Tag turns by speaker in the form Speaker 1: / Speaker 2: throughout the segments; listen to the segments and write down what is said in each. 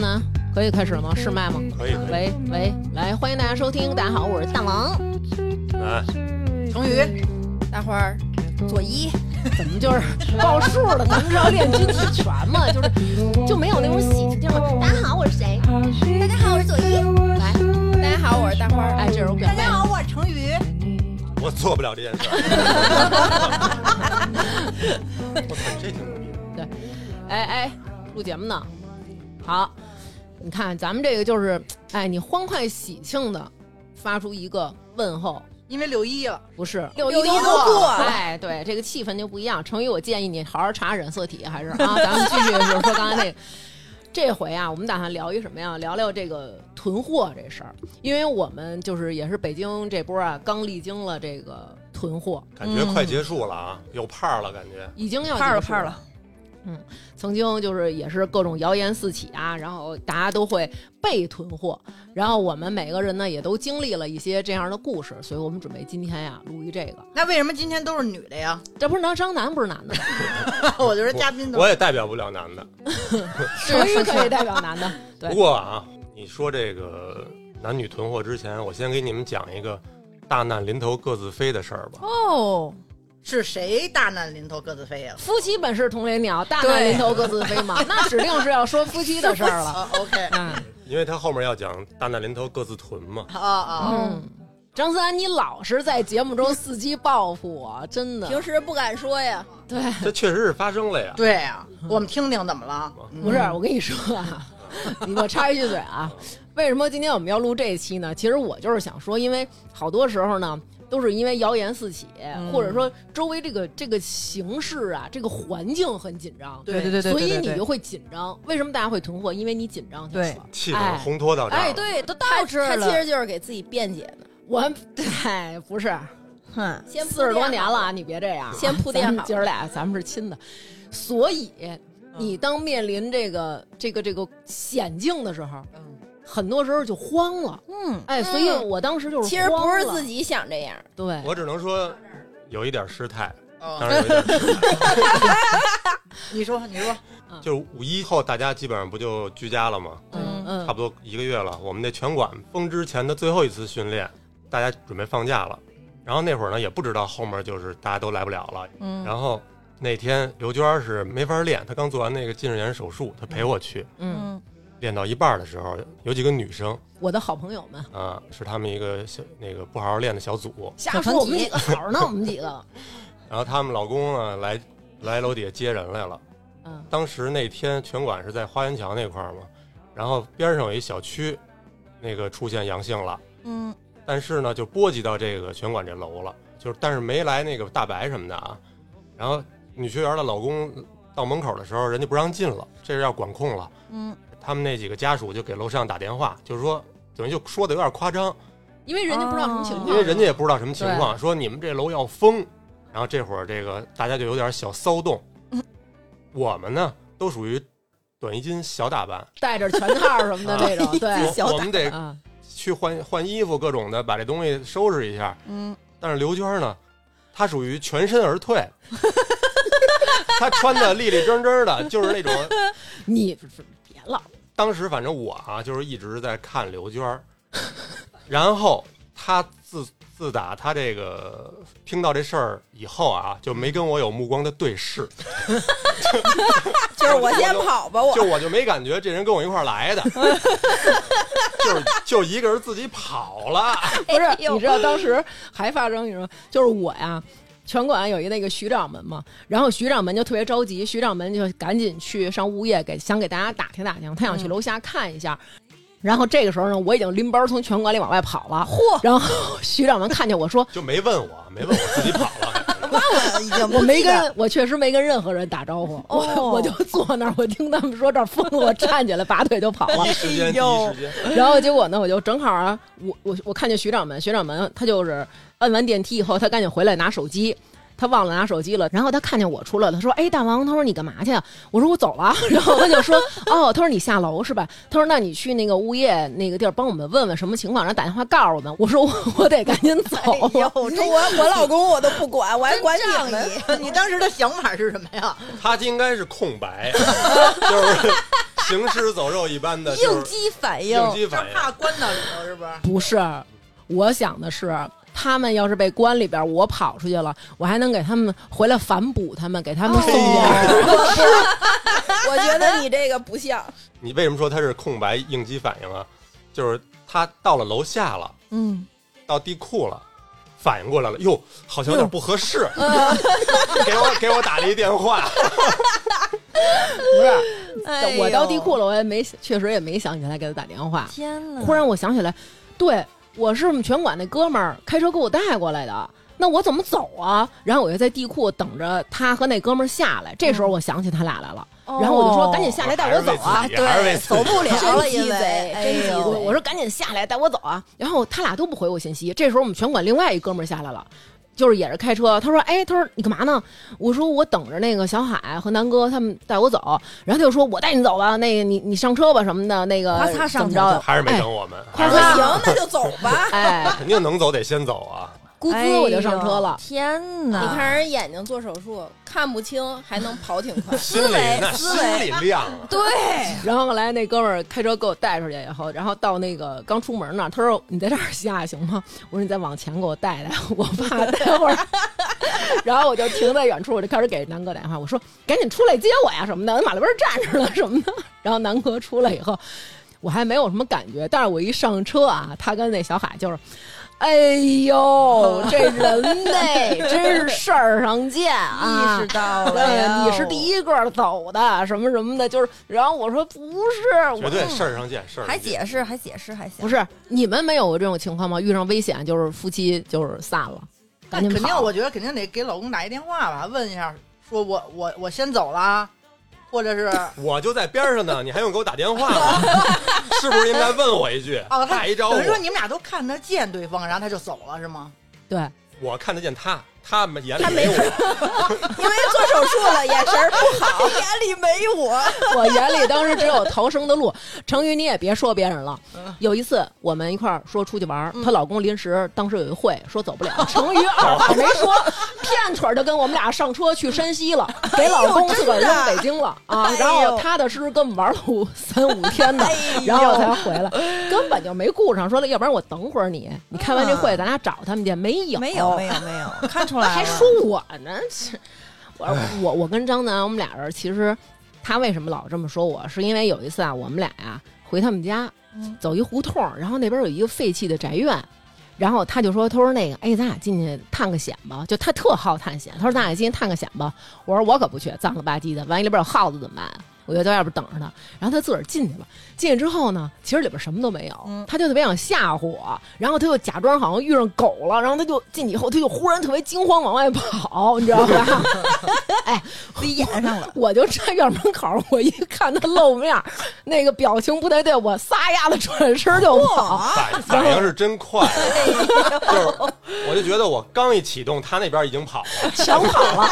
Speaker 1: 啊啊
Speaker 2: 以开始了吗？试麦吗？
Speaker 3: 可以可以
Speaker 2: 喂喂，来，欢迎大家收听，大家好，我是大郎。
Speaker 3: 来，
Speaker 1: 成宇，大花儿，左一，
Speaker 2: 怎么就是报数了？咱们是要练军体拳吗？ 就是就没有那种喜庆劲儿吗。大家好，我是谁？
Speaker 1: 大家好，我是左一，
Speaker 2: 来，
Speaker 1: 大家好，我是大花儿，
Speaker 2: 哎，这是我表
Speaker 1: 大
Speaker 2: 妹
Speaker 1: 家。好，我是成宇，
Speaker 3: 我做不了这件 事儿。我操，你这挺牛逼
Speaker 1: 嗯
Speaker 3: 的。
Speaker 2: 哎哎，录节目呢。好，你看咱们这个就是，哎，你欢快喜庆的发出一个问候，
Speaker 1: 因为六一了，
Speaker 2: 不是
Speaker 1: 六一
Speaker 2: 一
Speaker 1: 都过了
Speaker 2: 哎，对，这个气氛就不一样。成宇，我建议你好好查染色体，还是啊， 咱们继续就是说刚才那个。这回啊，我们打算聊一什么呀？聊聊这个囤货这事儿，因为我们就是也是北京这波啊，刚历经了这个囤货，
Speaker 3: 感觉快结束了啊，有盼儿了，感觉。
Speaker 2: 已经要
Speaker 1: 盼儿了
Speaker 2: 结束
Speaker 1: 盼儿了。
Speaker 2: 嗯，曾经就是也是各种谣言四起啊，然后大家都会被囤货，然后我们每个人呢也都经历了一些这样的故事，所以我们准备今天呀录一这个，
Speaker 1: 那为什么今天都是女的呀？
Speaker 2: 这不是男张楠不是男的吗？
Speaker 1: 我觉得嘉宾都
Speaker 3: 我也代表不了男的。
Speaker 2: 成语可以代表男的，对
Speaker 3: 不过啊，你说这个男女囤货之前，我先给你们讲一个大难临头各自飞的事儿吧。
Speaker 2: 哦，
Speaker 1: 是谁大难临头各自飞呀？
Speaker 2: 夫妻本是同林鸟，大难临头各自飞嘛，那指定是要说夫妻的事儿 了。
Speaker 1: 啊，OK，
Speaker 2: 嗯
Speaker 3: 因为他后面要讲大难临头各自囤嘛。
Speaker 1: 啊啊，
Speaker 2: 嗯，张三，你老是在节目中伺机报复我，真的。
Speaker 4: 时不敢说呀。
Speaker 2: 对，
Speaker 3: 这确实是发生了呀。
Speaker 2: 哎
Speaker 1: 对呀，我们听听怎么了？嗯
Speaker 2: 不
Speaker 4: 嗯
Speaker 2: 是，我跟你说 啊，你我插一句嘴啊，为什么今天我们要录这一期呢？其实我就是想说，因为好多时候呢，都是因为谣言四起，
Speaker 4: 嗯
Speaker 2: 或者说周围这个这个形势啊，这个环境很紧张，
Speaker 1: 对对
Speaker 4: 对
Speaker 2: 所以你就会紧张。为什么大家会囤货？因为你紧张就
Speaker 4: 对
Speaker 2: 死了。
Speaker 3: 气氛烘托到这儿了。
Speaker 2: 哎，对，都到
Speaker 4: 他
Speaker 2: 这儿
Speaker 4: 他其
Speaker 2: 了。
Speaker 4: 实就是给自己辩解呢，
Speaker 2: 我 哎，不是，
Speaker 4: 哼，先
Speaker 2: 四十多年了，啊，你别这样啊，
Speaker 4: 先铺垫好
Speaker 2: 咱们姐儿俩咱们是亲的，所以
Speaker 3: 嗯
Speaker 2: 你当面临这个这个这个险境的时候，
Speaker 3: 嗯
Speaker 2: 很多时候就慌了。
Speaker 4: 嗯，
Speaker 2: 哎，所以我当时就是
Speaker 4: 其实不是
Speaker 2: 慌了
Speaker 4: 自己想这样，
Speaker 2: 对，
Speaker 3: 我只能说有一点失态，当
Speaker 1: 哦，
Speaker 3: 然有一点失态。
Speaker 1: 你说你说，
Speaker 3: 就是五一后，大家基本上不就居家了吗？
Speaker 2: 嗯
Speaker 3: 差不
Speaker 2: 嗯，
Speaker 3: 多一个月了，我们那拳馆封之前的最后一次训练，大家准备放假了。然后那会儿呢，也不知道后面就是大家都来不了了。
Speaker 1: 嗯
Speaker 3: 然后那天刘娟儿是没法练，她刚做完那个近视眼手术，她陪我去。
Speaker 2: 嗯，
Speaker 3: 练到一半儿的时候，有几个女生
Speaker 2: 我的好朋友们，
Speaker 3: 啊、是她们一个小那个不好好练的小组。
Speaker 2: 瞎说我们几个好着呢，我们几 个，
Speaker 3: 然后她们老公呢来来楼底下接人来了。
Speaker 2: 嗯
Speaker 3: 当时那天拳馆是在花园桥那块儿嘛，然后边上有一小区，那个出现阳性了，
Speaker 4: 嗯，
Speaker 3: 但是呢就波及到这个拳馆这楼了，就是但是没来那个大白什么的啊。然后女学员的老公到门口的时候，人家不让进了，这是要管控了。
Speaker 4: 嗯，
Speaker 3: 他们那几个家属就给楼上打电话，就是说等于就说的有点夸张，
Speaker 2: 因为人家不知道什么情况，
Speaker 3: 因为人家也不知道什么情况，说你们这楼要封，然后这会儿这个大家就有点小骚动。我们呢都属于短衣襟小打扮，
Speaker 2: 带着拳套什么的这 种，对，
Speaker 3: 我我们得
Speaker 2: 啊，
Speaker 3: 去换换衣服，各种的把这东西收拾一下。
Speaker 4: 嗯，
Speaker 3: 但是刘娟呢，她属于全身而退，她穿的立立正正的，就是那种
Speaker 2: 你别老
Speaker 3: 当时反正我啊，就是一直在看刘娟儿，然后她自自打她这个听到这事儿以后啊，就没跟我有目光的对视，
Speaker 4: 就是我先跑吧，我
Speaker 3: 就我就没感觉这人跟我一块儿来 的，就是就一个人自己跑了，
Speaker 2: 不是
Speaker 4: 哎，呦
Speaker 2: 你知道当时还发生一种，就是我呀。拳馆有一那个徐掌门嘛，然后徐掌门就特别着急，徐掌门就赶紧去上物业给想给大家打听打听，他想
Speaker 4: 嗯
Speaker 2: 去楼下看一下。然后这个时候呢，我已经拎包从拳馆里往外跑了。
Speaker 4: 嚯
Speaker 2: 然后徐掌门看见我说
Speaker 3: 就没问我，没问我自己跑了。
Speaker 1: 已经
Speaker 2: 我 没跟，我确实没跟任何人打招呼，我
Speaker 4: 哦
Speaker 2: 我就坐那儿，我听他们说这儿疯了，我站起来拔腿就跑了
Speaker 3: 第一。时间，
Speaker 5: 哎
Speaker 3: 第一时间，
Speaker 2: 然后结果呢，我就正好啊，我我我看见学长们，学长们他就是摁完电梯以后，他赶紧回来拿手机。他忘了拿手机了，然后他看见我出来了，他说：“哎，大王，他说你干嘛去啊？”我说：“我走了。”然后他就说：“哦，他说你下楼是吧？”他说：“那你去那个物业那个地儿帮我们问问什么情况，然后打电话告诉我们。”我说：“我我得赶紧走。
Speaker 5: 哎
Speaker 2: 啊
Speaker 4: 我我我老公我都不管，我还管你们，
Speaker 1: 你当时的想法是什么呀？
Speaker 3: 他应该是空白，就是行尸走肉一般的，就
Speaker 5: 应
Speaker 3: 是
Speaker 5: 激反应，
Speaker 3: 应激
Speaker 4: 生
Speaker 3: 反应。
Speaker 4: 怕关到里头是不是？
Speaker 2: 不是，我想的是，他们要是被关里边，我跑出去了，我还能给他们回来反哺他们，给他
Speaker 3: 哎
Speaker 5: 哦
Speaker 2: 们送点。
Speaker 4: 我觉得你这个不像，
Speaker 3: 你为什么说它是空白应激反应啊？就是他到了楼下了，
Speaker 5: 嗯，
Speaker 3: 到地库了，反应过来了，哟，好像有点不合适， 给我给我打了一电话。
Speaker 5: 哎呦
Speaker 2: 我到地库，了，我也没确实也没想起来给他打电话。
Speaker 5: 天呐，
Speaker 2: 忽然我想起来，对我是拳馆那哥们儿开车给我带过来的，那我怎么走啊？然后我就在地库等着他和那哥们儿下来。这时
Speaker 5: 嗯
Speaker 2: 候我想起他俩来了，
Speaker 5: 哦
Speaker 2: 然后我就说赶紧下来带我走啊！
Speaker 3: 还是为自己还是为自己
Speaker 5: 对，走不了了，因
Speaker 4: 真鸡
Speaker 5: 为
Speaker 4: 贼
Speaker 5: 哎
Speaker 4: 真鸡
Speaker 5: 呦
Speaker 4: 贼
Speaker 2: 我说赶紧下来带我走啊！然后他俩都不回我信息。这时候我们拳馆另外一哥们儿下来了。就是也是开车，他说：“哎，他说你干嘛呢？”我说：“我等着那个小海和南哥他们带我走。”然后他就说：“我带你走吧，那个你你上车吧什么的，那个
Speaker 5: 咔嚓上
Speaker 2: 怎么
Speaker 5: 去
Speaker 2: 着
Speaker 5: 了
Speaker 2: 的？
Speaker 3: 还是没
Speaker 2: 哎
Speaker 3: 等我们，
Speaker 2: 快
Speaker 4: 我
Speaker 3: 还是
Speaker 4: 说行，那就走 吧。
Speaker 2: 哎，
Speaker 3: 肯定能走得先走啊。。
Speaker 2: 咕
Speaker 5: 哎
Speaker 2: 滋
Speaker 5: 呦
Speaker 2: 我就上车了。
Speaker 5: 天
Speaker 6: 啊
Speaker 5: 呐，
Speaker 4: 你看人眼睛做手术，看不清，还能跑挺快
Speaker 3: 心里那心里亮啊，
Speaker 5: 对，
Speaker 2: 然后后来那哥们儿开车给我带出去以后，然后到那个刚出门那儿，他说：“你在这儿下行吗？” 我说：“你再往前给我带 带，我怕待会儿。” 然后我就停在远处，我就开始给南哥打电话，我说：“赶紧出来接我呀什么的，马路边儿站着呢什么的。” 然后南哥出来以后，我还没有什么感觉，但是我一上车啊，他跟那小海就是。哎呦，这人类真是事儿上见啊！
Speaker 5: 意识到了
Speaker 2: 对，
Speaker 5: 呀，
Speaker 2: 呃你是第一个走的，什么什么的，就是，然后我说不是，
Speaker 3: 绝
Speaker 2: 我
Speaker 3: 对事儿上见，事儿上见
Speaker 5: 还解释，还解释，还解
Speaker 2: 不
Speaker 5: 释，
Speaker 2: 是，你们没有过这种情况吗？遇上危险就是夫妻就是散了，
Speaker 6: 那
Speaker 2: 赶紧
Speaker 6: 肯定，
Speaker 2: 跑
Speaker 6: 我觉得肯定得给老公打一电话吧，问一下，说我我我先走了啊，或者是
Speaker 3: 我就在边上呢，你还用给我打电话吗？ 是不是应该问我一句？
Speaker 6: 哦，他
Speaker 3: 打一招呼
Speaker 6: 等于。说你们俩都看得见对方，然后他就走了是吗？
Speaker 2: 对，
Speaker 3: 我看得见他，他们眼里没我。
Speaker 4: 因为做手术了，眼神儿不好，
Speaker 5: 眼里没我，
Speaker 2: 我眼里当时只有逃生的路。成宇，你也别说别人了。
Speaker 5: 嗯
Speaker 2: 有一次我们一块儿说出去玩儿，她老公临时当时有一会说走不 了，成宇二话没说，片腿儿就跟我们俩上车去山西了，
Speaker 5: 哎
Speaker 2: 给老公自个儿扔北京了啊。然后踏踏实实跟我们玩了五三五天
Speaker 5: 哎
Speaker 2: 呢，然后才回来，根本就没顾上。说了，要不然我等会儿你，你开完这会咱俩找他们去，没有
Speaker 5: 嗯没有，没有，没有，看出来了，
Speaker 2: 还说我呢， 切我我我跟张楠，我们俩人其实他为什么老这么说我，是因为有一次啊，我们俩呀、回他们家，走一胡同，然后那边有一个废弃的宅院。然后他就说：“他说那个，哎，咱俩进去探个险吧。”就他特好探险，他说：“咱俩进去探个险吧。”我说：“我可不去，脏了吧唧的，万一里边有耗子怎么办？”我就在外边等着他。然后他自个儿进去了。进去之后呢，其实里边什么都没有，他就特别想吓唬我，然后他就假装好像遇上狗了，然后他就进去以后，他就忽然特别惊慌往外跑，你知道吧？ 哎，
Speaker 5: 自己演上了，
Speaker 2: 我就站院门口，我一看他露面儿，那个表情不太对，我撒丫子转身就跑。
Speaker 3: 反反应是真快，啊就是我就觉得我刚一启动，他那边已经跑了。
Speaker 2: 抢跑了，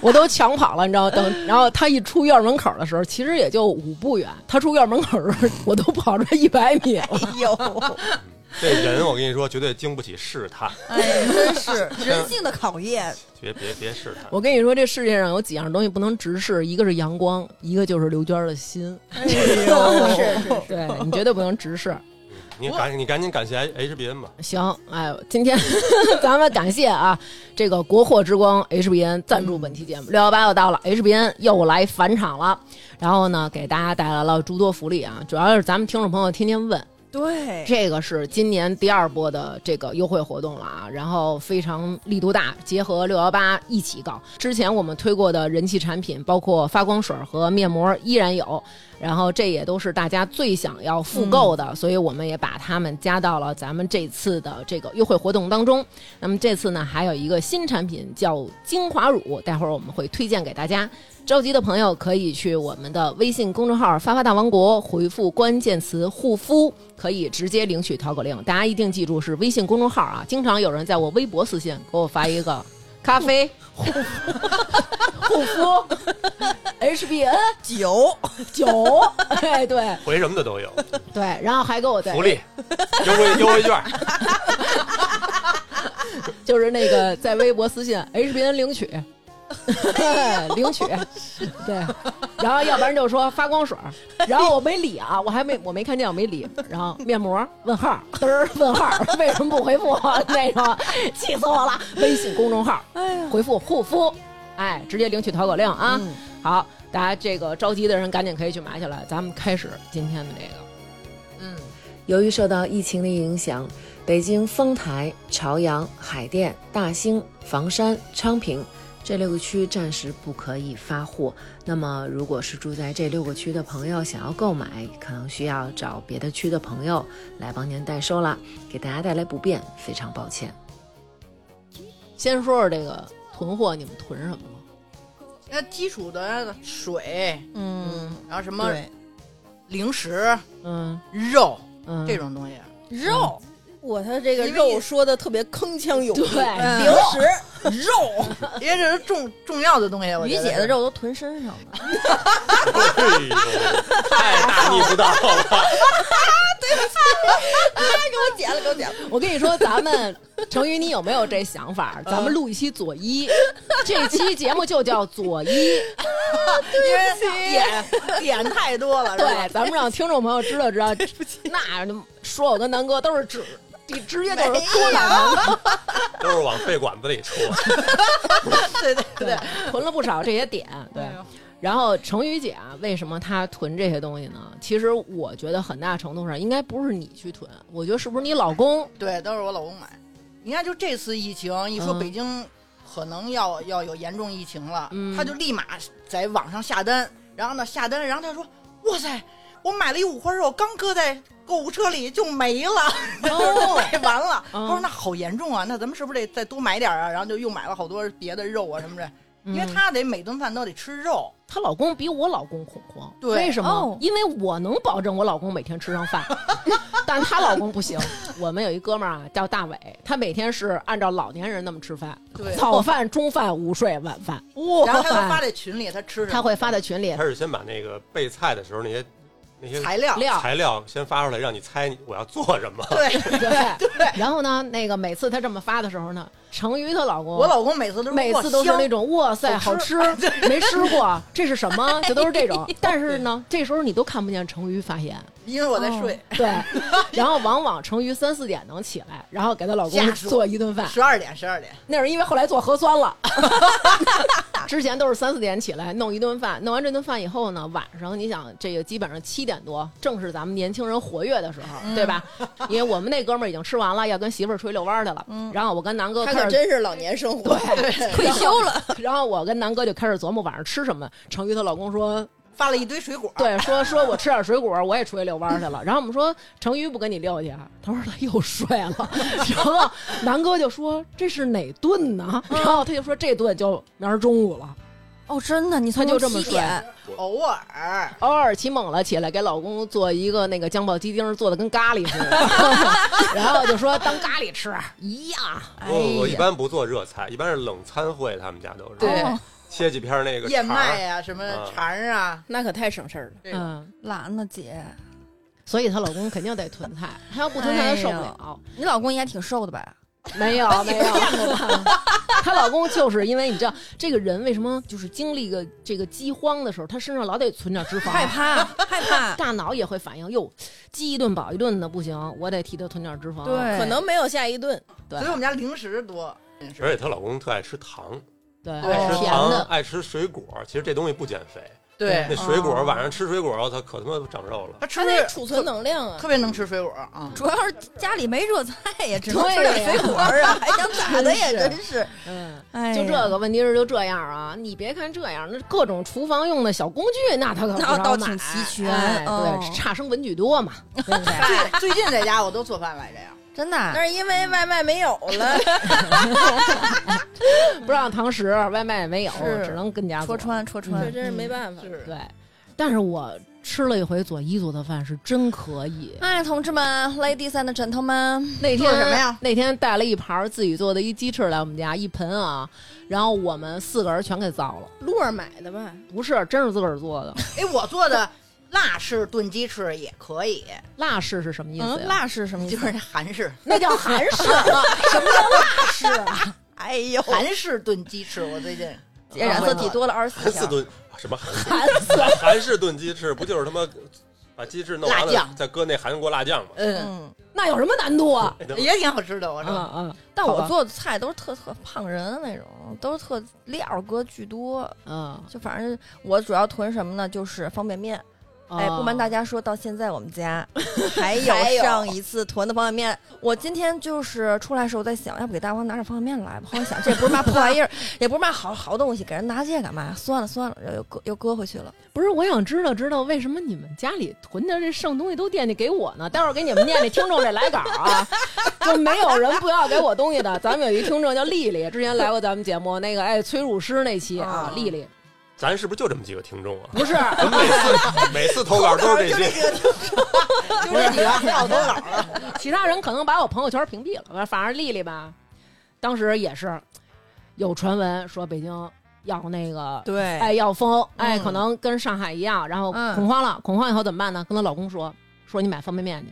Speaker 2: 我都抢跑了，你知道？等然后他一出院门口的时候，其实也就五步远，他出院门口的时候，我都跑出一百 米了。
Speaker 5: 哎呦，
Speaker 3: 这人我跟你说，绝对经不起试探，
Speaker 5: 哎，真是人性的考验，
Speaker 3: 别别别试探。
Speaker 2: 我跟你说，这世界上有几样东西不能直视，一个是阳光，一个就是刘娟儿的心。
Speaker 6: 哎
Speaker 4: 是是
Speaker 2: 对你绝对不能直视。
Speaker 3: 你赶你赶紧感谢 HBN 吧，
Speaker 2: 行，哎，今天 咱们感谢啊，这个国货之光 HBN 赞助本期节目。六幺八又到了，HBN 又来返场了，然后呢，给大家带来了诸多福利啊，主要是咱们听众朋友天天问，
Speaker 5: 对，
Speaker 2: 这个是今年第二波的这个优惠活动了啊，然后非常力度大，结合六幺八一起搞。之前我们推过的人气产品，包括发光水和面膜依然有，然后这也都是大家最想要复购的，所以我们也把它们加到了咱们这次的这个优惠活动当中。那么这次呢，还有一个新产品叫精华乳，待会儿我们会推荐给大家。着急的朋友可以去我们的微信公众号“发发大王国”回复关键词“护肤”，可以直接领取淘口令。大家一定记住是微信公众号啊！经常有人在我微博私信给我发一个咖啡护护肤 HBN
Speaker 5: 酒，
Speaker 2: 九，哎对
Speaker 3: 回什么的都有，
Speaker 2: 对，然后还给我在
Speaker 3: 福利、优惠优惠券，
Speaker 2: 就是那个在微博私信 HBN 领取。对，领取，对，然后要不然就说发光水儿，然后我没理啊，我还没我没看见，我没理，然后面膜问号，嘚儿问号，为什么不回复我那种，气死我了！微信公众号，回复护肤，哎，直接领取淘口令啊！好，大家这个着急的人赶紧可以去买起来，咱们开始今天的这个。
Speaker 6: 嗯，
Speaker 7: 由于受到疫情的影响，北京丰台、朝阳、海淀、大兴、房山、昌平这六个区暂时不可以发货。那么，如果是住在这六个区的朋友想要购买，可能需要找别的区的朋友来帮您代收啦，给大家带来不便，非常抱歉。
Speaker 2: 先说说这个囤货，你们囤什么了？
Speaker 6: 那基础的水，
Speaker 5: 嗯，
Speaker 6: 然后什么
Speaker 5: 对，
Speaker 6: 零食、
Speaker 2: 嗯
Speaker 6: 肉
Speaker 2: 嗯，
Speaker 6: 这种东西，
Speaker 5: 肉
Speaker 4: 我他这个
Speaker 6: 因为
Speaker 4: 肉说的特别铿锵有 力，
Speaker 2: 对，
Speaker 5: 零食
Speaker 6: 因为这是重重要的东西。我
Speaker 5: 于
Speaker 6: 觉得
Speaker 5: 姐的
Speaker 6: 是
Speaker 5: 肉都囤身上了，
Speaker 3: 哎呦，太大逆不道了！
Speaker 4: 给我剪了，给我剪了。
Speaker 2: 我跟你说，咱们成宇，你有没有这想法？咱们录一期左 一，这期节目就叫左一。
Speaker 6: 因为点点太多 了，是吧
Speaker 2: 对，咱们让听众朋友知道知道，那说我跟南哥都是指，你直接就是说南哥，
Speaker 3: 都是往肺管子里出。
Speaker 6: 对对对
Speaker 2: 对，囤了不少这些点，对。
Speaker 6: 哎呦
Speaker 2: 然后程宇姐啊，为什么她囤这些东西呢？其实我觉得很大程度上应该不是你去囤，我觉得是不是你老公？
Speaker 6: 对，都是我老公买。你看，就这次疫情，一说
Speaker 2: 嗯
Speaker 6: 北京可能要要有严重疫情了，
Speaker 2: 嗯
Speaker 6: 他就立马在网上下单，然后呢下单，然后他说：“哇塞，我买了一五花肉，刚搁在购物车里就没了， 就买完了。
Speaker 2: 嗯
Speaker 6: 他说：“那好严重啊，那咱们是不是得再多买点啊？”然后就又买了好多别的肉啊什么的，因为
Speaker 2: 嗯
Speaker 6: 他得每顿饭都得吃肉。
Speaker 2: 她老公比我老公恐慌，
Speaker 6: 对
Speaker 2: 为什么？
Speaker 5: 哦
Speaker 2: 因为我能保证我老公每天吃上饭， 但她老公不行。我们有一哥们儿啊，叫大伟，他每天是按照老年人那么吃饭，
Speaker 6: 对
Speaker 2: 早饭、中饭、午睡、晚饭，
Speaker 6: 然后他会 发在群里，他吃什
Speaker 2: 他
Speaker 6: 么
Speaker 2: 会发在群里
Speaker 3: 他是先把那个备菜的时候那些那些
Speaker 6: 材料，
Speaker 2: 料。
Speaker 3: 材料先发出来，让你猜我要做什么。
Speaker 2: 对哦对。然后呢，那个每次他这么发的时候呢，成瑜她老公，
Speaker 6: 我老公每次都说
Speaker 2: 每
Speaker 6: 哇
Speaker 2: 次都是
Speaker 6: 香
Speaker 2: 那种哇塞，
Speaker 6: 好
Speaker 2: 好
Speaker 6: 吃
Speaker 2: 吃，没吃过，这是什么？就都是这种。但是呢，这时候你都看不见成瑜发言，
Speaker 6: 因为我在睡，
Speaker 2: 对，然后往往成瑜三四点能起来，然后给她老
Speaker 6: 吓
Speaker 2: 公
Speaker 6: 死我
Speaker 2: 做一顿饭。
Speaker 6: 十二点十二点。
Speaker 2: 那是因为后来做核酸了， 之前都是三四点起来弄一顿饭，弄完这顿饭以后呢，晚上你想这个基本上七点多，正是咱们年轻人活跃的时候，对吧？因为我们那哥们儿已经吃完了，要跟媳妇儿出去遛弯儿去了。然后我跟南哥
Speaker 4: 他
Speaker 2: 开
Speaker 4: 可
Speaker 2: 始
Speaker 4: 真是老年生活，
Speaker 2: 退休了。 然后我跟南哥就开始琢磨晚上吃什么。成瑜她老公说，
Speaker 6: 发了一堆水果，，
Speaker 2: 对，说说我吃点水果，我也出去遛弯去了。然后我们说成瑜不跟你遛去，啊，他说他又睡了。 然后南哥就说这是哪顿呢？
Speaker 4: 嗯
Speaker 2: 然后他就说这顿就明儿中午了。
Speaker 5: 哦，真的，你
Speaker 2: 他
Speaker 5: 从
Speaker 2: 就这么
Speaker 5: 七点
Speaker 6: 偶尔
Speaker 2: 偶尔起猛了起来，给老公做一个那个姜爆鸡丁，做的跟咖喱 似的，然后就说当咖喱吃啊一样。
Speaker 6: 哎
Speaker 2: 哎
Speaker 3: 我哦我一般不做热菜，一般是冷餐会，他们家都是
Speaker 6: 对
Speaker 5: 哦
Speaker 3: 切几片那个
Speaker 6: 燕
Speaker 3: 肠儿
Speaker 6: 麦呀、什么肠儿啊，
Speaker 4: 那可太省事儿了。
Speaker 6: 这种
Speaker 2: 嗯，
Speaker 5: 懒呢，姐，
Speaker 2: 所以她老公肯定得囤菜，她要不囤菜她受不
Speaker 4: 哎
Speaker 2: 了。
Speaker 5: 你老公也挺瘦的吧？
Speaker 2: 没有没有， 她老公就是因为你知道，这个人为什么就是经历个这个饥荒的时候，他身上老得存点脂肪，
Speaker 5: 害怕，害怕，
Speaker 2: 大脑也会反应，哟，饥一顿饱一顿的不行，我得替他囤点脂肪。
Speaker 5: 对，
Speaker 4: 可能没有下一顿，
Speaker 2: 对
Speaker 6: 所以我们家零食多，
Speaker 3: 而且她老公特爱吃糖，
Speaker 2: 对，
Speaker 5: 哎
Speaker 3: 爱吃
Speaker 2: 哎甜
Speaker 3: 糖，
Speaker 2: 的。
Speaker 3: 爱吃水果。其实这东西不减肥，
Speaker 6: 对
Speaker 3: 那水果晚上吃水果，我操，可他妈长肉 了。
Speaker 6: 他吃
Speaker 4: 他得储存能量啊。
Speaker 6: 特别能吃水果
Speaker 2: 嗯
Speaker 6: 啊，
Speaker 5: 主要是家里没热菜呀，只能
Speaker 2: 对
Speaker 5: 吃点
Speaker 2: 呀
Speaker 5: 水果儿啊，还 想咋的呀？
Speaker 2: 真
Speaker 5: 真是，
Speaker 2: 嗯，
Speaker 5: 哎呀，
Speaker 2: 就这个问题是就这样啊，你别看这样，那各种厨房用的小工具，那他可不
Speaker 5: 那
Speaker 2: 少
Speaker 5: 倒
Speaker 2: 买
Speaker 5: 挺齐全
Speaker 2: 哎
Speaker 5: 哦
Speaker 2: 对，差生文具多嘛，对不对？
Speaker 6: 最 最近在家我都做饭来着呀，
Speaker 5: 真的嗯
Speaker 4: 那是因为外卖没有了，
Speaker 2: 不让堂食，外卖也没有，
Speaker 5: 是
Speaker 2: 只能跟家做
Speaker 5: 戳。穿戳
Speaker 4: 这
Speaker 5: 穿，
Speaker 4: 嗯
Speaker 5: 嗯
Speaker 4: 真是没办法。
Speaker 6: 是
Speaker 2: 对，但是我吃了一回左一做的饭是真可 以。
Speaker 5: 哎，同志们，ladies and gentlemen，
Speaker 2: 那
Speaker 6: 做
Speaker 2: 天
Speaker 6: 的什么呀？
Speaker 2: 那天带了一盘儿自己做的一鸡翅来我们家，一盆啊，然后我们四个人全给糟了。
Speaker 4: 路儿买的吧？
Speaker 5: 嗯
Speaker 2: 不是，真是自个儿做的。
Speaker 6: 哎，我做的辣式炖鸡翅也可以，
Speaker 2: 辣式是什么意思呀？
Speaker 5: 嗯辣是什么
Speaker 2: 嗯
Speaker 5: 意
Speaker 6: 就
Speaker 5: 思？
Speaker 6: 是韩式
Speaker 2: 那叫韩式，什么叫辣式？
Speaker 5: 哎呦，
Speaker 2: 哦
Speaker 6: 韩式炖鸡翅，我最近
Speaker 5: 染色体多了二十四
Speaker 3: 韩式
Speaker 5: 条。
Speaker 3: 炖什么韩式
Speaker 2: 馋死了。
Speaker 3: 韩式炖鸡翅不就是他妈把鸡翅弄完
Speaker 6: 辣
Speaker 3: 了
Speaker 6: 酱
Speaker 3: 再搁那韩国辣酱吗？
Speaker 6: 嗯，
Speaker 5: 嗯，
Speaker 2: 那有什么难度啊？
Speaker 6: 也挺好吃的，我
Speaker 2: 啊
Speaker 6: 说。
Speaker 2: 啊！
Speaker 5: 但
Speaker 2: 好
Speaker 5: 我
Speaker 2: 吧
Speaker 5: 做的菜都是特特胖人的那种，都是特料搁巨多，
Speaker 2: 嗯，
Speaker 5: 就反正我主要囤什么呢？就是方便面。哎，不瞒大
Speaker 2: 家，
Speaker 5: 家说，到现在我们家 还有上一次囤的方便面。我今天就是出来的时候在想，要不给大王拿点方便面来吧。后来想，这也不是嘛 破玩意儿，也不是嘛好好东西，给人拿这干嘛呀？算了算了，然后又搁又搁回去了。
Speaker 2: 不是我想知道知道为什么你们家里囤的这剩东西都惦记给我呢？待会儿给你们念这听众这来稿啊，就没有人不要给我东西的。咱们有一听众叫丽丽，之前来过咱们节目，那个哎催乳师那期啊，丽丽
Speaker 3: 咱是不是就这么几个听 众啊？
Speaker 2: 不是
Speaker 3: 咱每次每次投稿都是这些。
Speaker 2: 嗯
Speaker 6: 就这几个票都老了，
Speaker 2: 其他人可能把我朋友圈屏蔽了，反正丽丽吧，当时也是有传闻说北京要那个
Speaker 5: 对
Speaker 2: 哎，要封，哎，
Speaker 5: 嗯
Speaker 2: 可能跟上海一样，然后
Speaker 5: 嗯
Speaker 2: 恐慌了，恐慌以后怎么办呢？跟她老公说，说你买方便面去，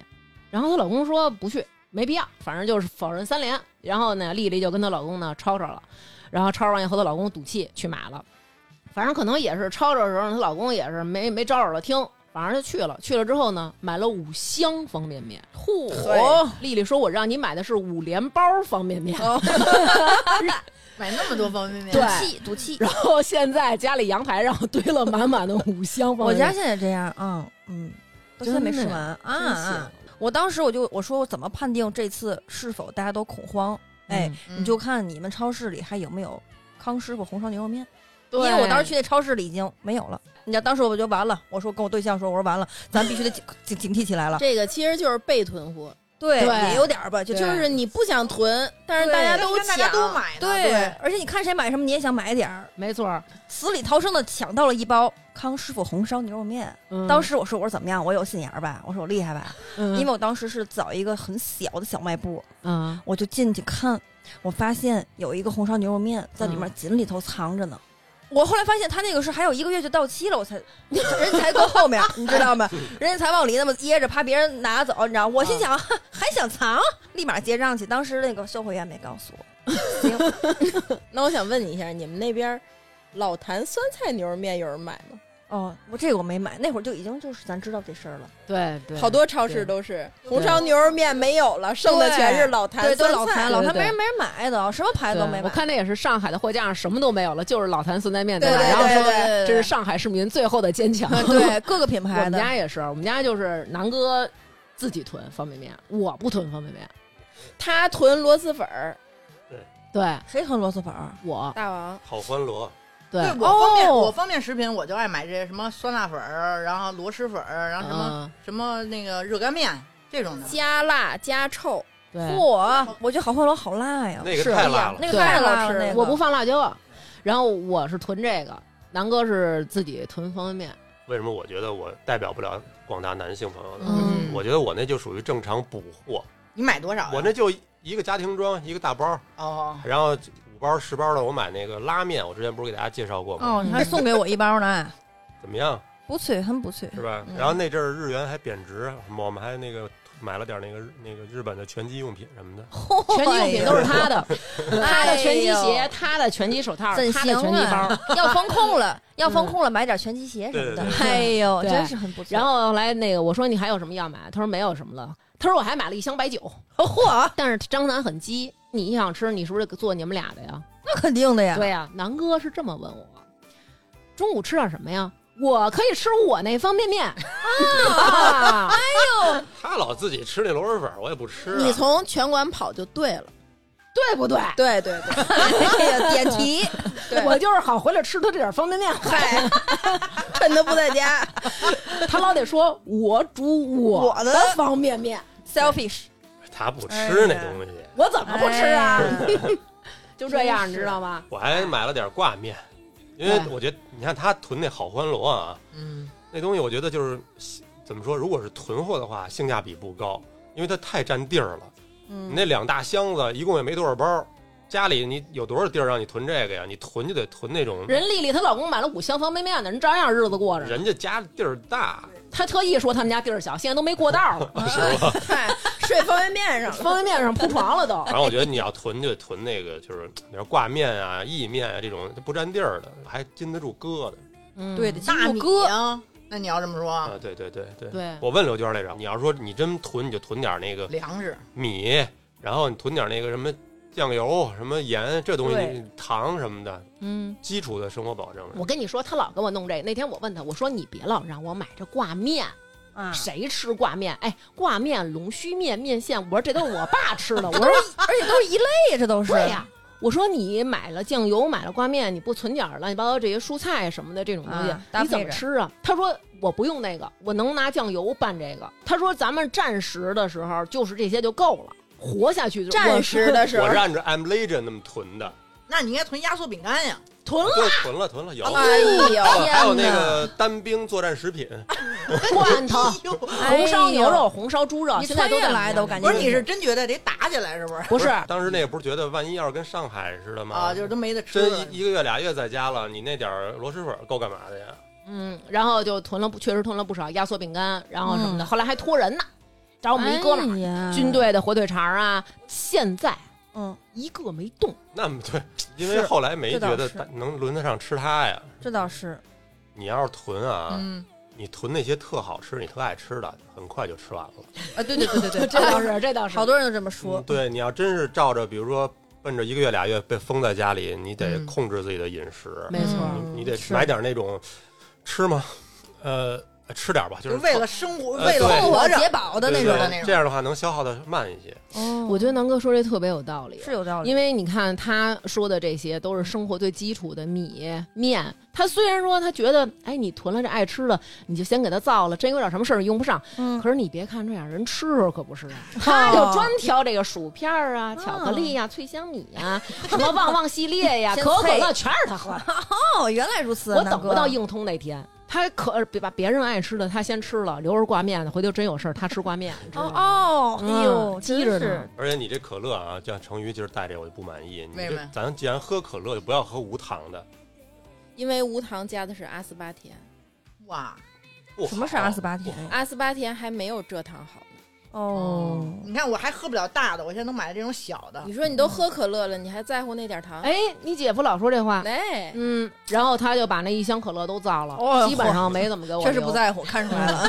Speaker 2: 然后她老公说不去，没必要，反正就是否认三连。然后呢，丽丽就跟她老公呢吵吵了，然后吵吵完以后，她老公赌气去买了，反正可能也是吵吵的时候，她老公也是没没招惹了听。反正就去了，去了之后呢，买了五箱方便面。嚯！丽丽说：“我让你买的是五连包方便面。
Speaker 5: 哦
Speaker 6: 买那么多方便面，
Speaker 2: 对
Speaker 5: 赌气赌气。
Speaker 2: 然后现在家里阳台上堆了满满的五箱方
Speaker 5: 我
Speaker 2: 便面。
Speaker 5: 家现在也这样，嗯嗯，到现在没
Speaker 2: 真
Speaker 5: 吃
Speaker 2: 的
Speaker 5: 完啊
Speaker 2: 真行
Speaker 5: 啊！我当时我就我说我怎么判定这次是否大家都恐慌？哎，
Speaker 6: 嗯
Speaker 5: 你就看你们超市里还有没有康师傅红烧牛肉面。因
Speaker 2: 对
Speaker 5: 为我当时去那超市里已经没有了。你知道当时我就完了，我说跟我对象说，我说完了，咱必须得警警警惕起来了。
Speaker 4: 这个其实就是被囤货，
Speaker 5: 对
Speaker 2: 对
Speaker 5: 也有点儿吧，就
Speaker 4: 就
Speaker 5: 就是是
Speaker 4: 你不想囤，但是大家都
Speaker 6: 大
Speaker 4: 抢，
Speaker 6: 家都买呢，
Speaker 5: 对，而且你看谁买什么，你也想买点儿，
Speaker 2: 没错儿，
Speaker 5: 死里逃生的抢到了一包康师傅红烧牛肉面。
Speaker 2: 嗯
Speaker 5: 当时我说我说怎么样，我有心眼儿吧，我说我厉害吧，
Speaker 2: 嗯
Speaker 5: 因为我当时是找一个很小的小卖部，
Speaker 2: 嗯
Speaker 5: 我就进去看，我发现有一个红烧牛肉面在里面紧里头藏着呢。我后来发现他那个是还有一个月就到期了，我 才人家才搁后面，你知道 吗？人家才往里那么掖着，怕别人拿走，你知道吗？我心想、哼还想藏，立马结账去。当时那个售货员没告诉我，
Speaker 4: 那我想问你一下，你们那边老坛酸菜牛肉面有人买吗？
Speaker 5: 哦，我这个我没买，那会儿就已经就是咱知道这事儿了，
Speaker 2: 对对，
Speaker 4: 好多超市都是红烧牛肉面没有了，剩的全是老坛
Speaker 5: 对，都
Speaker 4: 酸
Speaker 5: 老
Speaker 4: 菜
Speaker 5: 坛，。老坛
Speaker 2: 对对
Speaker 5: 没人没人买的，什么牌子
Speaker 2: 对
Speaker 5: 都没买。
Speaker 2: 我看那也是上海的货架上什么都没有了，就是老坛酸菜面
Speaker 4: 对
Speaker 2: 吧？
Speaker 4: 对
Speaker 2: 然后
Speaker 4: 对
Speaker 2: 说
Speaker 4: 对，
Speaker 2: 这是上海市民最后的坚强。
Speaker 5: 嗯对各 个品
Speaker 2: 我
Speaker 5: 牌
Speaker 2: 们
Speaker 5: 的，
Speaker 2: 家也是，我们家就是南哥自己囤方便面，我不囤方便面。
Speaker 4: 他囤螺蛳粉儿，
Speaker 2: 对
Speaker 5: 谁囤螺蛳粉儿？
Speaker 2: 我
Speaker 4: 大王
Speaker 3: 好欢螺，
Speaker 2: 对
Speaker 6: 对我方便
Speaker 2: 哦
Speaker 6: 我方便食品，我就爱买这些什么酸辣粉儿，然后螺蛳粉儿，然后什么
Speaker 2: 嗯
Speaker 6: 什么那个热干面这种的。
Speaker 4: 加辣加臭，
Speaker 2: 嗯对，
Speaker 5: 嚯，我觉得好欢螺好辣呀，
Speaker 3: 那个
Speaker 2: 是
Speaker 3: 太辣了。
Speaker 5: 那个
Speaker 2: 对
Speaker 5: 太辣了，那个
Speaker 2: 我不放辣椒，然后我是囤这个，南哥是自己囤方便面。
Speaker 3: 为什么我觉得我代表不了广大男性朋友呢？
Speaker 2: 嗯
Speaker 3: 我觉得我那就属于正常补货，
Speaker 6: 你买多少呀？
Speaker 3: 我那就一个家庭装一个大包，
Speaker 6: 哦，
Speaker 3: 然后五包十包的我买那个拉面，我之前不是给大家介绍过吗？
Speaker 5: 哦，你还送给我一 包呢，
Speaker 3: 怎么样，
Speaker 5: 不脆，很不脆。
Speaker 3: 是吧？
Speaker 4: 嗯
Speaker 3: 然后那阵儿日元还贬值，我们还那个买了点那个日那个日本的拳击用品什么的。
Speaker 2: 拳击用品都是他的，他的拳击
Speaker 5: 哎
Speaker 2: 鞋
Speaker 5: 呦，
Speaker 2: 他的拳击手套，他
Speaker 5: 怎
Speaker 2: 的
Speaker 5: 行
Speaker 2: 拳击包。
Speaker 5: 啊？要防控了，要防控了，买点拳击鞋什么的
Speaker 3: 对对。
Speaker 5: 哎呦，
Speaker 2: 对
Speaker 5: 真是很不错。
Speaker 2: 然后后来那个我说你还有什么要买？他说没有什么了。他说我还买了一箱白酒，
Speaker 5: 嚯，
Speaker 2: 但是张楠很急，你想吃你是不是得做你们俩的呀？
Speaker 5: 那肯定的呀。
Speaker 2: 对呀、南哥是这么问我，中午吃点什么呀？我可以吃我那方便面啊！
Speaker 3: 他老自己吃那螺蛳粉，我也不吃、啊。
Speaker 4: 你从拳馆跑就对了。
Speaker 2: 对不对？
Speaker 4: 对对对，
Speaker 5: 哎呀，点题，
Speaker 4: 对
Speaker 2: 我就是好回来吃他这点方便面，
Speaker 4: 嗨，趁他不在家，
Speaker 2: 他老得说我煮我
Speaker 4: 我
Speaker 2: 的
Speaker 4: 的
Speaker 2: 方便面，
Speaker 5: selfish，
Speaker 3: 他不
Speaker 4: 哎
Speaker 3: 吃那东西，
Speaker 2: 我怎么不吃啊？
Speaker 5: 哎
Speaker 2: 就这样，
Speaker 5: 真是
Speaker 2: 你知道吗？
Speaker 3: 我还买了点挂面，因为
Speaker 2: 对
Speaker 3: 我觉得你看他囤那好欢螺啊，
Speaker 6: 嗯，
Speaker 3: 那东西我觉得就是怎么说，如果是囤货的话，性价比不高，因为它太占地儿了。你那两大箱子一共也没多少包，家里你有多少地儿让你囤这个呀？你囤就得囤那种
Speaker 2: 人丽丽她老公买了五箱方便面呢，人照样日子过着呢。
Speaker 3: 人家家地儿大，
Speaker 2: 她特意说他们家地儿小，现在都没过道了。
Speaker 3: 是吧？
Speaker 4: 嗨，睡方便面上了。
Speaker 2: 方便面上铺床了都。
Speaker 3: 然后我觉得你要囤就得囤那个，就是比如挂面啊、意面啊这种不占地儿的，还禁得住疙瘩
Speaker 2: 嗯
Speaker 5: 对的，
Speaker 6: 那
Speaker 5: 你
Speaker 6: 你
Speaker 5: 哥
Speaker 6: 啊，那你要这么说，
Speaker 3: 啊。对对对对。
Speaker 2: 对，
Speaker 3: 我问刘娟来着，你要说你真囤，你就囤点那个
Speaker 6: 粮食
Speaker 3: 米，然后你囤点那个什么酱油、什么盐这东西、你糖什么的，
Speaker 2: 嗯。
Speaker 3: 基础的生活保证。
Speaker 2: 我跟你说，他老给我弄这。那天我问他，我说你别老让我买这挂面，
Speaker 5: 啊，
Speaker 2: 谁吃挂面？哎，挂面、龙须面、面线，我说这都是我爸吃的。我
Speaker 5: 都
Speaker 2: 说
Speaker 5: 是而且都是一类，这都是
Speaker 2: 对呀、我说你买了酱油，买了挂面，你不存点儿乱七八糟这些蔬菜什么的这种东西，
Speaker 5: 啊搭
Speaker 2: 你怎
Speaker 5: 配
Speaker 2: 么
Speaker 5: 着
Speaker 2: 吃啊？他说我不用那个，我能拿酱油拌这个。他说咱们暂时的时候就是这些就够了，活下去就
Speaker 4: 暂时的时候
Speaker 3: 我是按照 I'm Legend 那么囤的，
Speaker 6: 那你应该囤压缩饼干呀。
Speaker 2: 囤了
Speaker 3: 对，囤了囤了有。
Speaker 4: 哎呦，
Speaker 3: 还有还有那
Speaker 5: 天哪
Speaker 3: 个单兵作战食品，
Speaker 2: 罐
Speaker 5: 哦
Speaker 2: 头、
Speaker 6: 哎呦
Speaker 2: 红烧牛
Speaker 5: 哎
Speaker 2: 肉、
Speaker 5: 呦，
Speaker 2: 红烧猪肉，
Speaker 5: 你
Speaker 2: 现在都
Speaker 5: 穿越
Speaker 2: 在
Speaker 5: 来的我感觉
Speaker 6: 不是，你是真觉得得打起来是不是？
Speaker 2: 不是
Speaker 3: 当时那个不是觉得万一要是跟上海似的吗？
Speaker 6: 啊，就是都没得吃了。
Speaker 3: 真一一个月俩月在家了，你那点儿螺蛳粉够干嘛的呀？
Speaker 2: 嗯，然后就囤了不，确实囤了不少压缩饼干，然后什么的。后来还托人呢，找我们一哥们儿、
Speaker 5: 们
Speaker 2: 军，队的火腿肠啊，现在
Speaker 5: 嗯，
Speaker 2: 一个没 动。
Speaker 3: 那么对，因为后来没
Speaker 5: 这倒
Speaker 3: 觉得
Speaker 5: 是
Speaker 3: 能轮得上吃它呀。
Speaker 5: 这倒是，
Speaker 3: 你要是囤啊，
Speaker 6: 嗯，
Speaker 3: 你囤那些特好吃、你特爱吃的，很快就吃完了。
Speaker 5: 啊，对对对对 对，
Speaker 2: 这倒是，这倒是，
Speaker 5: 好多人都这么说
Speaker 3: 嗯，对，你要真是照着，比如说奔着一个月俩月被封在家里，你得
Speaker 2: 嗯
Speaker 3: 控制自己的饮食，
Speaker 2: 没错。
Speaker 5: 嗯
Speaker 3: 你得
Speaker 5: 是
Speaker 3: 买点那种吃吗？呃，吃点吧，就
Speaker 6: 就是是为了生活，
Speaker 3: 呃
Speaker 6: 为了
Speaker 3: 对
Speaker 5: 凑
Speaker 6: 活
Speaker 5: 合
Speaker 6: 着
Speaker 5: 哦解饱的那
Speaker 3: 对
Speaker 5: 种
Speaker 3: 对
Speaker 6: 的
Speaker 3: 对
Speaker 6: 那种
Speaker 3: 这样的话能消耗的慢一些。
Speaker 5: 哦
Speaker 2: 我觉得南哥说这特别有道理，
Speaker 5: 是有道理，
Speaker 2: 因为你看他说的这些都是生活最基础的米面。他虽然说他觉得，哎，你囤了这爱吃的，你就先给他造了，真有点什么事儿用不上。
Speaker 5: 嗯哦
Speaker 2: 可是你别看这样，人吃可不 是啊，他就专挑这个薯片儿啊、
Speaker 5: 嗯
Speaker 2: 巧克力呀、脆香米呀、什么旺旺系列呀、
Speaker 5: 先
Speaker 2: 可口可
Speaker 5: 配
Speaker 2: 乐，全是他喝的。
Speaker 5: 哦，原来如此，
Speaker 2: 我
Speaker 5: 南
Speaker 2: 等不
Speaker 5: 哥
Speaker 2: 到硬通那天，他可别把别人爱吃的他先吃了，留着挂面的，回头真有事儿他吃挂面。你知道吗
Speaker 5: 哦哦，哎呦，
Speaker 2: 嗯
Speaker 5: 真
Speaker 2: 记着
Speaker 5: 是
Speaker 2: 呢
Speaker 3: 而且你这可乐啊，像成瑜今儿带这我就不满意。你
Speaker 6: 为什么
Speaker 3: 这
Speaker 6: 呀
Speaker 3: 咱既然喝可乐，就不要喝无糖的。
Speaker 4: 因为无糖加的是阿斯巴甜，
Speaker 6: 哇，
Speaker 3: 不好
Speaker 5: 什么是阿斯巴甜呀？
Speaker 4: 阿斯巴甜还没有蔗糖好呢。
Speaker 5: 哦，
Speaker 6: 你看我还喝不了大的，我现在能买这种小的
Speaker 4: 你。说你都喝可乐了，你还在乎那点糖？
Speaker 2: 哎，你姐夫老说这话。
Speaker 4: 哎，
Speaker 2: 嗯，然后他就把那一箱可乐都造了，
Speaker 5: 哦
Speaker 2: 基本上没怎么给我留。
Speaker 5: 确实不在乎，看出来了。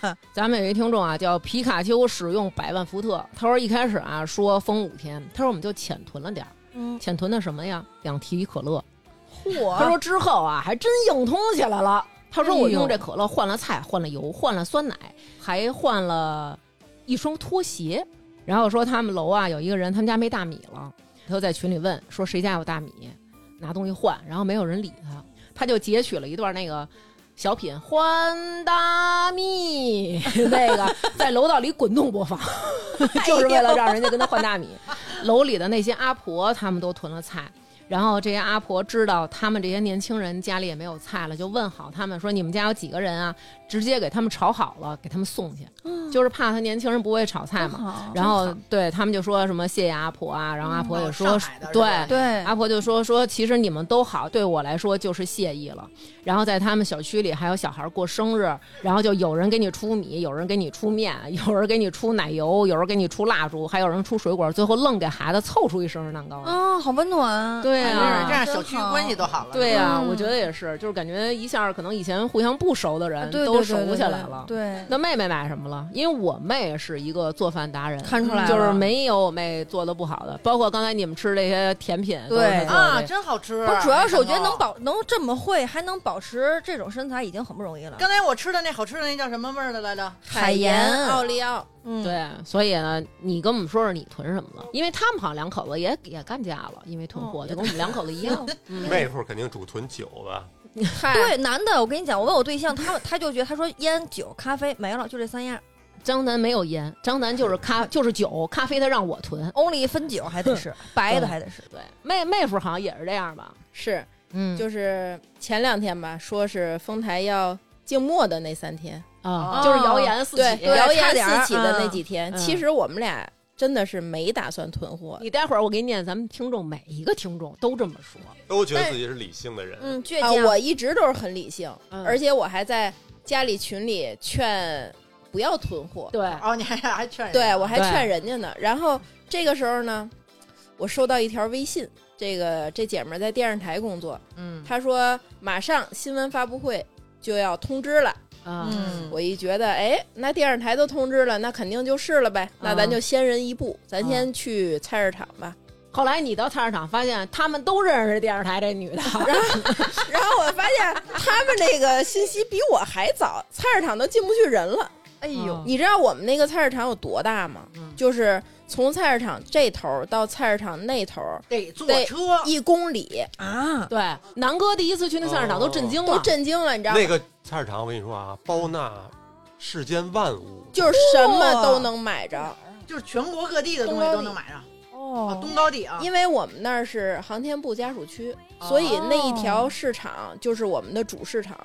Speaker 2: 对，咱们有一听众啊，叫皮卡丘使用百万伏特，他说一开始啊说封五天，他说我们就浅囤了点儿，
Speaker 5: 嗯，
Speaker 2: 浅囤的什么呀？两提可乐。 他
Speaker 5: 嚯，
Speaker 2: 说之后啊，还真硬通起来了。他说我
Speaker 5: 哎
Speaker 2: 用
Speaker 5: 呦
Speaker 2: 这可乐换了菜，换了油，换了酸奶，还换了一双拖鞋。然后说他们楼啊有一个人，他们家没大米了，他就在群里问说谁家有大米，拿东西换，然后没有人理他，他就截取了一段那个。小品《换大米》 那个在楼道里滚动播放， 就是为了让人家跟他换大米。 楼里的那些阿婆他们都囤了菜，然后这些阿婆知道他们这些年轻人家里也没有菜了，就问好他们说你们家有几个人啊？直接给他们炒好了，给他们送去，就是怕他年轻人不会炒菜嘛。
Speaker 5: 嘛
Speaker 2: 然后对他们就说什么谢谢阿婆啊，然后阿婆也说、
Speaker 6: 哦上海的是
Speaker 2: 对。
Speaker 6: 吧
Speaker 5: 对，
Speaker 2: 阿婆就说说，其实你们都好，对我来说就是谢意了。然后在他们小区里还有小孩过生日，然后就有人给你出米，有人给你出面， 有人给你出奶油，有人给你出蜡烛，还有人出水果，最后愣给孩子凑出一生日蛋糕来。
Speaker 5: 啊，好温暖。
Speaker 2: 对
Speaker 6: 哎
Speaker 2: 啊，
Speaker 6: 呀这样
Speaker 5: 真
Speaker 6: 小区
Speaker 5: 好
Speaker 6: 关系都好了。
Speaker 2: 对呀、
Speaker 5: 嗯
Speaker 2: 我觉得也是，就是感觉一下可能以前互相不熟的人
Speaker 5: 对，对
Speaker 2: 都
Speaker 5: 对对
Speaker 2: 熟起来了。
Speaker 5: 对，
Speaker 2: 那妹妹买什么了？因为我妹是一个做饭达人，
Speaker 5: 看出来了
Speaker 2: 就是没有我妹做的不好的，包括刚才你们吃这些甜品，
Speaker 5: 对
Speaker 2: 都是她做的
Speaker 6: 啊，真好吃。
Speaker 5: 不是，主要是我觉得
Speaker 6: 没想到
Speaker 5: 能。保能这么会，还能保持这种身材，已经很不容易了。
Speaker 6: 刚才我吃的那好吃的那叫什么味儿的来着？
Speaker 5: 海盐
Speaker 4: 奥利奥，
Speaker 5: 嗯，
Speaker 2: 对，所以呢，你跟我们说说你囤什么了？因为他们好像两口子也也干架了，因为囤货，
Speaker 5: 哦
Speaker 2: 就跟我 们两口子一样。嗯
Speaker 3: 那会儿肯定主囤酒吧，
Speaker 4: 嗨，
Speaker 5: 对，男的，我跟你讲，我问我对象，他他就觉得他说烟、酒、咖啡没了，就这三样
Speaker 2: 张楠没有烟，张楠就是咖就是酒，咖啡他让我囤。
Speaker 5: ，only 分酒还得是白的，还得是
Speaker 2: 对，妹妹夫好像也是这样吧？
Speaker 4: 是，
Speaker 2: 嗯就
Speaker 4: 就是前两天吧，说是丰台要静默的那三天，
Speaker 2: 啊，
Speaker 5: 哦
Speaker 2: 就是谣言四
Speaker 4: 对
Speaker 2: 起，，
Speaker 5: 对
Speaker 4: 谣
Speaker 5: 差
Speaker 4: 言
Speaker 5: 点儿
Speaker 4: 四起的那几天，
Speaker 2: 嗯
Speaker 4: 其实我们俩真的是没打算囤货，
Speaker 2: 你待会儿我给你念，咱们听众每一个听众都这么说。
Speaker 3: 都觉得自己是理性的人。
Speaker 5: 嗯，倔
Speaker 4: 啊，
Speaker 5: 强。
Speaker 4: 我一直都是很理性，
Speaker 2: 嗯
Speaker 4: 而且我还在家里群里劝不要囤货。
Speaker 2: 对，
Speaker 6: 哦，你还还劝人？
Speaker 4: 对我还
Speaker 2: 对
Speaker 4: 劝人家呢。然后这个时候呢，我收到一条微信，这个这姐们儿在电视台工作，
Speaker 2: 嗯
Speaker 4: 她说马上新闻发布会就要通知了。
Speaker 2: 啊，
Speaker 6: 嗯
Speaker 4: 我一觉得，哎，那电视台都通知了，那肯定就是了呗。那咱就先人一步，咱先去菜市场吧。
Speaker 2: 后来你到菜市场发现他们都认识电视台这女的，
Speaker 4: 然后我发现他们那个信息比我还早，菜市场都进不去人了。
Speaker 2: 哎呦，嗯
Speaker 4: 你知道我们那个菜市场有多大吗？就是从菜市场这头儿到菜市场那头儿
Speaker 6: 得坐
Speaker 4: 对
Speaker 6: 车，
Speaker 2: 哦
Speaker 4: 一公里，
Speaker 5: 啊，
Speaker 2: 对，南哥第一次去那菜市场都震惊了，
Speaker 4: 都震惊了，你知道吗？
Speaker 3: 那个菜市场，我跟你说啊，包纳世间万物，
Speaker 4: 就是什么都能买
Speaker 2: 啊
Speaker 4: 着，
Speaker 6: 就是全国各地的东西都能买上。哦，东高地啊，
Speaker 4: 因为我们那儿是航天部家属区，
Speaker 2: 哦
Speaker 4: 所以那一条市场就是我们的主市场。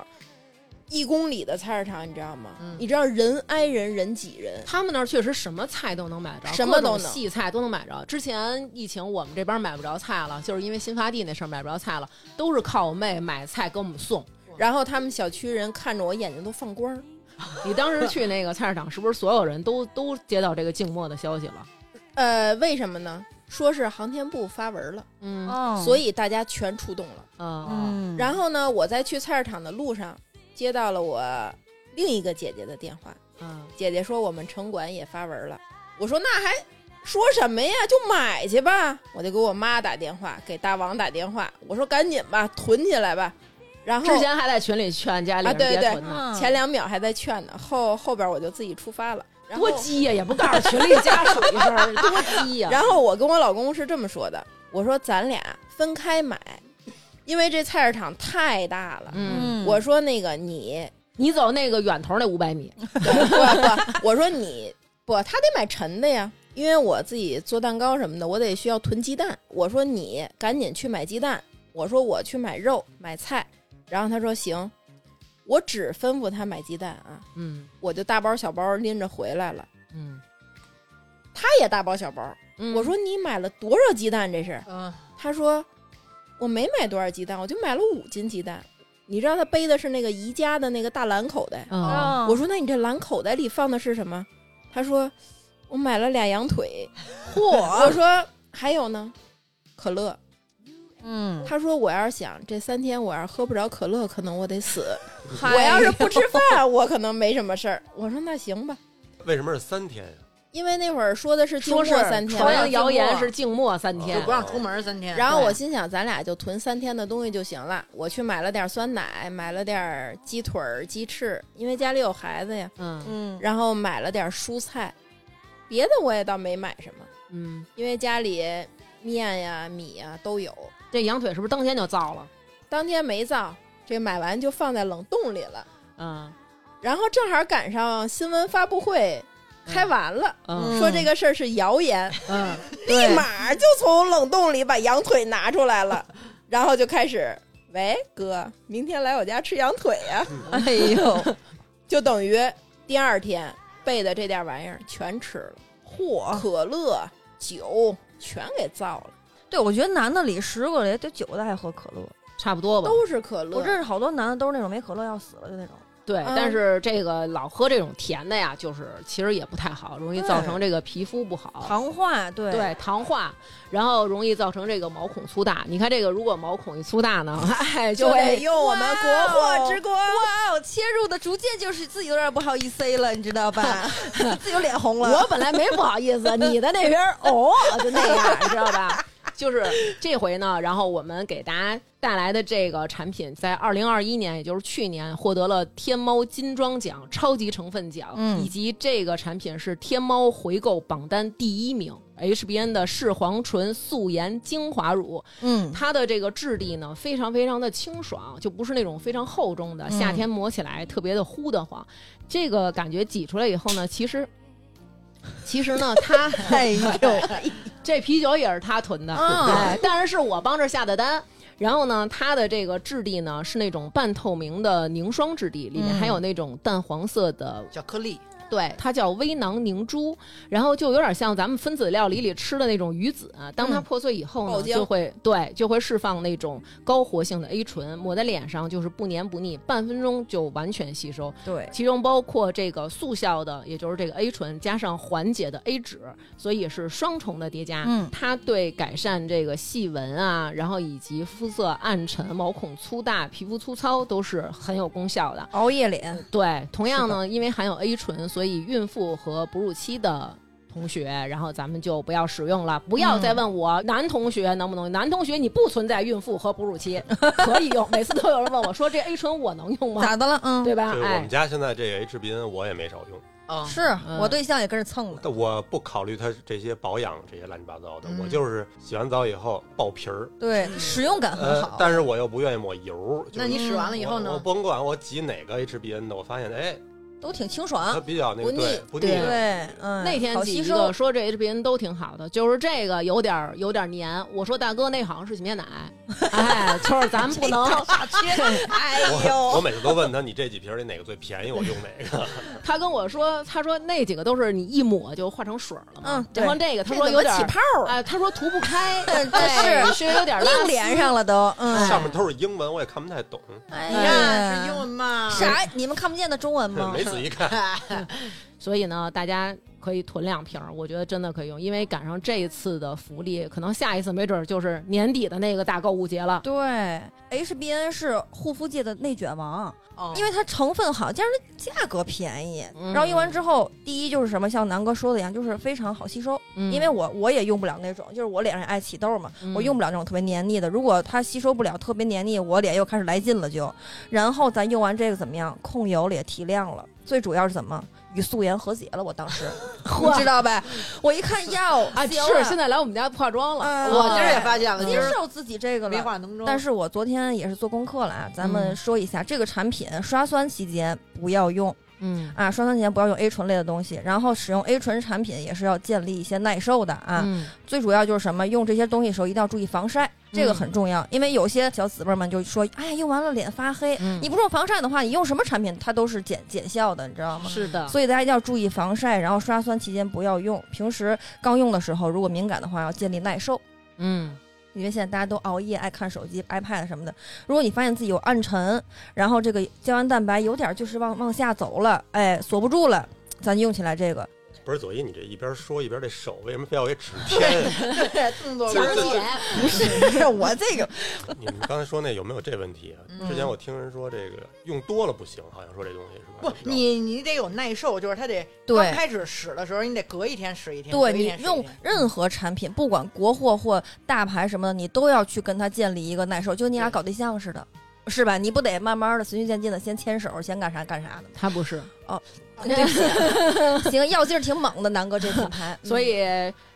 Speaker 4: 一公里的菜市场，你知道吗？
Speaker 2: 嗯
Speaker 4: 你知道人挨人，人挤人，
Speaker 2: 他们那儿确实什么菜都能买着，
Speaker 4: 什么
Speaker 2: 各种
Speaker 4: 都能
Speaker 2: 细菜都能买着。之前疫情我们这边买不着菜了，就是因为新发地那事儿买不着菜了，都是靠我妹买菜给我们送。
Speaker 4: 然后他们小区人看着我眼睛都放光儿。
Speaker 2: 你当时去那个菜市场，是不是所有人都 都接到这个静默的消息了？
Speaker 4: 呃，为什么呢？说是航天部发文了，
Speaker 2: 嗯
Speaker 4: 所
Speaker 5: 以
Speaker 4: 以大家全出动了。
Speaker 2: 啊
Speaker 5: 嗯，
Speaker 4: 然后呢，我在去菜市场的路上接到了我另一个姐姐的电话，
Speaker 2: 啊！
Speaker 4: 姐姐说我们城管也发文了。我说那还说什么呀？就买去吧。我就给我妈打电话，给大王打电话，我说赶紧吧，囤起来吧。然后
Speaker 2: 之前还在群里劝家里
Speaker 4: 嗯啊
Speaker 2: 人
Speaker 4: 对
Speaker 2: 别
Speaker 4: 对
Speaker 2: 囤呢，
Speaker 4: 前两秒还在劝呢，后后边我就自己出发了。然后
Speaker 2: 多鸡呀、也不告诉群里家属一声 儿，多鸡呀、
Speaker 4: 然后我跟我老公是这么说的，我说咱俩分开买，因为这菜市场太大了。
Speaker 2: 嗯，
Speaker 4: 我说那个你
Speaker 2: 你走那个远头那五百米，
Speaker 4: 不不，我说你不，他得买沉的呀，因为我自己做蛋糕什么的，我得需要囤鸡蛋。我说你赶紧去买鸡蛋，我说我去买肉买菜，然后他说行，我只吩咐他买鸡蛋啊，
Speaker 2: 嗯
Speaker 4: 我就大包小包拎着回来了，
Speaker 2: 嗯
Speaker 4: 他也大包小包。
Speaker 2: 嗯
Speaker 4: 我说你买了多少鸡蛋这是？
Speaker 2: 嗯
Speaker 4: 他说我没买多少鸡蛋，我就买了五斤鸡蛋。你知道他背的是那个宜家的那个大蓝口袋，
Speaker 2: 嗯
Speaker 4: 我说那你这蓝口袋里放的是什么？他说我买了俩羊 腿。嚯！我说还有呢，可乐。
Speaker 5: 嗯，
Speaker 4: 他说我要是想这三天我要是喝不着可乐，可能我得死。
Speaker 2: 哎
Speaker 5: 嗨
Speaker 4: 我要是不吃饭，我可能没什么事儿。我说那行吧，
Speaker 3: 为什么是三天呀？
Speaker 4: 因为那会儿说的是静
Speaker 2: 说
Speaker 4: 默
Speaker 2: 是
Speaker 4: 三天哦
Speaker 2: 传
Speaker 4: 嘛，
Speaker 2: 扬谣言是静默三天
Speaker 6: 就不，让出门三天。
Speaker 4: 然后我心想，咱俩就囤三天的东西就行了。我去买了点酸奶，买了点鸡腿儿、鸡翅，因为家里有孩子呀。
Speaker 2: 嗯
Speaker 5: 嗯
Speaker 4: 然后买了点蔬菜，别的我也倒没买什么，
Speaker 2: 嗯，
Speaker 4: 因为家里面呀、米呀都有。
Speaker 2: 这羊腿是不是当天就造了？
Speaker 4: 当天没造，这买完就放在冷冻里了。
Speaker 2: 嗯
Speaker 4: 然后正好赶上新闻发布会开完了，
Speaker 2: 嗯
Speaker 4: 说这个事儿是谣言，
Speaker 2: 嗯，
Speaker 4: 立马就从冷冻里把羊腿拿出来了， 然后就开始，喂哥，明天来我家吃羊腿呀、
Speaker 2: 哎呦，
Speaker 4: 就等于第二天备的这点玩意儿全吃了，嚯，可乐、酒全给造了，
Speaker 5: 对，我觉得男的里十个里得九个爱喝可乐，
Speaker 2: 差不多吧。
Speaker 4: 都是可乐。
Speaker 5: 我认识好多男的都是那种没可乐要死了就那种。
Speaker 2: 对，
Speaker 4: 嗯
Speaker 2: 但是这个老喝这种甜的呀，就是其实也不太好，容易造成这个皮肤不好。
Speaker 5: 糖化，哦对
Speaker 2: 对糖化，然后容易造成这个毛孔粗大。你看这个，如果毛孔一粗大呢， 哎，
Speaker 4: 就得
Speaker 2: 会
Speaker 4: 用我们国货之光。
Speaker 5: 哇哦，切入的逐渐就是自己都有点不好意思了，你知道 吧？自己都脸红了。
Speaker 2: 我本来没不好意思，你的那边儿哦，就那样，你知道吧？就是这回呢，然后我们给大家带来的这个产品，在二零二一年，也就是去年，获得了天猫金装奖超级成分奖，
Speaker 5: 嗯
Speaker 2: 以及这个产品是天猫回购榜单第一名。HBN 的视黄醇素颜精华乳，
Speaker 5: 嗯
Speaker 2: 它的这个质地呢，非常非常的清爽，就不是那种非常厚重的，夏天抹起来特别的呼得慌。这个感觉挤出来以后呢，其实，其实呢，它 哎呦，这啤酒也是他囤的，
Speaker 4: 啊
Speaker 2: 哎，但是是我帮着下的单。然后呢，它的这个质地呢是那种半透明的凝霜质地，里面还有那种淡黄色的
Speaker 4: 嗯
Speaker 6: 巧克力，
Speaker 2: 对，它叫微囊凝珠，然后就有点像咱们分子料理里吃的那种鱼子啊。当它破碎以后呢，
Speaker 4: 嗯爆浆
Speaker 2: 就会对就会释放那种高活性的 A 醇，抹在脸上就是不粘不腻，半分钟就完全吸收。
Speaker 5: 对，
Speaker 2: 其中包括这个速效的，也就是这个 A 醇加上缓解的 A 酯，所以是双重的叠加。
Speaker 5: 嗯
Speaker 2: 它对改善这个细纹啊，然后以及肤色暗沉、毛孔粗大、皮肤粗糙都是很有功效的。
Speaker 5: 熬夜脸，
Speaker 2: 对，同样呢，因为含有 A 醇，所以孕妇和哺乳期的。同学，然后咱们就不要使用了，不要再问我、男同学能不能。男同学你不存在孕妇和哺乳期，可以用。每次都有人问我说这 A 醇我能用吗？
Speaker 5: 咋的了？嗯，
Speaker 2: 对吧？
Speaker 3: 对，我
Speaker 2: 哎
Speaker 3: 们，家现在这个 H 宾我也没少用，
Speaker 6: 啊，
Speaker 5: 是
Speaker 2: 嗯
Speaker 5: 我对象也跟着蹭呢。
Speaker 3: 但我不考虑它这些保养这些乱七八糟的，
Speaker 5: 嗯
Speaker 3: 我就是洗完澡以后爆皮儿，
Speaker 5: 对，使用感很
Speaker 3: 呃
Speaker 5: 好，。
Speaker 3: 但是我又不愿意抹油。就
Speaker 6: 那
Speaker 3: 是
Speaker 6: 你使完了以后
Speaker 3: 我我
Speaker 6: 呢？
Speaker 3: 甭管我挤哪个 HBN 的，我发现哎，
Speaker 5: 都挺清
Speaker 3: 它
Speaker 5: 爽。
Speaker 3: 比较那
Speaker 4: 不
Speaker 3: 个
Speaker 4: 腻
Speaker 3: 对不腻
Speaker 2: 对，
Speaker 5: 啊对，嗯，
Speaker 2: 那天
Speaker 5: 好
Speaker 2: 几
Speaker 5: 吸
Speaker 2: 个
Speaker 5: 收。
Speaker 2: 说这 HBN 都挺好的，就是这个有点儿有点儿黏。我说大哥，那好像是洗面奶，哎， 就是咱们不能。
Speaker 5: 哎
Speaker 3: 我我
Speaker 5: 呦，
Speaker 3: 每次都问他你这几瓶里哪个最便宜，我用哪个。
Speaker 2: 他跟我说，他说那几个都是你一抹就化成水儿了嘛。
Speaker 5: 嗯对
Speaker 2: 然后这个他说
Speaker 4: 这
Speaker 2: 有
Speaker 4: 怎么
Speaker 2: 点
Speaker 4: 起
Speaker 2: 儿
Speaker 4: 泡儿啊？
Speaker 2: 哎，他说涂 不开，
Speaker 5: 嗯
Speaker 2: 哎
Speaker 5: 这是
Speaker 2: 是有点儿拉
Speaker 5: 硬连上了都。嗯，
Speaker 3: 上面都是英文，我也看不太懂，
Speaker 6: 你
Speaker 5: 呀
Speaker 2: 哎。
Speaker 6: 看是英文吗？
Speaker 5: 啥？你们看不见的中文吗
Speaker 3: 没？仔细看。
Speaker 2: 所以呢，大家可以囤两瓶儿，我觉得真的可以用，因为赶上这一次的福利，可能下一次没准儿就是年底的那个大购物节了。
Speaker 5: 对，HBN 是护肤界的内卷王，
Speaker 6: 哦
Speaker 5: 因为它成分好，加上它价格便宜，
Speaker 2: 嗯
Speaker 5: 然后用完之后，第一就是什么，像南哥说的一样，就是非常好吸收。
Speaker 2: 嗯
Speaker 5: 因为我我也用不了那种，就是我脸上爱起痘嘛，
Speaker 2: 嗯
Speaker 5: 我用不了那种特别黏腻的。如果它吸收不了特别黏腻，我脸又开始来劲了就。然后咱用完这个怎么样？控油了也提亮了，最主要是怎么与素颜和解了？我当时你知道呗？我一看药
Speaker 2: 啊，
Speaker 5: 行
Speaker 2: 是
Speaker 5: 了
Speaker 2: 现在来我们家化妆了，
Speaker 5: 啊
Speaker 6: 我今儿也发现了，今
Speaker 5: 接
Speaker 6: 儿
Speaker 5: 受自己这个
Speaker 6: 没
Speaker 5: 了。
Speaker 6: 化浓妆，
Speaker 5: 但是我昨天也是做功课了啊，咱们
Speaker 2: 嗯
Speaker 5: 说一下、这个产品刷酸期间不要用
Speaker 2: 嗯
Speaker 5: 啊，刷酸期间不要用 A 醇类的东西，然后使用 A 醇产品也是要建立一些耐受的啊。
Speaker 2: 嗯
Speaker 5: 最主要就是什么，用这些东西的时候一定要注意防晒，这个很重要，因为有些小姊妹们就说，哎，用完了脸发黑，
Speaker 2: 嗯
Speaker 5: 你不用防晒的话，你用什么产品它都是减减效的，你知道吗？
Speaker 2: 是的，
Speaker 5: 所以大家一定要注意防晒，然后刷酸期间不要用，平时刚用的时候如果敏感的话，要建立耐受。
Speaker 2: 嗯
Speaker 5: 因为现在大家都熬夜，爱看手机、iPad 什么的。如果你发现自己有暗沉，然后这个胶原蛋白有点就是往往下走了，哎，锁不住了，咱用起来这个。
Speaker 3: 不是左一，你这一边说一边这手为什么非要给指偏啊呀？
Speaker 6: 对 动作
Speaker 3: 就是
Speaker 6: 不
Speaker 3: 这
Speaker 5: 我这个
Speaker 3: 你们刚才说那有没有这问题啊？
Speaker 2: 嗯
Speaker 3: 之前我听人说这个用多了不行，好像说这东西是吧？
Speaker 6: 不，你你得有耐受，就是它得刚
Speaker 5: 对。
Speaker 6: 开始使的时候，你得隔一天使一天，
Speaker 5: 对
Speaker 6: 隔一
Speaker 5: 你
Speaker 6: 天使一
Speaker 5: 用
Speaker 6: 天
Speaker 5: 任何产品，不管国货或大牌什么的，你都要去跟他建立一个耐受，就你俩
Speaker 6: 对
Speaker 5: 搞对象似的，是吧？你不得慢慢的循序渐进的，先牵手，先干啥干啥的。
Speaker 2: 他不是，
Speaker 5: 对不起， 行，药劲儿挺猛的，南哥这品 牌，
Speaker 2: 所以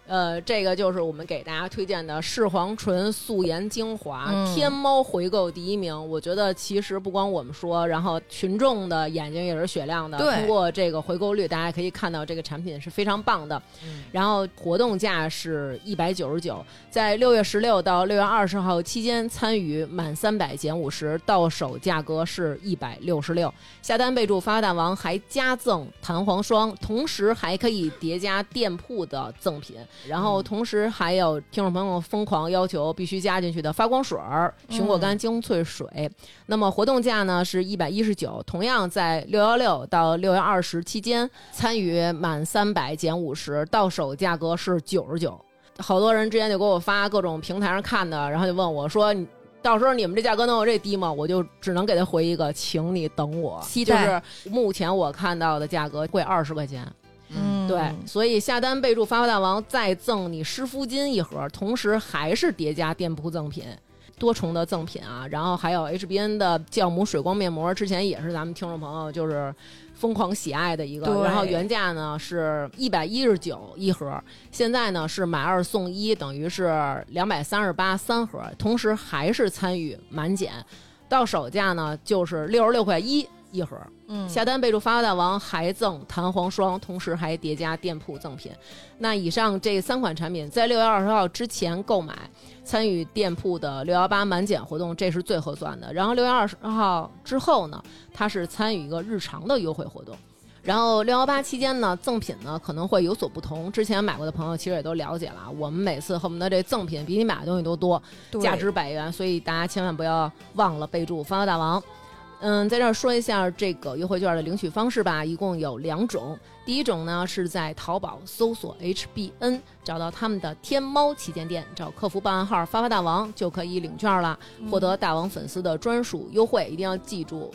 Speaker 2: 呃，这个就是我们给大家推荐的视黄醇素颜精华，
Speaker 5: 嗯
Speaker 2: 天猫回购第一名。我觉得其实不光我们说，然后群众的眼睛也是雪亮的。
Speaker 5: 对
Speaker 2: 通过这个回购率，大家可以看到这个产品是非常棒的。
Speaker 6: 嗯
Speaker 2: 然后活动价是一百九十九，在六月十六到六月二十号期间参与满三百减五十，到手价格是一百六十六。下单备注“发大王”，还加赠弹簧霜，同时还可以叠加店铺的赠品，然后同时还有听众朋友疯狂要求必须加进去的发光水儿、熊果苷精粹水。那么活动价呢是一百一十九，同样在六幺六到六月二十期间参与满三百减五十，到手价格是九十九。好多人之前就给我发各种平台上看的，然后就问我说你。到时候你们这价格能有这低吗？我就只能给他回一个，请你等我。
Speaker 5: 期
Speaker 2: 就
Speaker 5: 待
Speaker 2: 是目前我看到的价格贵二十块钱，
Speaker 5: 嗯，
Speaker 2: 对，所以下单备注“发发大王”，再赠你湿敷巾一盒，同时还是叠加店铺赠品。多重的赠品啊，然后还有 HBN 的酵母水光面膜，之前也是咱们听众朋友就是疯狂喜爱的一个。
Speaker 5: 对
Speaker 2: 然后原价呢是一百一十九一盒，现在呢是买二送一，等于是两百三十八三盒，同时还是参与满减，到手价呢就是六十六块一一盒。
Speaker 5: 嗯，
Speaker 2: 下单备注“发发大王”，还赠弹簧霜，同时还叠加店铺赠品。那以上这三款产品在六月二十号之前购买，参与店铺的六幺八满减活动，这是最合算的。然后六月二十号之后呢，它是参与一个日常的优惠活动。然后六幺八期间呢，赠品呢可能会有所不同。之前买过的朋友其实也都了解了啊，我们每次恨不得这赠品比你买的东西都多，价值百元，所以大家千万不要忘了备注“发发大王”。嗯，在这儿说一下这个优惠券的领取方式吧，一共有两种。第一种呢是在淘宝搜索 HBN，找到他们的天猫旗舰店，找客服报暗号“发发大王”就可以领券了，
Speaker 5: 嗯
Speaker 2: 获得大王粉丝的专属优惠。一定要记住，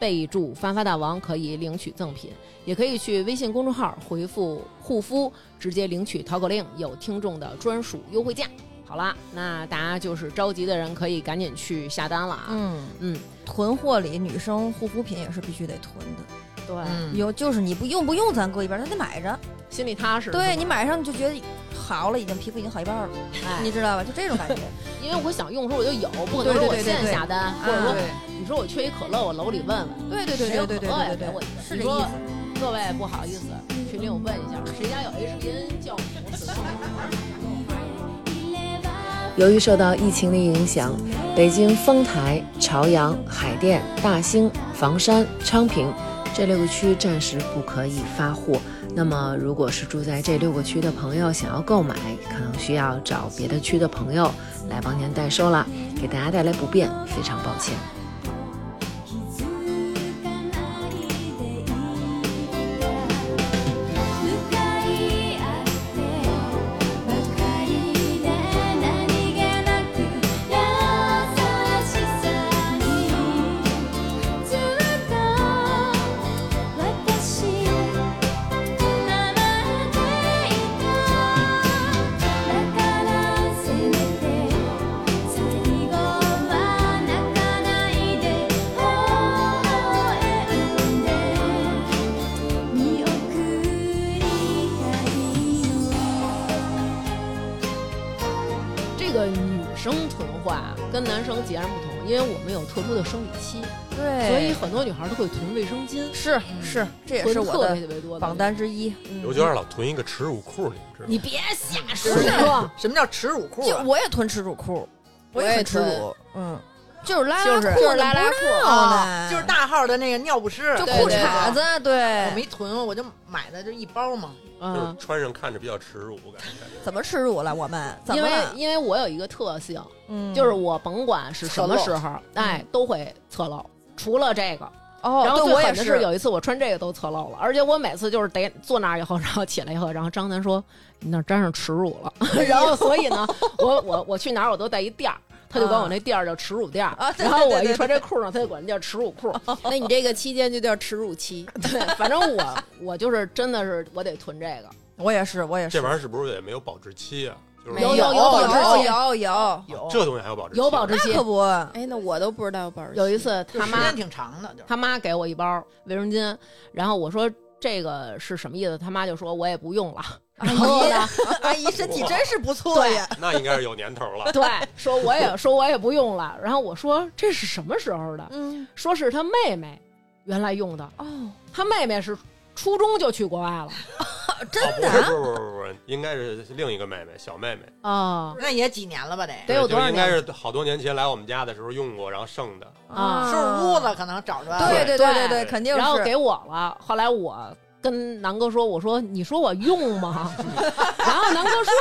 Speaker 2: 备注“发发大王”可以领取赠品，也可以去微信公众号回复“护肤”，直接领取淘口令，有听众的专属优惠价。好啦，那大家就是着急的人可以赶紧去下单了啊！
Speaker 5: 嗯
Speaker 2: 嗯，
Speaker 5: 囤货里女生护肤品也是必须得囤的，
Speaker 2: 对，
Speaker 6: 嗯
Speaker 5: 有就是你不用不用咱搁一边儿，咱得买着。
Speaker 2: 心里踏实。
Speaker 5: 对你
Speaker 2: 买。
Speaker 5: 买上你就觉得好了，已经皮肤已经好一半了，
Speaker 2: 哎
Speaker 5: 你知道吧？就这种感觉。
Speaker 2: 因为我想用的时候我就有，不可
Speaker 5: 对
Speaker 2: 能
Speaker 5: 对
Speaker 2: 说我
Speaker 5: 对对
Speaker 2: 现
Speaker 5: 对
Speaker 2: 下单，或者
Speaker 5: 啊
Speaker 2: 说你说我缺一可乐，我楼里问问，
Speaker 5: 对对对
Speaker 2: 谁有
Speaker 5: 对对对
Speaker 2: 可乐呀
Speaker 5: 对对
Speaker 2: 给我
Speaker 5: 对
Speaker 2: 一个，
Speaker 5: 是
Speaker 2: 你
Speaker 5: 这意
Speaker 2: 说
Speaker 5: 思。
Speaker 2: 各位不好意思，群里我问一下，谁家有 HBN 酵母？此处
Speaker 7: 由于受到疫情的影响，北京丰台、朝阳、海淀、大兴、房山、昌平这六个区暂时不可以发货。那么，如果是住在这六个区的朋友想要购买，可能需要找别的区的朋友来帮您代收啦，给大家带来不便，非常抱歉。
Speaker 2: 这个女生囤货啊，跟男生截然不同，因为我们有特殊的生理期，
Speaker 5: 对
Speaker 2: 所以很多女孩都会囤卫生巾，
Speaker 5: 是是，这也
Speaker 2: 囤
Speaker 5: 是我
Speaker 2: 特
Speaker 5: 的
Speaker 2: 别特别多的
Speaker 5: 榜。单之一。嗯
Speaker 3: 尤其是老囤一个耻辱裤，你知道
Speaker 2: 你
Speaker 3: 吗？
Speaker 2: 别瞎
Speaker 6: 不是
Speaker 2: 说，
Speaker 6: 什么叫耻辱裤
Speaker 5: 就
Speaker 6: 啊？
Speaker 5: 我也囤耻辱裤，
Speaker 4: 我
Speaker 5: 也
Speaker 4: 也
Speaker 5: 很耻辱
Speaker 4: 囤，
Speaker 5: 嗯，就是拉
Speaker 4: 就是
Speaker 5: 裤，
Speaker 4: 就是拉拉裤
Speaker 5: 裤
Speaker 6: 啊就是大号的那个尿不湿，
Speaker 5: 就
Speaker 4: 对
Speaker 5: 裤
Speaker 4: 对
Speaker 5: 衩子，
Speaker 6: 我
Speaker 5: 对，
Speaker 6: 没囤，我就买的就一包嘛。
Speaker 3: 就是
Speaker 2: 嗯，
Speaker 3: 穿上看着比较耻辱，我感觉。
Speaker 5: 怎么耻辱了？我们怎
Speaker 2: 因
Speaker 5: 么
Speaker 2: 为
Speaker 5: 了？
Speaker 2: 因为我有一个特性，
Speaker 5: 嗯
Speaker 2: 就是我甭管是什么
Speaker 4: 侧漏
Speaker 2: 时候，哎，都会侧漏，除了这个。
Speaker 5: 哦，
Speaker 2: 然后
Speaker 5: 对
Speaker 2: 最
Speaker 5: 我也
Speaker 2: 狠的是有一次我穿这个都侧漏了，而且我每次就是得坐那儿以后，然后起来以后，然后张楠说你那儿沾上耻辱 了，然后所以呢，我我我去哪儿我都带一垫儿。他就管我那垫儿叫耻辱垫儿，
Speaker 5: 啊对
Speaker 2: 然后
Speaker 5: 对
Speaker 2: 我
Speaker 5: 对
Speaker 2: 一穿这裤呢，他就管那叫耻辱裤。
Speaker 4: 那你这个期间就叫耻辱期，
Speaker 2: 对，反正我我就是真的是我得囤这个，
Speaker 5: 我也是，我也是
Speaker 3: 这，玩意儿是不是也没有保质期啊？就是
Speaker 2: 有有
Speaker 5: 有
Speaker 2: 保质期
Speaker 5: 有有，
Speaker 6: 有，
Speaker 3: 这东西还有保质期？
Speaker 2: 有保质。期
Speaker 5: 那。可不，
Speaker 4: 哎，那我都不知道本儿。
Speaker 2: 有一次
Speaker 6: 就
Speaker 2: 他
Speaker 6: 时
Speaker 2: 妈
Speaker 6: 间挺长的，就是
Speaker 2: 他妈给我一包卫生巾，然后我说这个是什么意思？他妈就说我也不用了。然后呢，
Speaker 5: 阿姨啊身体真是不错
Speaker 2: 对。
Speaker 5: 呀，
Speaker 3: 那应该是有年头了
Speaker 2: 对，说我也说我也不用了。然后我说这是什么时候的？
Speaker 5: 嗯，
Speaker 2: 说是他妹妹原来用的，
Speaker 5: 哦，
Speaker 2: 他妹妹是初中就去国外了
Speaker 5: 真
Speaker 3: 啊不
Speaker 5: 的
Speaker 3: 是
Speaker 5: 啊，
Speaker 3: 不是不是不是，应该是另一个妹妹，小妹妹，
Speaker 2: 啊
Speaker 6: 那也几年了吧得。
Speaker 2: 得有多少
Speaker 3: 就应该
Speaker 2: 年？
Speaker 3: 是好多年前来我们家的时候用过，然后剩的。
Speaker 2: 啊
Speaker 6: 收拾屋子可能找着了，
Speaker 5: 对对对对
Speaker 2: 对
Speaker 5: 对，肯定是。
Speaker 2: 然后给我了。后来我跟南哥说：“我说你说我用 吗？”然后南哥说：“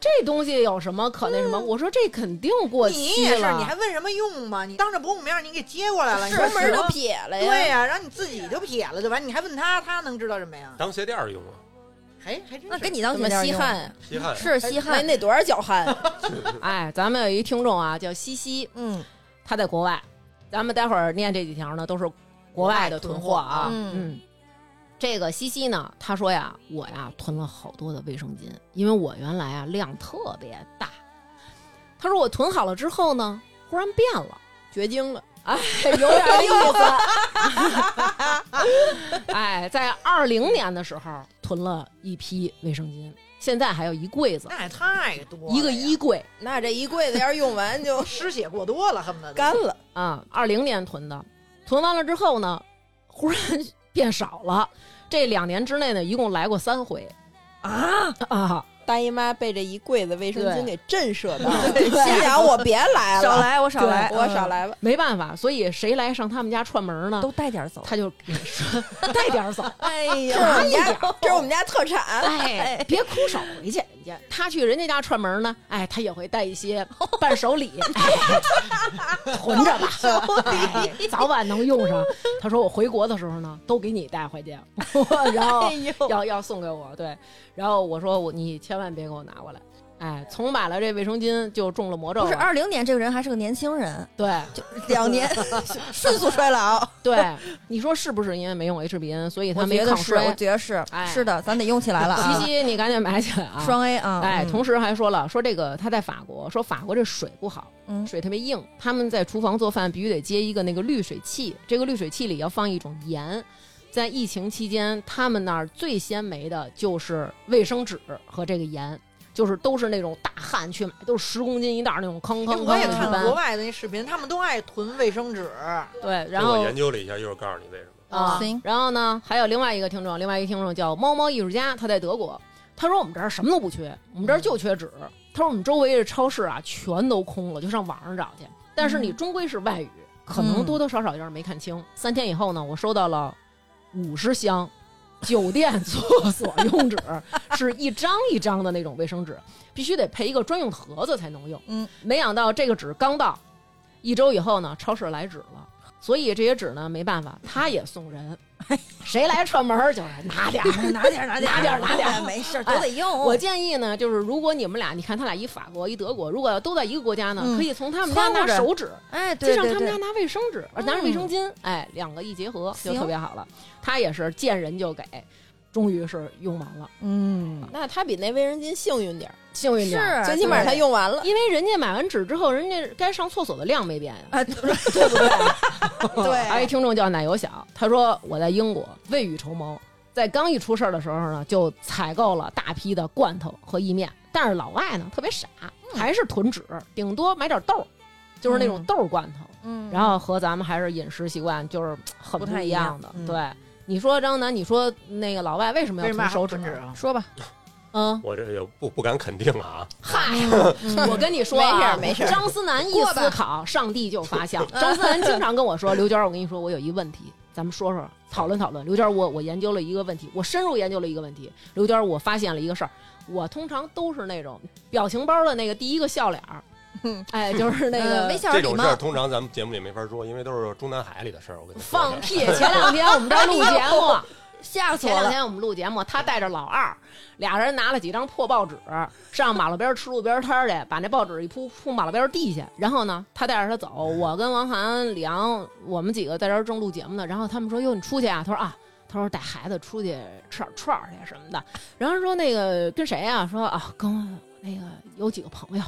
Speaker 2: 这东西有什么可那什么？”我说：“这肯定过
Speaker 6: 嗯你
Speaker 2: 期
Speaker 6: 也是，你
Speaker 2: 了
Speaker 6: 还。问什么用吗？你当着伯母面儿你给接过来了，你
Speaker 4: 出
Speaker 6: 说
Speaker 4: 门
Speaker 6: 是
Speaker 4: 就
Speaker 6: 吗
Speaker 4: 撇了呀，
Speaker 6: 对呀、然后你自己就撇了，对吧？你还问他，他能知道什么呀？
Speaker 3: 当鞋垫儿用啊，
Speaker 6: 还还真是
Speaker 5: 那跟你当
Speaker 4: 怎么
Speaker 5: 稀
Speaker 4: 吸汗啊？
Speaker 3: 稀罕。
Speaker 5: 是稀
Speaker 4: 那
Speaker 5: 罕
Speaker 4: 你，得多少脚汗啊？”
Speaker 2: 哎，咱们有一听众啊，叫西
Speaker 6: 哎
Speaker 2: 西，
Speaker 5: 嗯
Speaker 2: 他在国外。咱们待会儿念这几条呢，都是国外的囤货啊。
Speaker 5: 嗯，
Speaker 2: 嗯，这个西西呢，他说呀，我呀囤了好多的卫生巾，因为我原来啊量特别大。他说我囤好了之后呢，忽然变 了，
Speaker 4: 绝经 了，
Speaker 2: 有点意思。 哎，在二零年的时候囤了一批卫生巾，现在还有一柜子，
Speaker 6: 那也太多了，
Speaker 2: 一个衣柜
Speaker 4: 那这一柜子要是用完就
Speaker 6: 失血过多了，恨不得都
Speaker 4: 干了。
Speaker 2: 啊。二零年囤的，囤完了之后呢，忽然 变少了。这两年之内呢，一共来过三回
Speaker 5: 啊，
Speaker 2: 啊。
Speaker 1: 大姨妈被这一柜子卫生
Speaker 2: 对
Speaker 1: 巾给震慑到，
Speaker 5: 对
Speaker 1: 心想我别来
Speaker 5: 少
Speaker 1: 了，
Speaker 5: 来我少来，
Speaker 1: 我
Speaker 5: 嗯
Speaker 1: 少，来吧。
Speaker 2: 没办法，所以谁来上他们家串门呢？
Speaker 5: 都带点儿走。
Speaker 2: 他就给说 带点儿走，
Speaker 5: 哎
Speaker 1: 这是我
Speaker 5: 呀，
Speaker 1: 们家，这是我们家特产。
Speaker 2: 哎，别空手回去，人家他去人家家串门呢，哎，他也会带一些伴手 礼，囤着吧，哎早晚能用上。他说我回国的时候呢，都给你带回去， 然后
Speaker 5: 哎
Speaker 1: 呦，
Speaker 2: 要要送给我，对，然后我说我你千万别给我拿过来，哎，从买了这卫生巾就中了魔咒
Speaker 5: 不是啊
Speaker 2: 了，
Speaker 5: 二零年这个人还是个年轻人，
Speaker 2: 对
Speaker 5: 就两年 迅速衰老。
Speaker 2: 对，你说是不是因为没用 HBN，所以他
Speaker 5: 我
Speaker 2: 没
Speaker 5: 觉得
Speaker 2: 抗
Speaker 5: 是，我
Speaker 2: 衰？
Speaker 5: 觉得是
Speaker 2: 哎，
Speaker 5: 是的，咱得用起来了啊
Speaker 2: 琪。琪，你赶紧买起来啊！
Speaker 5: 双 A 啊，
Speaker 2: 哎，
Speaker 5: 嗯
Speaker 2: 同时还说了，说这个他在法国，说法国这水不好，
Speaker 5: 嗯
Speaker 2: 水特别硬，他们在厨房做饭必须得接一个那个滤水器，这个滤水器里要放一种盐。在疫情期间，他们那儿最先没的就是卫生纸和这个盐，就是都是那种大汉去买，都是十公斤一袋儿那种坑坑坑
Speaker 6: 哎我也
Speaker 5: 嗯
Speaker 6: 看了
Speaker 2: 了
Speaker 6: 国外的那视频，他们都爱囤卫生纸，
Speaker 2: 对，
Speaker 3: 这
Speaker 2: 然
Speaker 3: 我
Speaker 2: 后
Speaker 3: 研究了一下，一会儿告诉你为什么。
Speaker 2: 啊
Speaker 5: 行，
Speaker 2: 然后呢，还有另外一个听众，另外一个听众叫猫猫艺术家，他在德国，他说我们这儿什么都不缺，我们这儿就缺纸。他说我们周围这超市啊全都空了，就上网上找去。但是你终归是外语，可能多多少少有点没看清。三天以后呢，我收到了五十箱。酒店厕所用纸是一张一张的那种卫生纸，必须得配一个专用盒子才能用。
Speaker 5: 嗯，
Speaker 2: 没想到这个纸刚到，一周以后呢，超市来纸了，所以这些纸呢没办法，他也送 人。谁来串门儿就是拿点儿。
Speaker 5: 拿点儿拿点儿
Speaker 2: 拿点儿拿点儿
Speaker 5: 哎 没事儿都得用。
Speaker 2: 我建议呢，就是如果你们俩，你看他俩一法国一德国，如果要都在一个国家呢，
Speaker 5: 嗯
Speaker 2: 可以从他们家拿
Speaker 5: 凑着
Speaker 2: 手纸，
Speaker 5: 哎，
Speaker 2: 就
Speaker 5: 对
Speaker 2: 上
Speaker 5: 对
Speaker 2: 他们家
Speaker 5: 对，嗯
Speaker 2: 拿卫生纸，呃拿着卫生巾，哎，两个一结合就
Speaker 5: 行
Speaker 2: 特别好了。他也是见人就给，终于是用完了，
Speaker 5: 嗯，
Speaker 1: 那他比那卫生巾幸运点儿，
Speaker 2: 幸运
Speaker 5: 是
Speaker 2: 点儿。
Speaker 5: 啊，
Speaker 1: 最起码他
Speaker 5: 对
Speaker 1: 用完了。
Speaker 2: 因为人家买完纸之后，人家该上厕所的量没变呀、
Speaker 5: 啊，对
Speaker 2: 对不对？还有一
Speaker 1: 对，
Speaker 2: 听众叫奶油小，他说我在英国未雨绸缪，在刚一出事儿的时候呢，就采购了大批的罐头和意面。但是老外呢特别傻，还是囤纸，顶多买点豆儿，就是那种
Speaker 5: 嗯
Speaker 2: 豆儿罐头。
Speaker 5: 嗯，
Speaker 2: 然后和咱们还是饮食习惯就是很
Speaker 5: 不
Speaker 2: 一
Speaker 5: 太一
Speaker 2: 样
Speaker 5: 样
Speaker 2: 的。
Speaker 5: 嗯
Speaker 2: 对，你说张楠，你说那个老外为什么
Speaker 6: 为
Speaker 2: 要
Speaker 6: 什么
Speaker 2: 囤
Speaker 6: 还
Speaker 2: 手
Speaker 6: 要
Speaker 2: 指
Speaker 6: 囤
Speaker 2: 呢？
Speaker 6: 纸啊？
Speaker 5: 说吧，
Speaker 2: 嗯，
Speaker 3: 我这也不不敢肯定啊，
Speaker 2: 嗨，
Speaker 5: 嗯
Speaker 2: 我跟你说啊，
Speaker 1: 没事儿没事儿
Speaker 2: 张思楠一思考，上帝就发笑。张思楠经常跟我说：“刘娟儿，我跟你说，我有一问题，咱们说说，讨论讨论。”刘娟儿，我我研究了一个问题，我深入研究了一个问题。刘娟儿，我发现了一个事儿，我通常都是那种表情包的那个第一个笑脸儿，哎，就是那个
Speaker 5: 嗯微笑
Speaker 3: 这
Speaker 5: 礼
Speaker 3: 种
Speaker 5: 貌
Speaker 3: 事儿通常咱们节目里没法说，因为都是中南海里的事儿。我跟你说
Speaker 2: 放屁！前两天我们这儿录节目。
Speaker 5: 吓死
Speaker 2: 前
Speaker 5: 我
Speaker 2: 两
Speaker 5: 了。
Speaker 2: 天我们录节目，他带着老二，俩人拿了几张破报纸，上马路边儿吃路边摊儿去，把那报纸一铺铺马路边儿地下。然后呢，他带着他走，我跟王涵、李阳，我们几个在这儿正录节目呢。然后他们说：“哟，你出去啊？”他说：“啊。”他说带孩子出去吃点串儿去什么的。然后说那个跟谁啊？说啊，跟我那个有几个朋友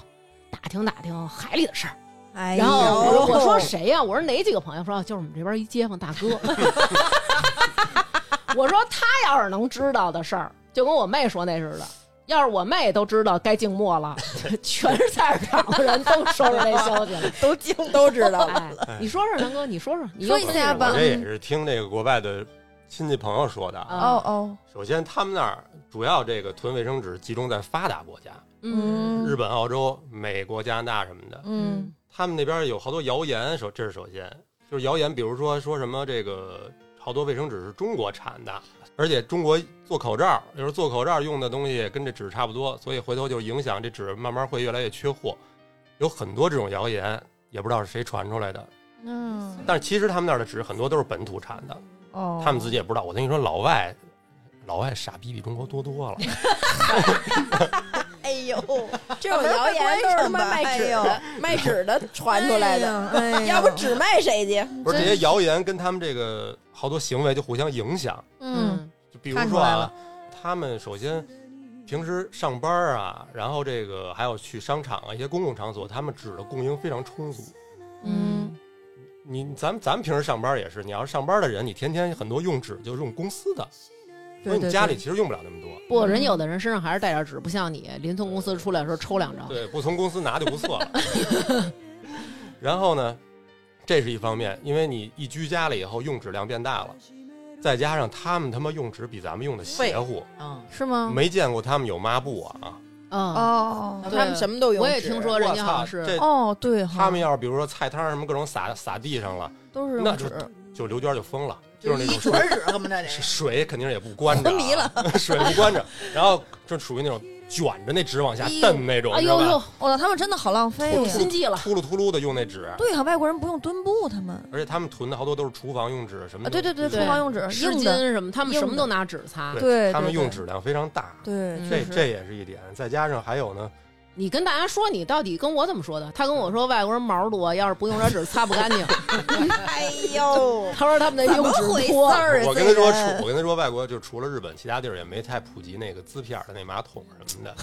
Speaker 2: 打听打听海里的事儿。
Speaker 5: 哎呦，
Speaker 2: 然后我说我说谁呀、我说哪几个朋友？说哦就是我们这边一街坊大哥。我说他要是能知道的事儿，就跟我妹说那似的。要是我妹都知道该静默了， 全是菜市场的人都收着这消息了。
Speaker 1: 都惊都知道了。
Speaker 2: 哎，你说说南哥，你说说，你
Speaker 5: 说
Speaker 2: 又
Speaker 5: 一
Speaker 3: 不是
Speaker 5: 下吧
Speaker 3: 我这也是听这个国外的亲戚朋友说的啊。
Speaker 5: 哦哦，
Speaker 3: 首先，他们那儿主要这个囤卫生纸集中在发达国家，
Speaker 2: 嗯
Speaker 3: 日本、澳洲、美国、加拿大什么的。
Speaker 5: 嗯，
Speaker 3: 他们那边有好多谣言，首这是首先就是谣言，比如说说什么这个好多卫生纸是中国产的，而且中国做口罩，就是做口罩用的东西跟这纸差不多，所以回头就影响这纸慢慢会越来越缺货，有很多这种谣言，也不知道是谁传出来的。
Speaker 5: 嗯，
Speaker 3: 但是其实他们那儿的纸很多都是本土产的，
Speaker 5: 哦
Speaker 3: 他们自己也不知道。我跟你说，老外。老外傻逼比中国多多 了，
Speaker 1: 哎呦，这种谣言都是 他妈卖纸的、卖纸的传出来的，
Speaker 5: 哎
Speaker 1: 要
Speaker 5: 呀，
Speaker 1: 不纸卖谁去？
Speaker 3: 不是这些谣言跟他们这个好多行为就互相影响。
Speaker 5: 嗯，
Speaker 3: 就比如
Speaker 5: 看出
Speaker 3: 说
Speaker 5: 来
Speaker 3: 啊
Speaker 5: 了，
Speaker 3: 他们首先平时上班儿啊，然后这个还有去商场啊一些公共场所，他们纸的供应非常充足。
Speaker 2: 嗯
Speaker 3: 你咱们咱们平时上班儿也是，你要是上班儿的人，你天天很多用纸就是用公司的，所以
Speaker 5: 对
Speaker 3: 你家里其实用不了那么多。
Speaker 2: 嗯不，人有的人身上还是带点纸，不像你临从公司出来的时候抽两张。
Speaker 3: 对，不从公司拿就不错了。然后呢，这是一方面，因为你一居家了以后，用纸量变大了，再加上他们他妈用纸比咱们用的邪乎，
Speaker 6: 嗯，
Speaker 5: 是吗？
Speaker 3: 没见过他们有抹布啊，
Speaker 2: 啊，
Speaker 5: 哦
Speaker 2: 对
Speaker 1: 他们什么都用
Speaker 2: 我
Speaker 1: 纸。
Speaker 2: 也听说人家好
Speaker 3: 我操
Speaker 2: 像是
Speaker 3: 这
Speaker 5: 哦，对哈，
Speaker 3: 他们要是比如说菜摊儿什么各种撒撒地上了，
Speaker 5: 都是
Speaker 3: 那
Speaker 5: 用
Speaker 3: 就
Speaker 5: 纸，
Speaker 3: 就刘娟就疯了，
Speaker 6: 就是
Speaker 3: 那
Speaker 6: 一
Speaker 3: 种
Speaker 6: 卷
Speaker 3: 水
Speaker 6: 儿纸恨不得得。
Speaker 3: 水肯定是也不关着、啊，了，水不关着，然后就属于那种卷着那纸往下蹬那种，
Speaker 2: 哎
Speaker 3: 你知道
Speaker 2: 呦
Speaker 3: 吧
Speaker 2: 呦，
Speaker 5: 我操，他们真的好浪费
Speaker 2: 有
Speaker 5: 呀。
Speaker 2: 心计了。
Speaker 3: 秃噜秃噜的用那纸，
Speaker 5: 对呀，外国人不用墩布，他们
Speaker 3: 而且他们囤的好多都是厨房用纸什么
Speaker 5: 啊，
Speaker 3: 的，
Speaker 5: 对对对，厨
Speaker 2: 对
Speaker 5: 房用纸
Speaker 2: 湿
Speaker 5: 硬
Speaker 2: 巾
Speaker 5: 的，
Speaker 2: 什么，他们
Speaker 5: 硬
Speaker 2: 什
Speaker 5: 的
Speaker 2: 么都拿纸擦。
Speaker 3: 对
Speaker 5: 对
Speaker 3: 他们
Speaker 5: 对
Speaker 3: 用
Speaker 5: 对
Speaker 3: 纸量非常大，
Speaker 2: 嗯
Speaker 5: 对，
Speaker 3: 这
Speaker 5: 确实
Speaker 3: 这也是一点，再加上还有呢，
Speaker 2: 你跟大家说，你到底跟我怎么说的？他跟我说外国人毛多，要是不用点纸擦不干 净。
Speaker 1: 哎呦，
Speaker 2: 他说他们那用纸拖，
Speaker 3: 我跟他说，除我跟他说外国就除了日本，其他地儿也没太普及那个滋片儿的那马桶什么的，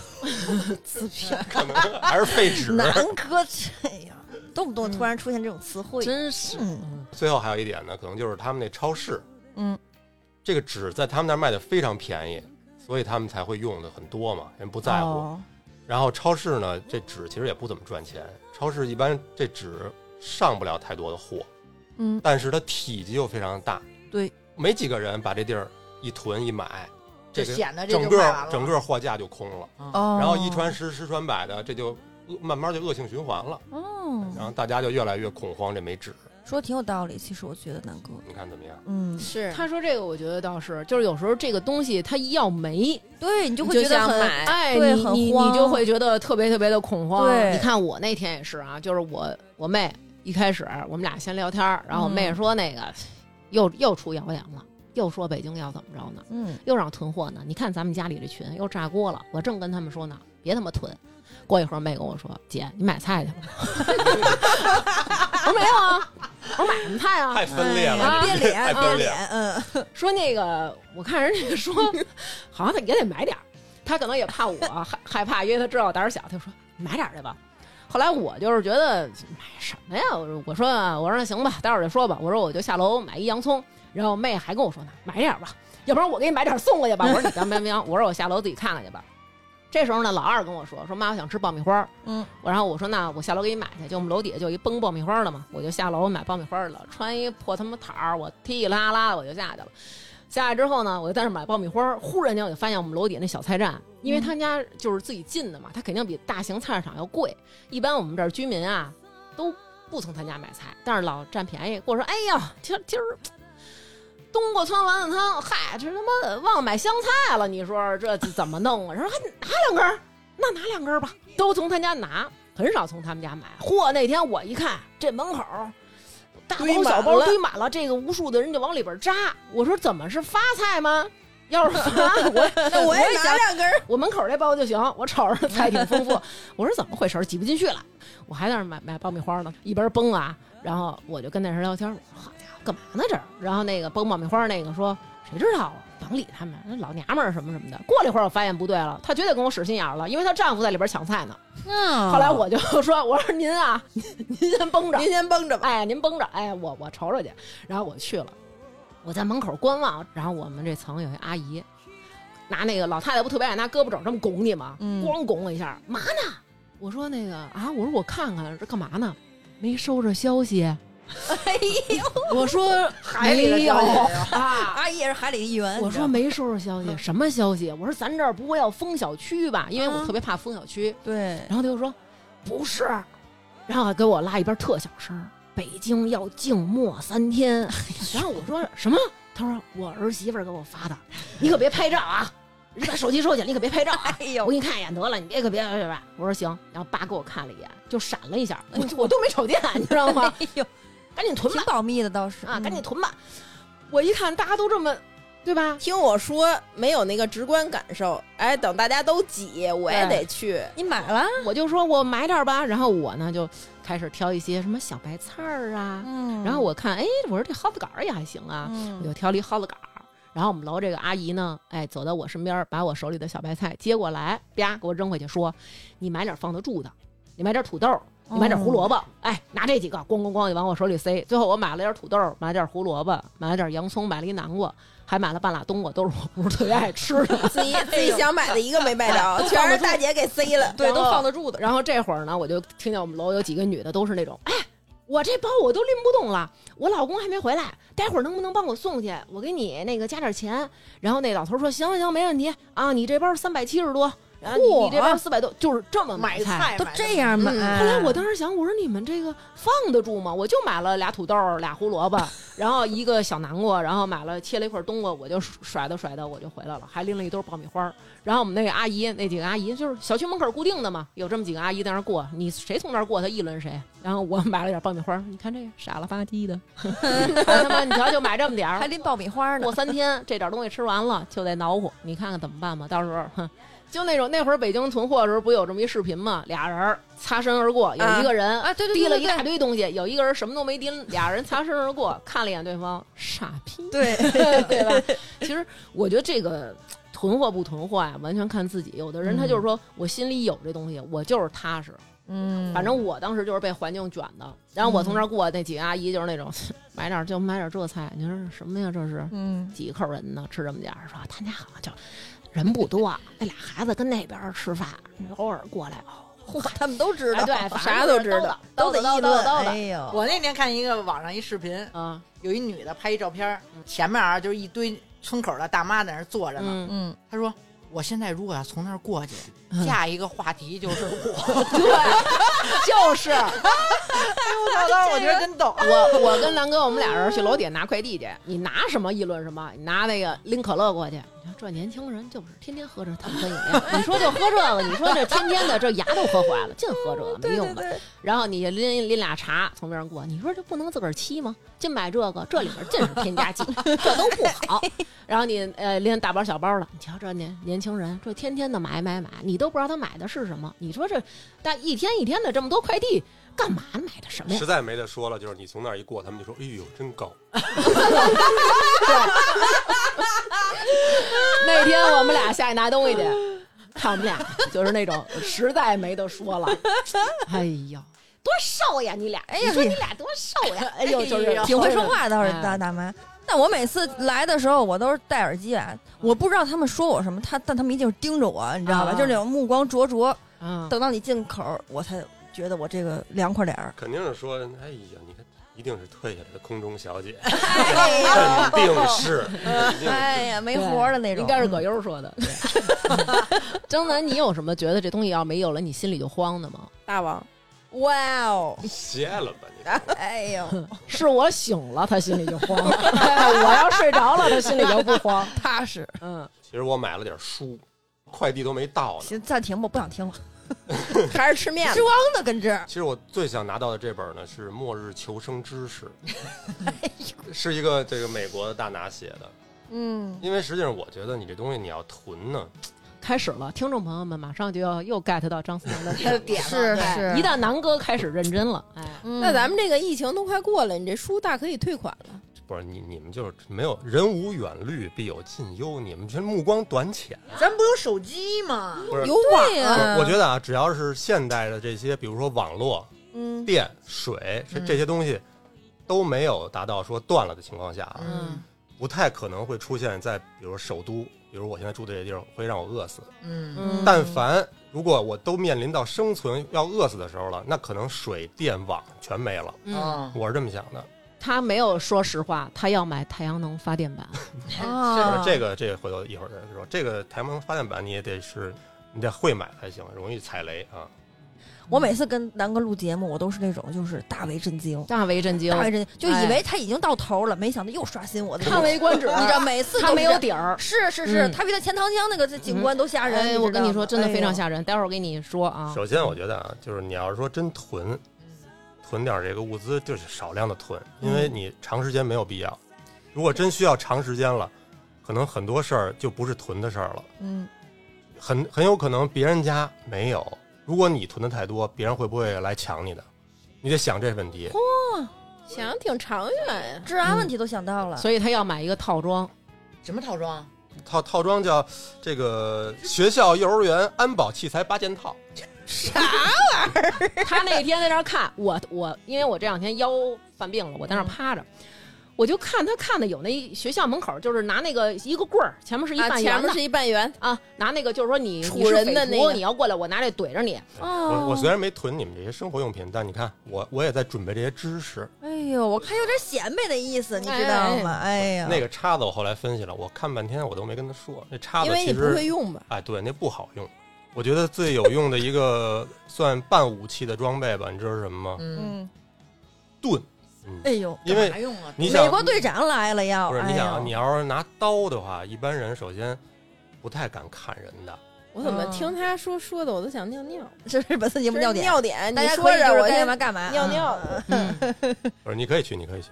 Speaker 5: 自片儿
Speaker 3: 可能还是废 纸。
Speaker 5: 南哥这样，哎动不动突然出现这种词汇，
Speaker 2: 真是
Speaker 5: 嗯
Speaker 3: 最后还有一点呢，可能就是他们那超市，
Speaker 5: 嗯，
Speaker 3: 这个纸在他们那儿卖的非常便宜，所以他们才会用的很多嘛，人不在乎。
Speaker 5: 哦
Speaker 3: 然后超市呢，这纸其实也不怎么赚钱，超市一般这纸上不了太多的货，
Speaker 5: 嗯，
Speaker 3: 但是它体积又非常大，
Speaker 5: 对，
Speaker 3: 没几个人把这地儿一囤一买，这
Speaker 6: 就
Speaker 3: 个
Speaker 6: 显得这
Speaker 3: 整
Speaker 6: 就卖完
Speaker 3: 个
Speaker 6: 了
Speaker 3: 整个货架就空了，
Speaker 5: 哦，
Speaker 3: 嗯然后一传十，十传百的，这就恶慢慢就恶性循环了，
Speaker 5: 哦，
Speaker 3: 然后大家就越来越恐慌这没纸，
Speaker 5: 说挺有道理，其实我觉得南哥，
Speaker 3: 你看怎么样？
Speaker 5: 嗯，
Speaker 1: 是
Speaker 2: 他说这个，我觉得倒是，就是有时候这个东西它一要没，
Speaker 5: 对你就会
Speaker 2: 你
Speaker 5: 觉得
Speaker 2: 想
Speaker 5: 很
Speaker 2: 买，哎，
Speaker 5: 对
Speaker 2: 你
Speaker 5: 很
Speaker 2: 你
Speaker 5: 慌
Speaker 2: 你就会觉得特别特别的恐慌。
Speaker 5: 对
Speaker 2: 你看我那天也是啊，就是我我妹一开始我们俩先聊天儿，然后我妹
Speaker 5: 嗯
Speaker 2: 说那个、又又出谣言了，又说北京要怎么着呢，
Speaker 5: 嗯，
Speaker 2: 又让囤货呢。你看咱们家里这群又炸锅了，我正跟他们说呢，别他妈囤。过一会儿，妹跟我说：“姐，你买菜去了吗？” 我说：“没有啊。”我说：“买什么菜啊？”
Speaker 3: 太分裂
Speaker 2: 哎呀
Speaker 3: 了，
Speaker 5: 变
Speaker 3: 你这嗯太
Speaker 5: 脸
Speaker 3: 分
Speaker 5: 变
Speaker 3: 裂了。
Speaker 5: 脸，嗯，
Speaker 2: 说那个，我看人家说，好像也得买点儿。他可能也怕我 害害怕，因为他知道我胆儿小，他就说买点儿去吧。后来我就是觉得买什么呀？我说我说啊我说那行吧，待会儿再说吧。我说我就下楼买一洋葱，然后妹还跟我说呢，买点儿吧，要不然我给你买点儿送过去吧。我说你当当当，我说我下楼自己看看去吧。这时候呢，老二跟我说说妈，我想吃爆米花。
Speaker 5: 嗯，
Speaker 2: 我然后我说那我下楼给你买去，就我们楼底下就一崩爆米花的嘛，我就下楼买爆米花去了，穿一破他妈衩儿，我踢啦啦的我就下去了。下来之后呢，我就在那儿买爆米花儿。忽然间我就发现我们楼底下那小菜站，因为他家就是自己进的嘛，他肯定比大型菜市场要贵。一般我们这儿居民啊，都不从他家买菜，但是老占便宜，跟我说：“哎呀，今儿今儿冬瓜汤、丸子汤，嗨，这他妈的忘买香菜了。”你说这怎么弄啊？然后还拿两根儿，那拿两根儿吧，都从他家拿，很少从他们家买。嚯，那天我一看这门口儿。大
Speaker 6: 堆
Speaker 2: 包
Speaker 6: 满
Speaker 2: 小包
Speaker 6: 了
Speaker 2: 堆满了，这个无数的人就往里边扎。我说怎么是发菜吗？要是发，我
Speaker 1: 那我也拿两根儿，
Speaker 2: 我门口这包就行，我瞅着菜挺丰富。我说怎么回事儿，挤不进去了。我还在那儿买买爆米花呢，一边崩啊，然后我就跟那人聊天，我说好家伙，干嘛呢这儿？然后那个崩爆米花那个说，谁知道啊，甭理他们，那老娘们儿什么什么的。过了一会儿，我发现不对了，她绝对跟我使心眼儿了，因为她丈夫在里边抢菜呢。
Speaker 5: 嗯
Speaker 2: 后来我就说，我说您啊， 您您先绷着，
Speaker 1: 嗯您先绷着吧。
Speaker 2: 哎，您绷着，哎，我我瞅瞅去。然后我去了，我在门口观望，然后我们这层有一阿姨，拿那个老太太不特别爱拿胳膊肘这么拱你吗？
Speaker 5: 嗯
Speaker 2: 咣拱我一下，嘛呢？我说那个啊，我说我看看这干嘛呢？没收着消息。 哎呦，我说
Speaker 6: 海里的
Speaker 2: 没有
Speaker 6: 消
Speaker 1: 哎
Speaker 6: 息
Speaker 2: 啊，
Speaker 5: 阿姨也是海里的一员，
Speaker 2: 我
Speaker 5: 你知
Speaker 2: 说
Speaker 5: 道吗
Speaker 2: 没收着消
Speaker 1: 嗯
Speaker 2: 息，什么消息？我说咱这儿不会要封小区吧？因为我特别怕封小区。
Speaker 5: 对，
Speaker 2: 然后他就说不是，然后还给我拉一边特小声儿，北京要静默三天。
Speaker 5: 哎
Speaker 2: 然后我说什么？他说我儿媳妇儿给我发的，你可别拍照啊！你把手机收起来，你可别拍照啊！
Speaker 5: 哎
Speaker 2: 我
Speaker 5: 呦，
Speaker 2: 给你看一眼得了，你别可别别别！我说行，然后爸给我看了一眼，就闪了一下，我我都没瞅见，你知道吗？
Speaker 5: 哎呦，
Speaker 2: 赶紧囤
Speaker 5: 挺
Speaker 2: 吧
Speaker 5: 保密的倒是
Speaker 2: 啊，赶紧
Speaker 5: 嗯
Speaker 2: 囤吧！我一看大家都这么，对吧？
Speaker 5: 啊
Speaker 1: 听我说，没有那个直观感受。哎，等大家都挤，我也
Speaker 2: 对
Speaker 1: 得去。
Speaker 5: 你买了，
Speaker 2: 我就说我买点儿吧，然后我呢就开始挑一些什么小白菜儿啊，
Speaker 5: 嗯
Speaker 2: 然后我看，哎，我说这蒿子杆儿也还行啊，我
Speaker 5: 嗯
Speaker 2: 就挑了一蒿子杆儿。然后我们楼这个阿姨呢，哎，走到我身边儿，把我手里的小白菜接过来，啪给我扔回去，说：“你买点儿放得住的，你买点儿土豆儿，
Speaker 5: 嗯
Speaker 2: 你买点儿胡萝卜，哎，拿这几个，咣咣咣就往我手里塞。最后我买了点儿土豆儿，买点儿胡萝卜，买了点儿洋葱，买了一南瓜，还买了半拉冬瓜，都是我不是特别爱吃的。
Speaker 1: 自己自己想买的一个没买 着，全是大姐给塞了。
Speaker 5: 对
Speaker 2: 然后
Speaker 5: 都放得住的，
Speaker 2: 然后这会儿呢，我就听见我们楼有几个女的都是那种，哎，我这包我都拎不动了，我老公还没回来，待会儿能不能帮我送去？我给你那个加点钱。然后那老头说，行行行，没问题啊，你这包三百七十多。
Speaker 1: 然后你
Speaker 2: 嚯
Speaker 1: 你这边
Speaker 2: 四百多，就是这么
Speaker 6: 买
Speaker 2: 菜。
Speaker 6: 菜
Speaker 5: 都
Speaker 6: 买
Speaker 5: 这样买。
Speaker 1: 嗯
Speaker 2: 后来我当时想，我说你们这个放得住吗？我就买了俩土豆、俩胡萝卜， 然后一个小南瓜，然后买了切了一块冬瓜，我就甩的甩的我就回来了，还拎了一兜爆米花儿。然后我们那个阿姨，那几个阿姨就是小区门口固定的嘛，有这么几个阿姨在那儿过，你谁从那儿过，她议论谁。然后我买了点爆米花儿，你看这个傻了吧唧的， 我他妈你瞧就买这么点儿
Speaker 5: 还，拎爆米花呢
Speaker 2: 过，三天这点东西吃完了就得恼火，你看看怎么办吧？到时候，哼， 就那种那会儿北京囤货的时候，不有这么一视频吗？俩人儿擦身而过，有一个人
Speaker 5: 啊对对对
Speaker 2: 提了一
Speaker 5: 对对
Speaker 2: 大堆东西，有一个人什么都没提，俩人擦身而过，看了一眼对方，傻逼，
Speaker 5: 对
Speaker 2: 对吧？其实我觉得这个。囤货不囤货呀、啊完全看自己。有的人他就是说、我心里有这东西，我就是踏实。
Speaker 5: 嗯，
Speaker 2: 反正我当时就是被环境卷的，然后我从那儿过，那几个阿姨就是那种 买点儿就买点儿这菜，你说什么呀？这是，
Speaker 5: 嗯，
Speaker 2: 几口人呢，吃这么点儿，说他家好像就人不多，那俩孩子跟那边儿吃饭，偶尔过来哦。
Speaker 5: 嚯 他们都知
Speaker 2: 哎
Speaker 5: 道，
Speaker 2: 对，反
Speaker 5: 啥
Speaker 2: 正
Speaker 5: 都
Speaker 2: 就是
Speaker 5: 知道，
Speaker 2: 叨
Speaker 5: 得
Speaker 2: 叨叨叨
Speaker 5: 议论。
Speaker 2: 叨
Speaker 5: 哎
Speaker 2: 叨
Speaker 5: 呦，
Speaker 6: 我那天看一个网上一视频，
Speaker 2: 啊，
Speaker 6: 有一女的拍一照片儿，前面啊就是一堆村口的大妈在那儿坐着呢。
Speaker 2: 嗯，
Speaker 5: 嗯，
Speaker 6: 她说：“我现在如果要从那儿过去，下一个话题就是嗯 我。
Speaker 2: 就是
Speaker 6: 我操，我觉得真逗。
Speaker 2: 我，我跟南哥我们俩人去楼底下拿快递去，你拿什么议论什么，你拿那个拎可乐过去。你看这年轻人就是天天喝这碳酸饮料，你说就喝这个，你说这天天的这牙都喝坏了，净喝这个没用的。然后你拎拎俩茶从边上过，你说这不能自个儿沏吗？净买这个，这里面尽是添加剂，这都不好。然后你呃拎大包小包的，你瞧这年年轻人，这天天的买买买，你都不知道他买的是什么。你说这但一天一天的这么多快递，干嘛买的什么呀
Speaker 3: 实？在没得说了，就是你从那儿一过，他们就说：“哎呦，真高
Speaker 2: 那天我们俩下去拿东西去，看我们俩就是那种实在没得说 了，哎呀。多瘦呀，你俩！哎呀，你说你俩多瘦呀！ 哎呦，就是
Speaker 5: 挺会说
Speaker 2: 话。
Speaker 5: 话倒是
Speaker 2: 哎
Speaker 5: 大大妈。但我每次来的时候，我都是戴耳机啊，我不知道他们说我什么，他但他们一定是盯着我，你知道吧？
Speaker 2: 啊
Speaker 5: 就是那种目光灼灼。
Speaker 2: 嗯，
Speaker 5: 等到你进口，我才觉得我这个凉快点 儿”。
Speaker 3: 肯定是说：“哎呀，你看，一定是退下来的空中小 姐，
Speaker 5: 哎
Speaker 3: 肯定是，肯定是。
Speaker 5: 哎呀，没活儿的那种，
Speaker 2: 应该是葛
Speaker 5: 嗯
Speaker 2: 优说的。 张楠，你有什么觉得这东西要没有了，你心里就慌的吗？
Speaker 1: 大王，
Speaker 5: 哇哦，
Speaker 3: 歇了吧你。
Speaker 5: 哎呦，
Speaker 2: 是我醒了，他心里就慌； 我要睡着了，他心里就不 慌。
Speaker 5: 踏实。
Speaker 2: 嗯，”
Speaker 3: 其实我买了点书，快递都没到呢。
Speaker 5: 行，暂停吧，不想听了，
Speaker 1: 还是吃面子
Speaker 5: 装呢，跟这儿
Speaker 3: 其实我最想拿到的这本呢是《末日求生知识》， 是一个这个美国的大拿写的。嗯，因为实际上我觉得你这东西你要囤呢，
Speaker 2: 开始了，听众朋友们马上就要又 get 到张思楠的 点
Speaker 6: 点
Speaker 5: 是是
Speaker 2: 哎
Speaker 5: 嗯
Speaker 2: 一旦南哥开始认真了，哎，
Speaker 1: 那
Speaker 4: 嗯
Speaker 5: 那咱
Speaker 1: 咱们这个疫情都快过了，你这书大可以退款了。
Speaker 3: 不是你你们就是没有人无远虑必有近忧，你们这目光短浅。
Speaker 6: 咱不有手机吗？
Speaker 3: 不是
Speaker 1: 有网
Speaker 3: 不
Speaker 4: 嗯
Speaker 1: 啊，
Speaker 3: 是我觉得啊，只要是现代的这些，比如说网络、
Speaker 5: 嗯
Speaker 3: 电、水这
Speaker 6: 嗯
Speaker 3: 这些东西，都没有达到说断了的情况下啊，
Speaker 6: 嗯
Speaker 3: 不太可能会出现在比如首都，比如我现在住的这地儿会让我饿死。
Speaker 6: 嗯，
Speaker 2: 嗯
Speaker 3: 但凡如果我都面临到生存要饿死的时候了，那可能水电网全没了。
Speaker 2: 嗯，
Speaker 6: 哦
Speaker 3: 我是这么想的，
Speaker 2: 他没有说实话，他要买太阳能发电板。
Speaker 5: 啊
Speaker 3: 这个这个回头一会儿再说。这个太阳能发电板你也得是，你得会买才行，容易踩雷啊。
Speaker 5: 我每次跟南哥录节目，我都是那种就是大为震惊，
Speaker 2: 大为震惊，
Speaker 5: 大为震惊，就
Speaker 2: 哎
Speaker 5: 以为他已经到头了，没想到又刷新我的。
Speaker 2: 叹为观止。
Speaker 5: 你知道，每次都是
Speaker 2: 他没有
Speaker 5: 这样
Speaker 2: 底儿，
Speaker 5: 是是是，
Speaker 2: 嗯
Speaker 5: 他比他钱塘江那个景观都吓人。
Speaker 2: 哎，
Speaker 5: 知
Speaker 2: 我跟
Speaker 5: 道
Speaker 2: 你
Speaker 5: 吗
Speaker 2: 说，真的非常。
Speaker 5: 哎
Speaker 2: 吓人。待会儿我给你说啊。
Speaker 3: 首先我觉得啊，就是你要是说真囤，囤点这个物资，就是少量的囤，因为你长时间没有必要。如果真需要长时间了，可能很多事儿就不是囤的事儿了。
Speaker 5: 呦嗯，
Speaker 3: 很很有可能别人家没有。如果你囤的太多，别人会不会来抢你的？你得想这问题。
Speaker 1: 想挺长远啊呀。
Speaker 5: 治安问题都想到
Speaker 2: 嗯
Speaker 5: 了，
Speaker 2: 所以他要买一个套装，
Speaker 6: 什么套装？
Speaker 3: 套套装叫这个学校、幼儿园安保器材八件套。
Speaker 2: 他那天在那儿看我，我因为我这两天腰犯病了，我在那儿趴着，我就看他看的有那学校门口，就是拿那个一个棍儿，前面是一
Speaker 1: 啊，
Speaker 2: 半
Speaker 1: 前
Speaker 2: 圆的
Speaker 1: 面是一半圆，
Speaker 2: 啊拿那个就是说你
Speaker 1: 杵
Speaker 2: 你是
Speaker 1: 人
Speaker 2: 匪
Speaker 1: 的那
Speaker 2: 徒
Speaker 1: 个
Speaker 2: 你要过来，我拿这怼着你。
Speaker 3: 我我虽然没囤你们这些生活用品，但你看我我也在准备这些知识。
Speaker 5: 哎呦，我看有点显摆的意思，你知道吗？哎呀，
Speaker 3: 那个叉子我后来分析了，我看半天我都没跟他说，那叉子
Speaker 1: 因为
Speaker 3: 其
Speaker 1: 你不
Speaker 3: 实
Speaker 1: 会用吧？
Speaker 3: 哎对，那不好用。我觉得最有用的一个算半武器的装备吧，你知道是什么吗？
Speaker 7: 嗯，
Speaker 5: 嗯，
Speaker 3: 盾，
Speaker 5: 哎呦，
Speaker 3: 因为
Speaker 6: 干嘛用啊？
Speaker 3: 你想
Speaker 5: 美国队长来了要，
Speaker 3: 不是你
Speaker 5: 哎
Speaker 3: 想啊，
Speaker 5: 呦
Speaker 3: 你要是拿刀的话，一般人首先不太敢砍人的。
Speaker 4: 我怎么
Speaker 5: 哦
Speaker 4: 听他说说的我都想尿尿？
Speaker 5: 这是本次节目尿点，
Speaker 1: 啊尿点，
Speaker 5: 大家
Speaker 1: 你说
Speaker 5: 可以
Speaker 1: 着
Speaker 5: 就是
Speaker 1: 我
Speaker 5: 该
Speaker 1: 先
Speaker 5: 干嘛干嘛，
Speaker 1: 尿
Speaker 5: 嗯
Speaker 1: 尿。
Speaker 3: 我说你可以去，你可以去。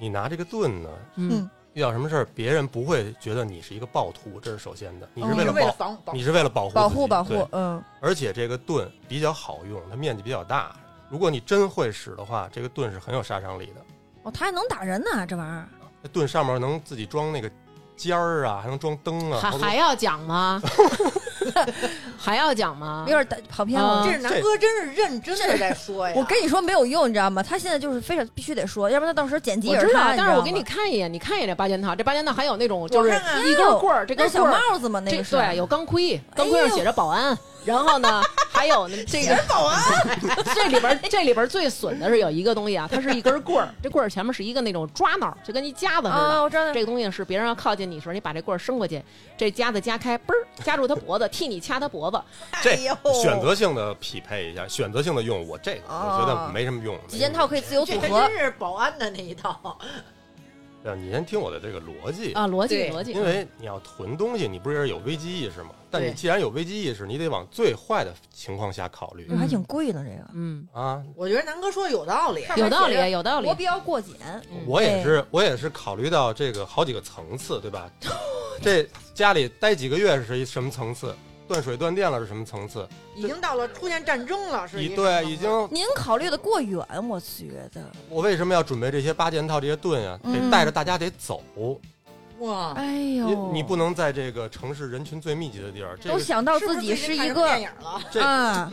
Speaker 3: 你拿这个盾呢，
Speaker 2: 嗯
Speaker 3: 遇到什么事儿，别人不会觉得你是一个暴徒，这是首先的。你是
Speaker 5: 哦
Speaker 3: 为
Speaker 6: 是
Speaker 3: 了
Speaker 6: 为了
Speaker 3: 保，
Speaker 6: 防保
Speaker 3: 你是为了保护
Speaker 5: 保
Speaker 3: 自
Speaker 5: 护
Speaker 3: 己
Speaker 5: 保护
Speaker 3: 对，
Speaker 5: 嗯，
Speaker 3: 而且这个盾比较好用，它面积比较大。如果你真会使的话，这个盾是很有杀伤力的。
Speaker 5: 哦，他还能打人呢，这玩意儿，
Speaker 3: 那盾上面能自己装那个尖儿啊，还能装灯啊，
Speaker 2: 还
Speaker 3: 好多
Speaker 2: 还要讲吗？还要讲吗
Speaker 5: 有？点打跑偏了
Speaker 2: 啊。
Speaker 6: 这是南 哥真是认啊真的在说呀。
Speaker 5: 我跟你说没有用，你知道吗？他现在就是非常必须得说，要不然他到时候剪辑
Speaker 2: 我
Speaker 5: 也
Speaker 2: 知道
Speaker 5: 他，
Speaker 2: 但是我给
Speaker 5: 知道
Speaker 2: 你
Speaker 5: 吗
Speaker 2: 看一眼，你看一眼这八件套，这八件套还有那种就是
Speaker 6: 我看看
Speaker 2: 一根棍儿，这
Speaker 5: 哎那
Speaker 2: 根
Speaker 5: 小
Speaker 2: 棍儿。
Speaker 5: 帽子嘛，那
Speaker 2: 这
Speaker 5: 个是啊哎
Speaker 2: 对有钢盔，钢盔上写着保安，然后呢，还有 呢这个保安，这里边儿这里边儿最损的是有一个东西啊，它是一根棍 儿，这棍儿前面是一个那种抓挠，就跟一夹子似
Speaker 5: 啊，
Speaker 2: 的。
Speaker 5: 我知道，
Speaker 2: 这个东西是别人要靠近你的时候，你把这棍儿伸过去，这夹子夹开，嘣儿夹住他脖子，替你掐他脖子。
Speaker 3: 这
Speaker 1: 哎呦
Speaker 3: 选择性的匹配一下，选择性的用我这个，
Speaker 2: 哦
Speaker 3: 我觉得没什么用。
Speaker 5: 几件套可以自由
Speaker 6: 这
Speaker 5: 组
Speaker 6: 还
Speaker 5: 合
Speaker 6: 真，是保安的那一套，
Speaker 3: 对，你先听我的这个逻辑，
Speaker 2: 啊，逻辑
Speaker 6: 对
Speaker 2: 逻辑，
Speaker 3: 因为你要囤东西，你不是也是有危机意识吗？但你
Speaker 2: 对
Speaker 3: 既然有危机意识，你得往最坏的情况下考虑
Speaker 5: 这还挺贵呢，这个。
Speaker 2: 嗯，
Speaker 3: 啊。
Speaker 6: 我觉得南哥说的有道理。
Speaker 2: 有道理，啊有道理
Speaker 5: 国。标过检，
Speaker 2: 嗯
Speaker 3: 我也是，我也是考虑到这个好几个层次，对吧？这家里待几个月是一什么层次？断水断电了是什么层次？
Speaker 6: 已经到了出现战争了，是
Speaker 3: 已
Speaker 6: 一
Speaker 3: 对，啊已经
Speaker 5: 您考虑的过远，我觉得。
Speaker 3: 我为什么要准备这些八件套、这些盾啊？得
Speaker 5: 嗯
Speaker 3: 带着大家得走，
Speaker 2: 哦
Speaker 6: 哇，
Speaker 5: 哎
Speaker 3: 你
Speaker 5: 呦，
Speaker 3: 你不能在这个城市人群最密集的地儿。这
Speaker 5: 都
Speaker 3: 个
Speaker 5: 想到
Speaker 6: 是不
Speaker 5: 自己
Speaker 6: 最近看
Speaker 5: 一
Speaker 6: 什
Speaker 5: 个
Speaker 6: 么电影了，
Speaker 3: 这
Speaker 5: 啊，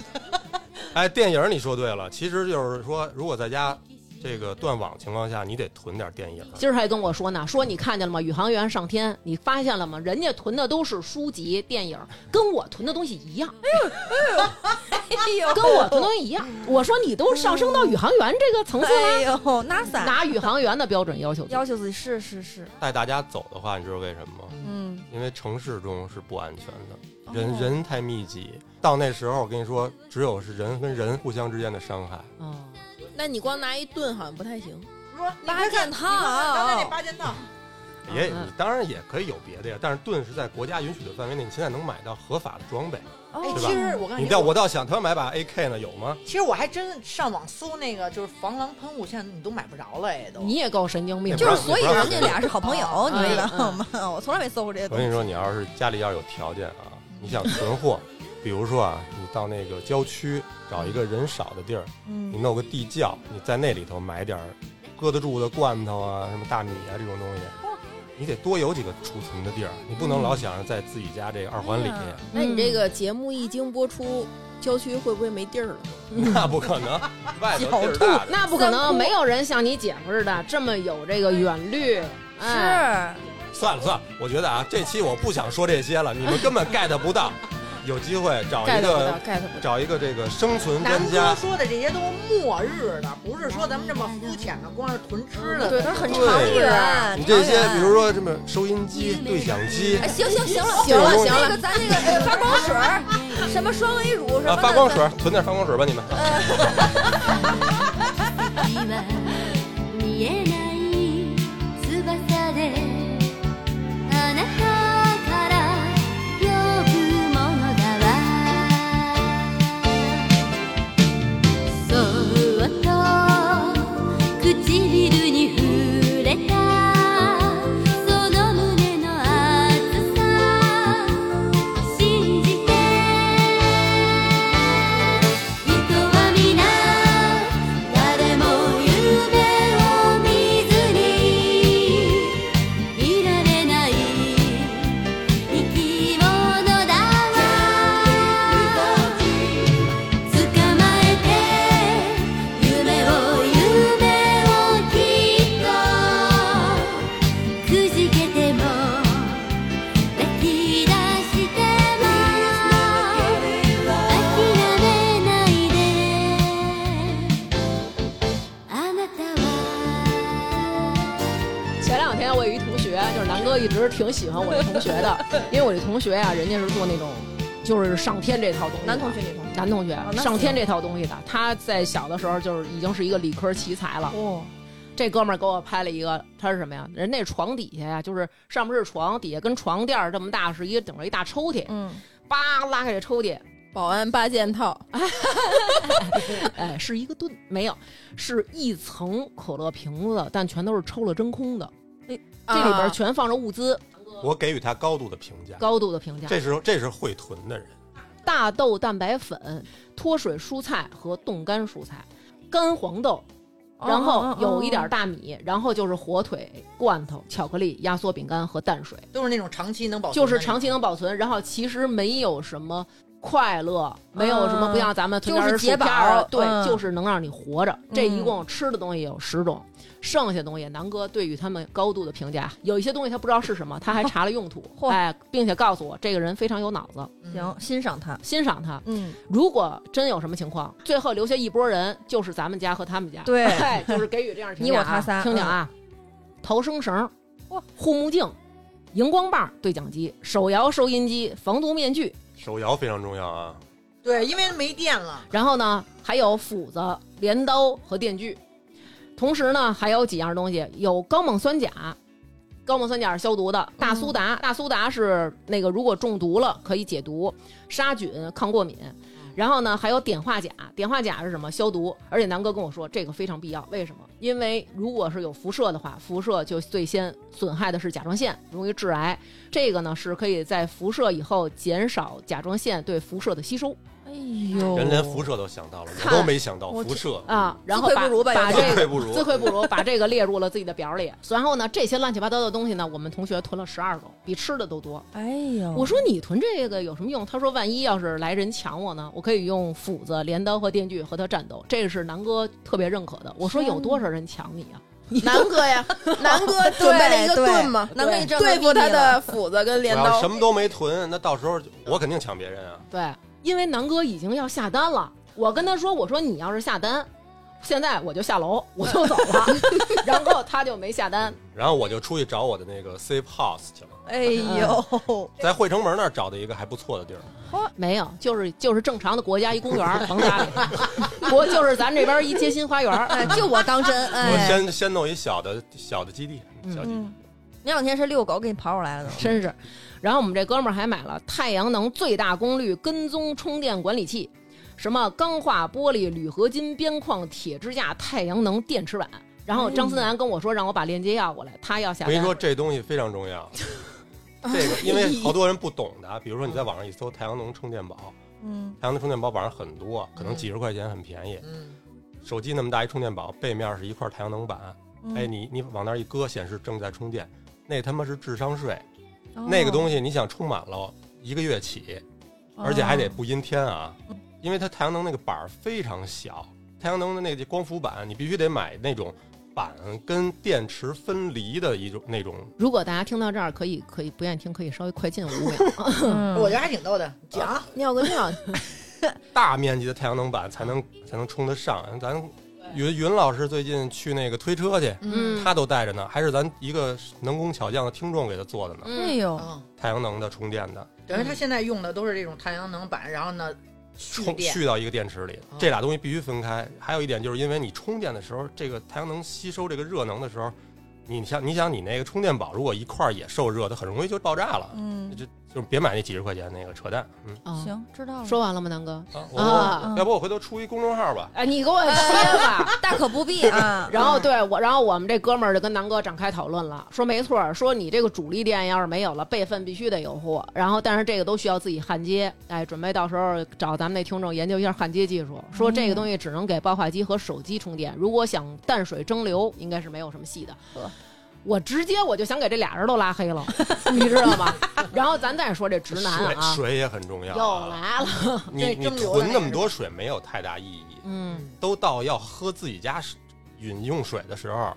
Speaker 3: 哎，电影儿你说对了，其实就是说，如果在家这个断网情况下，你得囤点电影儿。
Speaker 2: 今儿还跟我说呢，说你看见了吗？宇航员上天，你发现了吗？人家囤的都是书籍、电影，跟我囤的东西一样。
Speaker 5: 哎
Speaker 2: 跟我囤的东西一样。我说你都上升到宇航员这个层次了，
Speaker 5: 哎呦，NASA
Speaker 2: 拿宇航员的标准要求自己。
Speaker 5: 要求自己是是是，
Speaker 3: 带大家走的话，你知道为什么吗？
Speaker 5: 嗯，
Speaker 3: 因为城市中是不安全的，人、
Speaker 5: 哦
Speaker 3: 人太密集。到那时候，我跟你说，只有是人跟人互相之间的伤害。
Speaker 2: 嗯
Speaker 4: 那你光拿一盾好像不太行。
Speaker 6: 说你
Speaker 5: 八
Speaker 6: 快看
Speaker 5: 件套啊
Speaker 6: 你快看刚才那八件套，
Speaker 3: 也，
Speaker 2: 嗯
Speaker 3: 你当然也可以有别的呀，但是盾是在国家允许的范围内，你现在能买到合法的装备。
Speaker 5: 啊
Speaker 6: 哎，
Speaker 3: 对吧
Speaker 6: 其实我告诉
Speaker 3: 啊你
Speaker 6: 你
Speaker 3: 到，我倒想他妈买把 AK 呢，有吗？
Speaker 6: 其实我还真上网搜那个就是防狼喷雾，现在你都买不着了，也都。
Speaker 2: 你也够神经病
Speaker 3: 也
Speaker 2: 的，
Speaker 3: 不
Speaker 5: 就
Speaker 3: 让
Speaker 5: 是所以
Speaker 3: 也不让
Speaker 5: 人家俩是好朋 友，
Speaker 2: 嗯
Speaker 5: 你知道吗？我从来没搜过这些
Speaker 3: 我
Speaker 5: 东
Speaker 3: 跟
Speaker 5: 西。
Speaker 3: 你说，你要是家里要是有条件啊，你想囤货，比如说啊，你到那个郊区找一个人少的地儿，你
Speaker 5: 嗯，
Speaker 3: 弄个地窖，你在那里头买点儿搁得住的罐头啊，什么大米啊这种东西，你得多有几个储存的地儿，你不能老想着在自己家这二环里，
Speaker 5: 嗯
Speaker 4: 那你这个节目一经播出，郊区会不会没地儿了？
Speaker 5: 嗯
Speaker 3: 那不可能，外头地儿大着。
Speaker 2: 那不可能，没有人像你姐夫似的这么有这个远虑。哎，
Speaker 5: 是
Speaker 3: 算了算了，我觉得啊，这期我不想说这些了，你们根本 get 不到。有机会找一
Speaker 4: get 不
Speaker 3: 个
Speaker 4: 到，get 不到。
Speaker 3: 找一个这个生存
Speaker 6: 南
Speaker 3: 专
Speaker 6: 哥
Speaker 3: 家，
Speaker 6: 说的这些都是末日的，不是说咱们这么肤浅的，光是囤吃的。
Speaker 5: 对，它是 很长
Speaker 3: 对
Speaker 5: 远。
Speaker 3: 你这些
Speaker 5: 长远
Speaker 3: 比如说什么收音机、对讲机
Speaker 5: 哎，行行行了，
Speaker 3: 行了行
Speaker 5: 那个咱那个 发光水儿，什么双 A 乳什么
Speaker 3: 啊，
Speaker 5: 的嗯
Speaker 3: 发光水，囤点发光水吧，你们。
Speaker 8: 「見えない翼であなたから呼ぶものだわ」「そっと唇に触れたその胸の熱さ信じて」「人は皆誰も夢を見ずにいられない生き物だわ」「捕まえて夢を夢をきっと」「くじけても泣き出しても」諦めないであなたは
Speaker 2: 前两天我有一同学，就是南哥一直挺喜欢我这同学的，因为我这同学啊，人家是做那种就是上天这套东西。
Speaker 5: 男同学、，女同学，
Speaker 2: 男同学、
Speaker 5: 哦那
Speaker 2: 上天这套东西的，他在小的时候就是已经是一个理科奇才了。
Speaker 5: 哦，
Speaker 2: 这哥们儿给我拍了一个，他是什么呀？人那床底下呀，就是上面是床，底下跟床垫儿这么大，是一个顶着一大抽屉，
Speaker 5: 嗯，
Speaker 2: 叭拉开这抽屉，
Speaker 4: 保安八件套，
Speaker 2: 哎，是一个盾，没有，是一层可乐瓶子，但全都是抽了真空的，
Speaker 5: 哎
Speaker 2: 这里边
Speaker 4: 啊
Speaker 2: 全放着物资，
Speaker 3: 我给予他高度的评价，
Speaker 2: 高度的评价。
Speaker 3: 这是这是会囤的人。
Speaker 2: 大豆蛋白粉、脱水蔬菜和冻干蔬菜，干黄豆，
Speaker 5: 哦
Speaker 2: 然后有一点大米，然后就是火腿、罐头、巧克力、压缩饼干和淡水，
Speaker 6: 都是那种长期能保存
Speaker 2: 就
Speaker 6: 的那
Speaker 2: 是
Speaker 6: 种，
Speaker 2: 长期能保存。然后其实没有什么快乐，没有什么不像咱们囤点
Speaker 5: 嗯就是
Speaker 2: 儿薯
Speaker 5: 解
Speaker 2: 片儿啊
Speaker 5: 饱
Speaker 2: 对，
Speaker 5: 嗯
Speaker 2: 就是能让你活着。这一共吃的东西有十种，剩下东西南哥对于他们高度的评价，有一些东西他不知道是什么，他还查了用 途，
Speaker 5: 嚯
Speaker 2: 哎，并且告诉我这个人非常有脑子，
Speaker 6: 嗯
Speaker 5: 行，欣赏他，
Speaker 2: 欣赏他。
Speaker 5: 嗯，
Speaker 2: 如果真有什么情况，最后留下一波人，就是咱们家和他们家，
Speaker 5: 对
Speaker 2: 哎就是给予这样的评价啊
Speaker 5: 你我他仨嗯
Speaker 2: 听听啊，逃生绳、护目镜、荧光棒、对讲机、手摇收音机、防毒面具，
Speaker 3: 手摇非常重要啊，
Speaker 6: 对，因为没电 了，
Speaker 2: 然后呢还有斧子、镰刀和电锯，同时呢还有几样东西，有高锰酸钾。高锰酸钾是消毒的，大苏打，大苏打是那个如果中毒了可以解毒、杀菌、抗过敏。然后呢，还有碘化钾，碘化钾是什么？消毒。而且南哥跟我说，这个非常必要。为什么？因为如果是有辐射的话，辐射就最先损害的是甲状腺，容易致癌。这个呢是可以在辐射以后减少甲状腺对辐射的吸收。
Speaker 5: 哎呦
Speaker 3: 人连辐射都想到了，我
Speaker 2: 看
Speaker 3: 都没想到辐射。
Speaker 2: 啊，然后
Speaker 5: 愧
Speaker 2: 把
Speaker 5: 不如吧
Speaker 2: 把
Speaker 5: 有
Speaker 2: 这
Speaker 5: 点
Speaker 3: 自
Speaker 2: 个
Speaker 3: 愧不如
Speaker 2: 自愧不如，把这个列入了自己的表里。然后呢，这些乱七八糟的东西呢，我们同学囤了十二种，比吃的都多。
Speaker 5: 哎呦，
Speaker 2: 我说你囤这个有什么用？他说万一要是来人抢我呢，我可以用斧子、镰刀和电锯和他战斗。这个是南哥特别认可的。我说有多少人抢你啊？
Speaker 4: 南 哥呀，南哥
Speaker 5: 对
Speaker 4: 准备了一个盾嘛，
Speaker 5: 对南哥一正
Speaker 4: 对付他的斧子跟镰
Speaker 3: 我要
Speaker 4: 刀
Speaker 3: 什。么都没囤，那到时候我肯定抢别人啊！
Speaker 2: 对，因为南哥已经要下单了，我跟他说，我说你要是下单，现在我就下楼，我就走了。 然后他就没下单，
Speaker 3: 然后我就出去找我的那个 safe house 去了，
Speaker 5: 哎呦，
Speaker 3: 在惠城门那儿找的一个还不错的地儿。
Speaker 2: 没有，就是就是正常的国家一公园儿，甭搭理。国就是咱这边一街心花园儿，
Speaker 5: 哎，就我当 真，
Speaker 3: 我
Speaker 5: 哎，
Speaker 3: 先先弄一小的小的基地，小基地
Speaker 5: 嗯，那两天是遛狗给你刨出来了，
Speaker 2: 真是。然后我们这哥们儿还买了太阳能最大功率跟踪充电管理器，什么钢化玻璃、铝合金边框、铁支架、太阳能电池板。然后张思南跟我说，让我把链接要过来，他要下
Speaker 3: 我跟你说，
Speaker 2: 单。
Speaker 3: 这东西非常重要。这个因为好多人不懂的，啊比如说你在网上一搜太阳能充电宝，
Speaker 5: 嗯，
Speaker 3: 太阳能充电宝网上很多，可能几十块钱很便宜。
Speaker 6: 嗯，
Speaker 3: 手机那么大一充电宝，背面是一块太阳能板，
Speaker 5: 嗯
Speaker 3: 哎，你你往那儿一搁，显示正在充电，那他妈是智商税。 那个东西你想充满了，一个月起，
Speaker 5: 哦嗯
Speaker 3: 而且还得不阴天啊，因为它太阳能那个板儿非常小，太阳能的那个光伏板，你必须得买那种板跟电池分离的一种那种。
Speaker 2: 如果大家听到这儿，可以可以不愿意听，可以稍微快进五秒。
Speaker 5: 嗯
Speaker 6: 我觉得还挺逗的。讲，
Speaker 4: 尿个尿，
Speaker 3: 大面积的太阳能板才能
Speaker 5: 嗯
Speaker 3: 才能充得上。咱云云老师最近去那个推车去，
Speaker 2: 嗯
Speaker 3: 他都带着呢，还是咱一个能工巧匠的听众给他做的呢，
Speaker 5: 哎呦，
Speaker 6: 嗯，
Speaker 3: 太阳能的充电的，
Speaker 6: 等于他现在用的都是这种太阳能板，然后呢，蓄
Speaker 3: 充
Speaker 6: 电。
Speaker 3: 蓄到一个电池里，
Speaker 2: 哦
Speaker 3: 这俩东西必须分开。还有一点就是因为你充电的时候，这个太阳能吸收这个热能的时候，你想你想你那个充电宝如果一块儿也受热，它很容易就爆炸了。
Speaker 5: 嗯，
Speaker 3: 就就别买那几十块钱那个扯淡，嗯
Speaker 2: 啊，
Speaker 5: 行，知道了，
Speaker 2: 说完了吗，南哥？
Speaker 3: 啊，我
Speaker 2: 啊
Speaker 3: 我要不我回头出一公众号吧，
Speaker 2: 哎，你给我接吧。，
Speaker 5: 大可不 必啊
Speaker 2: 然后对我，然后我们这哥们儿就跟南哥展开讨论了，说没错儿，说你这个主力店要是没有了，备份必须得有货。然后但是这个都需要自己焊接，哎，准备到时候找咱们那听众研究一下焊接技术。说这个东西只能给爆化机和手机充电，如果想淡水蒸馏，应该是没有什么戏的。我直接我就想给这俩人都拉 黑了，你知道吗？然后咱再说这直男
Speaker 3: 水
Speaker 2: 啊，
Speaker 3: 水也很重要
Speaker 2: 又
Speaker 3: 啊。
Speaker 2: 来了，
Speaker 3: 你你囤那么多水没有太大意义，
Speaker 2: 嗯，
Speaker 3: 都到要喝自己家水饮用水的时候，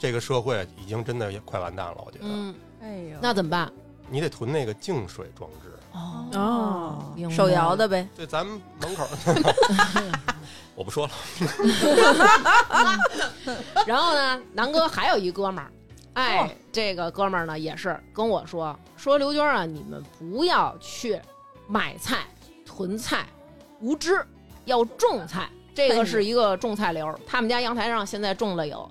Speaker 3: 这个社会已经真的也快完蛋了。我觉得、
Speaker 2: 嗯，
Speaker 5: 哎呦，
Speaker 2: 那怎么办？
Speaker 3: 你得囤那个净水装置。
Speaker 5: 哦，
Speaker 2: 明白
Speaker 4: 手摇的呗。
Speaker 3: 对，咱们门口， 我不说了。
Speaker 2: 然后呢，南哥还有一哥们儿，哎，这个哥们儿呢也是跟我说说刘娟啊，你们不要去买菜、囤菜、无知，要种菜。这个是一个种菜流儿，他们家阳台上现在种了有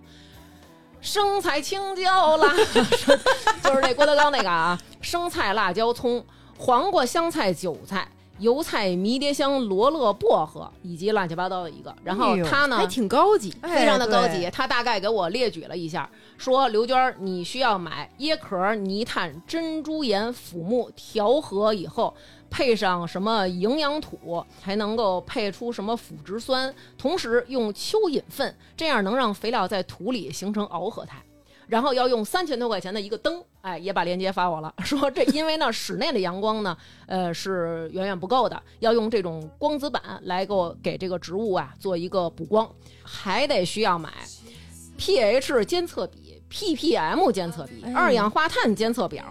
Speaker 2: 生菜、青椒、辣， 就是那郭德纲那个啊，生菜、辣椒、葱、黄瓜、香菜、韭菜、油菜、迷迭香、罗勒、薄荷，以及乱七八糟的一个。然后他呢，
Speaker 1: 哎还挺高级，哎
Speaker 2: 非常的高级。他大概给我列举了一下，说刘娟儿，你需要买椰壳、泥炭、珍珠岩、腐木调和以后，配上什么营养土，才能够配出什么腐殖酸。同时用蚯蚓粪，这样能让肥料在土里形成螯合态。然后要用三千多块钱的一个灯，哎，也把链接发我了， 说这因为呢室内的阳光呢，呃是远远不够的，要用这种光子板来给我给这个植物啊做一个补光，还得需要买 pH 监测笔、ppm 监测笔、二氧化碳监测表、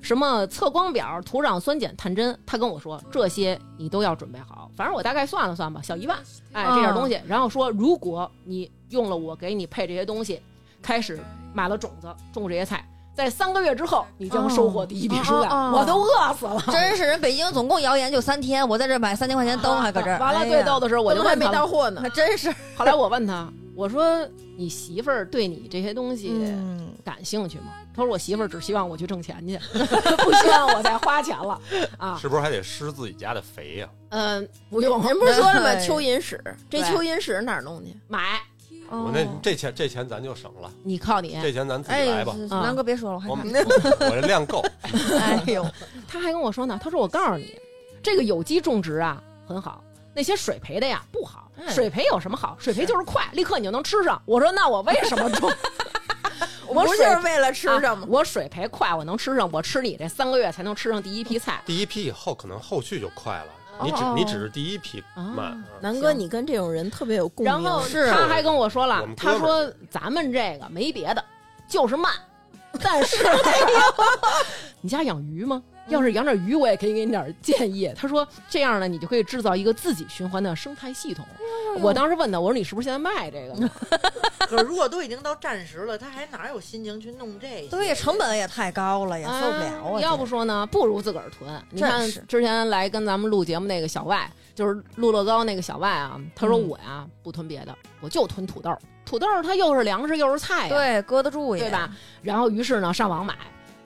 Speaker 2: 什么测光表、土壤酸碱探针。他跟我说这些你都要准备好，反正我大概算了算吧，小一万，哎，这点
Speaker 1: 啊
Speaker 2: 东西。然后说，如果你用了我给你配这些东西，开始买了种子种这些菜，在三个月之后，你将收获第一笔数量。
Speaker 1: 哦哦哦
Speaker 2: 我都饿死了。
Speaker 5: 真是人北京总共谣言就三天，我在这儿买三千块钱灯还搁这 儿，
Speaker 2: 完了，
Speaker 5: 哎呀
Speaker 2: 最逗的是，我就
Speaker 1: 还
Speaker 2: 问
Speaker 1: 没
Speaker 2: 他
Speaker 1: 到
Speaker 2: 了，
Speaker 1: 货呢
Speaker 5: 还。真是，
Speaker 2: 后来我问他，我说你媳妇儿对你这些东西。
Speaker 5: 嗯，
Speaker 2: 感兴趣吗？他说我媳妇儿只希望我去挣钱去， 不希望我再花钱了啊。
Speaker 3: 是不是还得施自己家的肥呀、
Speaker 2: 嗯、不用
Speaker 1: 您不是说了吗？
Speaker 5: 对
Speaker 1: 蚯蚓屎，这
Speaker 2: 对
Speaker 1: 蚯蚓屎哪儿弄去？
Speaker 2: 买，
Speaker 5: 嗯
Speaker 3: 我那这钱这钱咱就省了，
Speaker 2: 你靠你。
Speaker 3: 这钱咱自己
Speaker 5: 哦哎
Speaker 3: 来
Speaker 5: 呀，哎
Speaker 3: 吧。
Speaker 5: 这南哥别说了，我害
Speaker 3: 我
Speaker 5: 怕。
Speaker 3: 我这量够，
Speaker 5: 哎呦，
Speaker 2: 他还跟我说呢，他说我告诉你，这个有机种植啊很好，那些水培的呀不好。
Speaker 1: 哎
Speaker 2: 水培有什么好？水培就是快，立刻你就能吃上。我说那我为什么种？我
Speaker 1: 不
Speaker 2: 水
Speaker 1: 就是为了吃上
Speaker 2: 啊
Speaker 1: 吗？
Speaker 2: 我水培快，我能吃上。我吃你这三个月才能吃上第一批菜。
Speaker 3: 第一批以后可能后续就快了。
Speaker 5: 哦
Speaker 3: 你只你只是第一批慢，啊
Speaker 1: 南哥，你跟这种人特别有共鸣。
Speaker 2: 然后
Speaker 3: 是
Speaker 2: 他还跟我说了
Speaker 3: 我们，哥
Speaker 2: 他
Speaker 3: 们儿
Speaker 2: 说咱们这个没别的，就是慢，但是 你家养鱼吗？要是养点鱼，我也可以给你点儿建议。他说这样呢，你就可以制造一个自己循环的生态系
Speaker 5: 哎
Speaker 2: 统。我当时问他，我说你是不是现在卖这个呢？
Speaker 6: 可是如果都已经到战时了，他还哪有心情去弄这些？
Speaker 5: 对，成本也太高了，也受不了啊！
Speaker 2: 哎要不
Speaker 5: 这
Speaker 2: 说呢，不如自个儿囤。你
Speaker 5: 真
Speaker 2: 看
Speaker 5: 是
Speaker 2: 之前来跟咱们录节目那个小外，就是录乐高那个小外啊，他
Speaker 5: 嗯
Speaker 2: 说我呀、不囤别的，我就囤土豆儿。土豆儿它又是粮食又是菜呀，
Speaker 5: 对搁得住也
Speaker 2: 对？吧？然后于是呢上网买，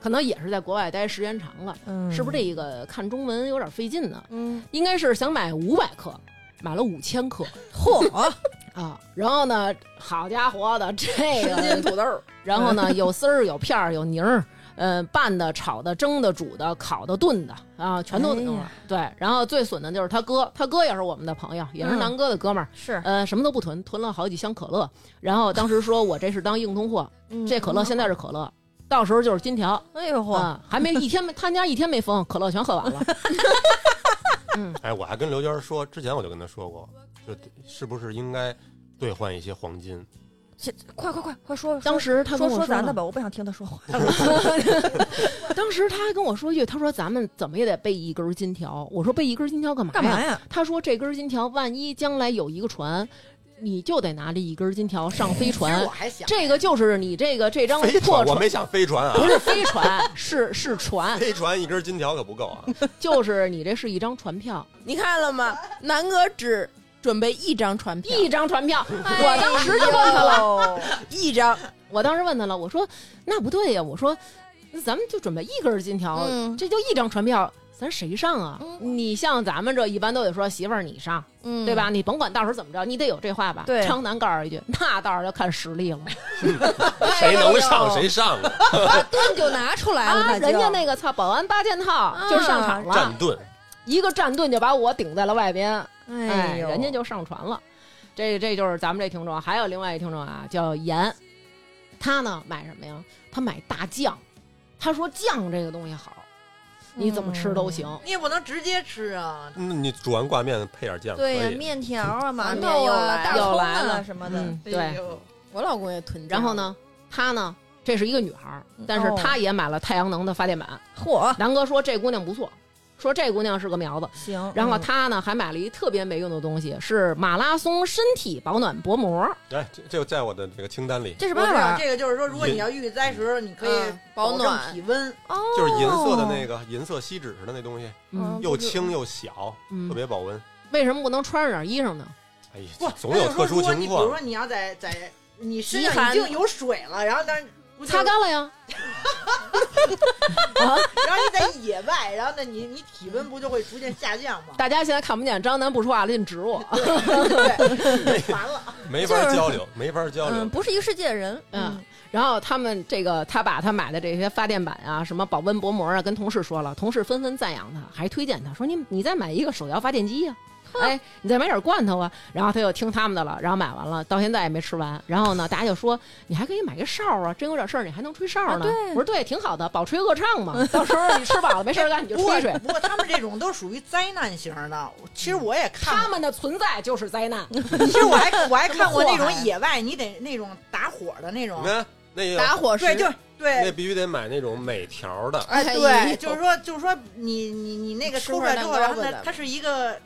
Speaker 2: 可能也是在国外待时间长了，
Speaker 5: 嗯，
Speaker 2: 是不是这个看中文有点费劲呢？
Speaker 5: 嗯，
Speaker 2: 应该是想买五百克，买了五千克，嚯啊！然后呢，好家伙的这
Speaker 1: 十
Speaker 2: 个
Speaker 1: 斤土豆儿，
Speaker 2: 然后呢，有丝儿，有片儿，有泥儿，呃，拌的、炒的、蒸的、煮的、烤的、炖的啊，全都得弄了。对，然后最损的就是他哥，他哥也是我们的朋友，也是南哥的哥们儿、
Speaker 5: 是
Speaker 2: 呃，什么都不囤，囤了好几箱可乐。然后当时说我这是当硬通货，这可乐现在是可乐，到时候就是金条。
Speaker 5: 嗯哎呦嚯，
Speaker 2: 啊，还没一天没，他家一天没封，可乐全喝 完了。
Speaker 3: 哎，我还跟刘娟说，之前我就跟她说过，就是不是应该兑换一些黄 金？
Speaker 5: 这快快快快说！
Speaker 2: 当时他
Speaker 5: 说
Speaker 2: 跟
Speaker 5: 说
Speaker 2: 我
Speaker 5: 说咱的
Speaker 2: 了，
Speaker 5: 吧，我不想听他说话。
Speaker 2: 当时他还跟我说一句，他说咱们怎么也得备一根金条。我说备一根金 条干嘛呀？
Speaker 5: 干嘛呀？
Speaker 2: 他说这根金条，万一将来有一个船，你就得拿着一根金条上
Speaker 5: 哎
Speaker 2: 飞
Speaker 6: 其实
Speaker 2: 船
Speaker 6: 我。还想，
Speaker 2: 这个就是你这个这张
Speaker 3: 飞
Speaker 2: 破
Speaker 3: 船我
Speaker 2: 船，
Speaker 3: 没想飞船啊
Speaker 2: 不，是飞船，是是船，
Speaker 3: 飞船一根金条可不够啊。
Speaker 2: 就是你这是一张船票，
Speaker 1: 你看了吗？南哥只准备一张船票，
Speaker 2: 一张船票。我当时就问他了，
Speaker 5: 了，
Speaker 1: 一张，
Speaker 2: 我当时问他了，我说那不对呀，我说那咱们就准备一根金条，
Speaker 5: 嗯
Speaker 2: 这就一张船票，咱谁上啊？你像咱们这一般都得说媳妇儿你上，
Speaker 5: 嗯
Speaker 2: 对？吧？你甭管到时候怎么着，你得有这话吧？
Speaker 5: 对
Speaker 2: 昌南告诉一句，那到时候要看实力了。
Speaker 5: 哎
Speaker 3: 谁能上谁上啊！
Speaker 5: 把盾就拿 出来了，啊
Speaker 2: 啊，
Speaker 5: 那
Speaker 2: 人
Speaker 5: 就
Speaker 2: 家那个操保安八件套就上场了
Speaker 3: 战，盾，
Speaker 2: 一个战盾就把我顶在了外边，哎，
Speaker 5: 哎呦，
Speaker 2: 人家就上船了。这这就是咱们这听众，还有另外一听众啊，叫严，他呢买什么呀？他买大酱，他说酱这个东西好，你怎么吃都
Speaker 5: 嗯
Speaker 2: 行。
Speaker 6: 你也不能直接吃啊。
Speaker 3: 嗯你煮完挂面配点酱可
Speaker 5: 对呀，
Speaker 3: 以。
Speaker 5: 面条
Speaker 6: 嗯
Speaker 5: 啊、馒
Speaker 1: 面
Speaker 5: 头
Speaker 1: 又
Speaker 5: 啊、
Speaker 1: 来
Speaker 5: 大
Speaker 2: 了
Speaker 5: 葱
Speaker 2: 又来
Speaker 5: 啊
Speaker 2: 了
Speaker 5: 什么的
Speaker 2: 嗯，，对。
Speaker 6: 哎呦，
Speaker 1: 我老公也囤。
Speaker 2: 然后？呢，她呢，这是一个女孩儿，但是
Speaker 5: 哦
Speaker 2: 她也买了太阳能的发电板。
Speaker 5: 嚯，
Speaker 2: 南哥说这姑娘不错，说这姑娘是个苗子。
Speaker 5: 行，
Speaker 2: 然后
Speaker 5: 嗯
Speaker 2: 她呢还买了一特别没用的东西，是马拉松身体保暖薄膜，
Speaker 3: 哎，这这在我的这个清单里，
Speaker 2: 这是
Speaker 5: 啊
Speaker 6: 我
Speaker 2: 办
Speaker 6: 知道
Speaker 2: 法。
Speaker 6: 这个就是说，如果你要遇灾时，你可以
Speaker 1: 嗯保
Speaker 6: 证
Speaker 1: 暖
Speaker 6: 体温，
Speaker 3: 就是银色的
Speaker 6: 哦
Speaker 3: 那个银色锡纸似的那东西，
Speaker 2: 嗯
Speaker 3: 又轻又小，
Speaker 2: 嗯
Speaker 3: 特别保温。
Speaker 2: 为什么不能穿上点衣裳呢？
Speaker 3: 哎呀
Speaker 6: 不，，
Speaker 3: 总有特
Speaker 6: 那
Speaker 3: 殊
Speaker 6: 就是说如
Speaker 3: 情
Speaker 6: 果你比如
Speaker 3: 况
Speaker 6: 说。你要在在你身
Speaker 5: 极寒
Speaker 6: 上已经有水了，然后但是不就
Speaker 2: 擦干了呀。
Speaker 6: 然后你在野外，然后那你你体温不就会逐渐下降 吗？
Speaker 2: 大家现在看不见张楠不说话了，得指我。
Speaker 6: 对，完了，
Speaker 3: 没法 交流，没法交流
Speaker 5: 嗯，。不是一个世界的人，
Speaker 2: 嗯，然后他们这个，他把他买的这些发电板啊，什么保温薄膜啊，跟同事说了，同事纷纷赞扬他，还推荐他说你你再买一个手摇发电机呀、哎，你再买点罐头啊。然后他又听他们的了，然后买完了，到现在也没吃完。然后呢，大家就说你还可以买个哨啊，真有点事儿你还能吹哨呢。我说啊对，挺好的，饱吹饿唱嘛。到时候你吃饱了没事儿干你就
Speaker 6: 不过
Speaker 2: 吹 吹。
Speaker 6: 不过他们这种都属于灾难型的，其实我也看
Speaker 2: 他
Speaker 6: 过，
Speaker 2: 们的存在就是灾难。
Speaker 6: 其实我还我还看过那
Speaker 5: 祸
Speaker 6: 种
Speaker 5: 害
Speaker 6: 野外，你得那种打火的那种
Speaker 3: 你，看那也有
Speaker 5: 打火石
Speaker 6: 对，就是
Speaker 3: 那
Speaker 6: 对。
Speaker 3: 必须得买那种每条的，
Speaker 6: 哎，
Speaker 5: 哎
Speaker 6: 对，
Speaker 5: 呦
Speaker 6: 就是说，就是说你，你你那个
Speaker 5: 吃
Speaker 6: 抽出
Speaker 5: 块
Speaker 6: 来之后，
Speaker 5: 蛋糕
Speaker 6: 然后
Speaker 5: 吧
Speaker 6: 呢
Speaker 5: 咱，们
Speaker 6: 它是一个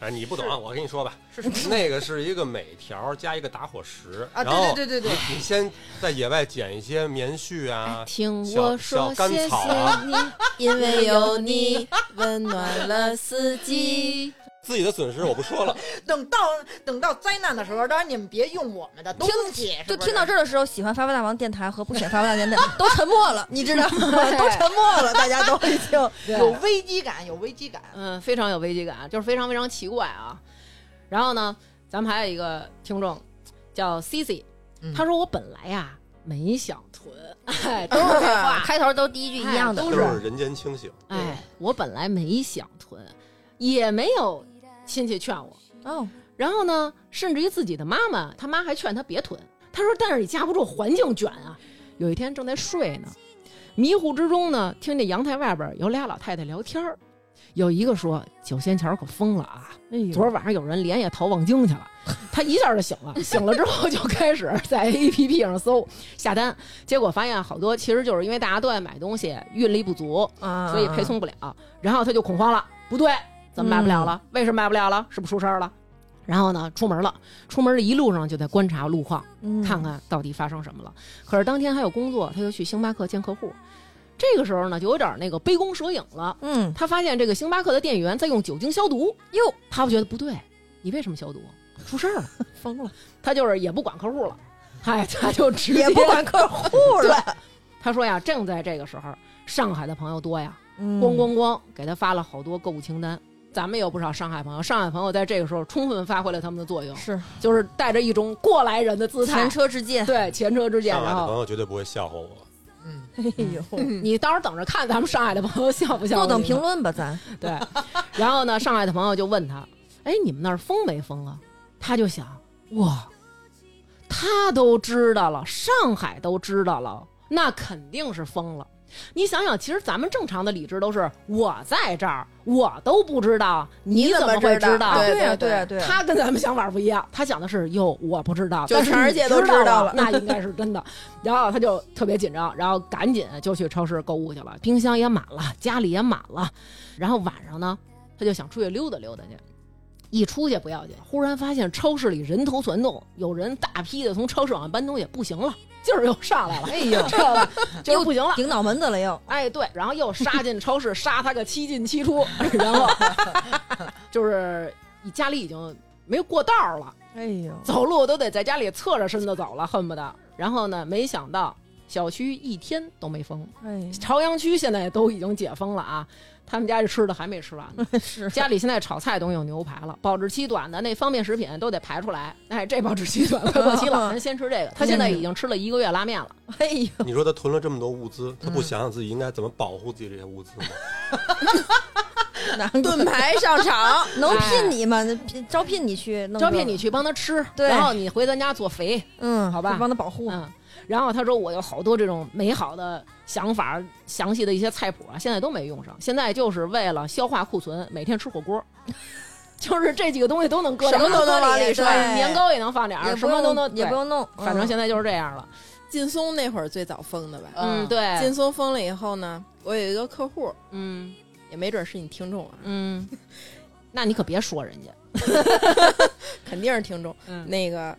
Speaker 3: 哎，你不懂啊，我跟你说吧，
Speaker 6: 是什么？
Speaker 3: 那个是一个每条加一个打火石，
Speaker 6: 啊，
Speaker 3: 然
Speaker 6: 对
Speaker 3: 后
Speaker 6: 对对对对，哎
Speaker 3: 你你先在野外捡一些棉絮啊，
Speaker 2: 听
Speaker 3: 小
Speaker 2: 我说，
Speaker 3: 小甘
Speaker 2: 谢
Speaker 3: 草
Speaker 2: 谢
Speaker 3: 啊
Speaker 2: 你。
Speaker 5: 因为有你，温暖了四 季。
Speaker 3: 自己的损失我 不说了，
Speaker 6: 等到等到灾难的时候，当然你们别用我们的东西，是
Speaker 5: 就
Speaker 6: 不
Speaker 5: 听
Speaker 6: 是
Speaker 5: 到这儿的时候，喜欢发发大王电台和不喜欢发发大王电台都沉 默了，你知 道吗？都沉默了，大家都已 经。
Speaker 6: 有危机感，有危机感。
Speaker 2: 嗯，非常有危机感，就是非常非常奇怪啊。然后呢，咱们还有一个听众叫 C C，
Speaker 6: 嗯
Speaker 2: 他说我本来呀、没想 囤，哎，都是这话，
Speaker 5: 开头都第一句一样的，
Speaker 2: 哎
Speaker 3: 都
Speaker 2: 都
Speaker 3: 是
Speaker 2: 是
Speaker 3: 人间清醒。
Speaker 6: 啊
Speaker 2: 哎，我本来没想囤，也没有亲戚劝我，
Speaker 5: 哦，
Speaker 2: 然后呢，甚至于自己的妈妈，他妈还劝他别囤。他说：“但是你架不住环境卷啊。”有一天正在睡呢，迷糊之中呢，听见阳台外边有俩老太太聊天儿，有一个说：“九仙桥可疯了啊！昨儿晚上有人连夜逃望京去了。”他一下就醒了，醒了之后就开始在 APP 上搜下单，结果发现好多其实就是因为大家都爱买东西，运力不足，
Speaker 5: 啊
Speaker 2: 所以配送不了。然后他就恐慌了，不对，怎么卖不了了？为什么卖不了了？是不是出事儿了？嗯然后呢，出门了，出门的一路上就在观察路况，
Speaker 5: 嗯
Speaker 2: 看看到底发生什么了。可是当天还有工作，他就去星巴克见客户。这个时候呢，就有点那个杯弓蛇影了。
Speaker 5: 嗯，
Speaker 2: 他发现这个星巴克的店员在用酒精消毒，哟，他觉得不对，你为什么消毒？出事儿了， 疯了！他就是也不管客户了，哎，他就直接
Speaker 5: 也不管客户 了，
Speaker 2: 他说呀，正在这个时候，上海的朋友多呀，咣
Speaker 5: 咣
Speaker 2: 咣咣给他发了好多购物清单。咱们也有不少上海朋友，上海朋友在这个时候充分发挥了他们的作用，
Speaker 5: 是
Speaker 2: 就是带着一种过来人的姿态
Speaker 5: 前，车之鉴。
Speaker 2: 对前车之鉴。
Speaker 3: 上海
Speaker 2: 然
Speaker 3: 的朋
Speaker 2: 后
Speaker 3: 友绝对不会笑话我，
Speaker 6: 嗯，
Speaker 5: 哎呦，
Speaker 2: 你到时候等着看咱们上海的朋友笑不笑？
Speaker 5: 坐等评。论吧，咱
Speaker 2: 对，然后呢，上海的朋友就问他：“哎，你们那儿封没封啊？”他就想：“哇，他都知道了，上海都知道了，那肯定是封了。”你想想，其实咱们正常的理智都是我在这儿，我都不知道，你怎
Speaker 4: 怎么
Speaker 2: 会
Speaker 4: 知道
Speaker 2: 道？
Speaker 4: 对
Speaker 5: 呀，对呀，对呀。
Speaker 2: 他跟咱们想法不一样，他想的是哟，我不知道，
Speaker 4: 就
Speaker 2: 但是
Speaker 4: 全世
Speaker 2: 你
Speaker 4: 界都
Speaker 2: 知
Speaker 4: 知道
Speaker 2: 了， 那应该是真的。然后他就特别紧张，然后赶紧就去超市购物去了，冰箱也满了，家里也满了。然后晚上呢，他就想出去溜达溜达去。一出去不要紧，忽然发现超市里人头攒动，有人大批的从超市往外搬东西，不行了，劲儿又上来了，哎呦， 知道吧？就是不行了，
Speaker 5: 顶脑门子了又，
Speaker 2: 哎，对，然后又杀进超市，杀他个七进七出， 然 后就是家里已经没有过道儿了，
Speaker 5: 哎呦，
Speaker 2: 走路都得在家里侧着身子走了，恨不得。然后呢，没想到小区一天都没封，
Speaker 5: 哎，
Speaker 2: 朝阳区现在都已经解封了啊，他们家这吃的还没吃完呢。
Speaker 5: 是
Speaker 2: 家里现在炒菜都有牛排了，保质期短的那方便食品都得排出来。哎，这保质期短，快过期了，
Speaker 5: 嗯
Speaker 2: 咱先吃这个。他现在已经吃了一个月拉面了。
Speaker 5: 哎呦，
Speaker 3: 你说他囤了这么多物资，他
Speaker 6: 嗯
Speaker 3: 不想想自己应该怎么保护自己这些物资吗？
Speaker 4: 盾牌上场，
Speaker 5: 能聘你吗？聘招聘你去，弄
Speaker 2: 招
Speaker 5: 这
Speaker 2: 聘
Speaker 5: 个
Speaker 2: 你，去帮他吃，
Speaker 5: 对
Speaker 2: 然后你回咱家做肥，
Speaker 5: 嗯，
Speaker 2: 好吧
Speaker 5: 就帮他保护。
Speaker 2: 嗯。然后他说我有好多这种美好的想法，详细的一些菜谱啊，现在都没用上，现在就是为了消化库存，每天吃火锅。 就是这几个东西都能搁
Speaker 4: 什
Speaker 2: 点儿，
Speaker 4: 么都能 往里
Speaker 2: 是吧？
Speaker 4: 对
Speaker 2: 年糕也能放点
Speaker 5: 也
Speaker 2: 儿，
Speaker 5: 不
Speaker 2: 什
Speaker 5: 用
Speaker 2: 么都能，
Speaker 5: 也
Speaker 2: 对
Speaker 5: 不用弄，
Speaker 2: 反正
Speaker 5: 嗯
Speaker 2: 现在就是这样了。
Speaker 1: 劲松那会儿最早封的吧？
Speaker 2: 嗯，对，
Speaker 1: 劲松封了以后呢，我有一个客户，
Speaker 2: 嗯
Speaker 4: 也没准是你听众啊，
Speaker 2: 嗯，那你可别说人家，
Speaker 4: 肯定是听众。
Speaker 2: 嗯
Speaker 4: 那个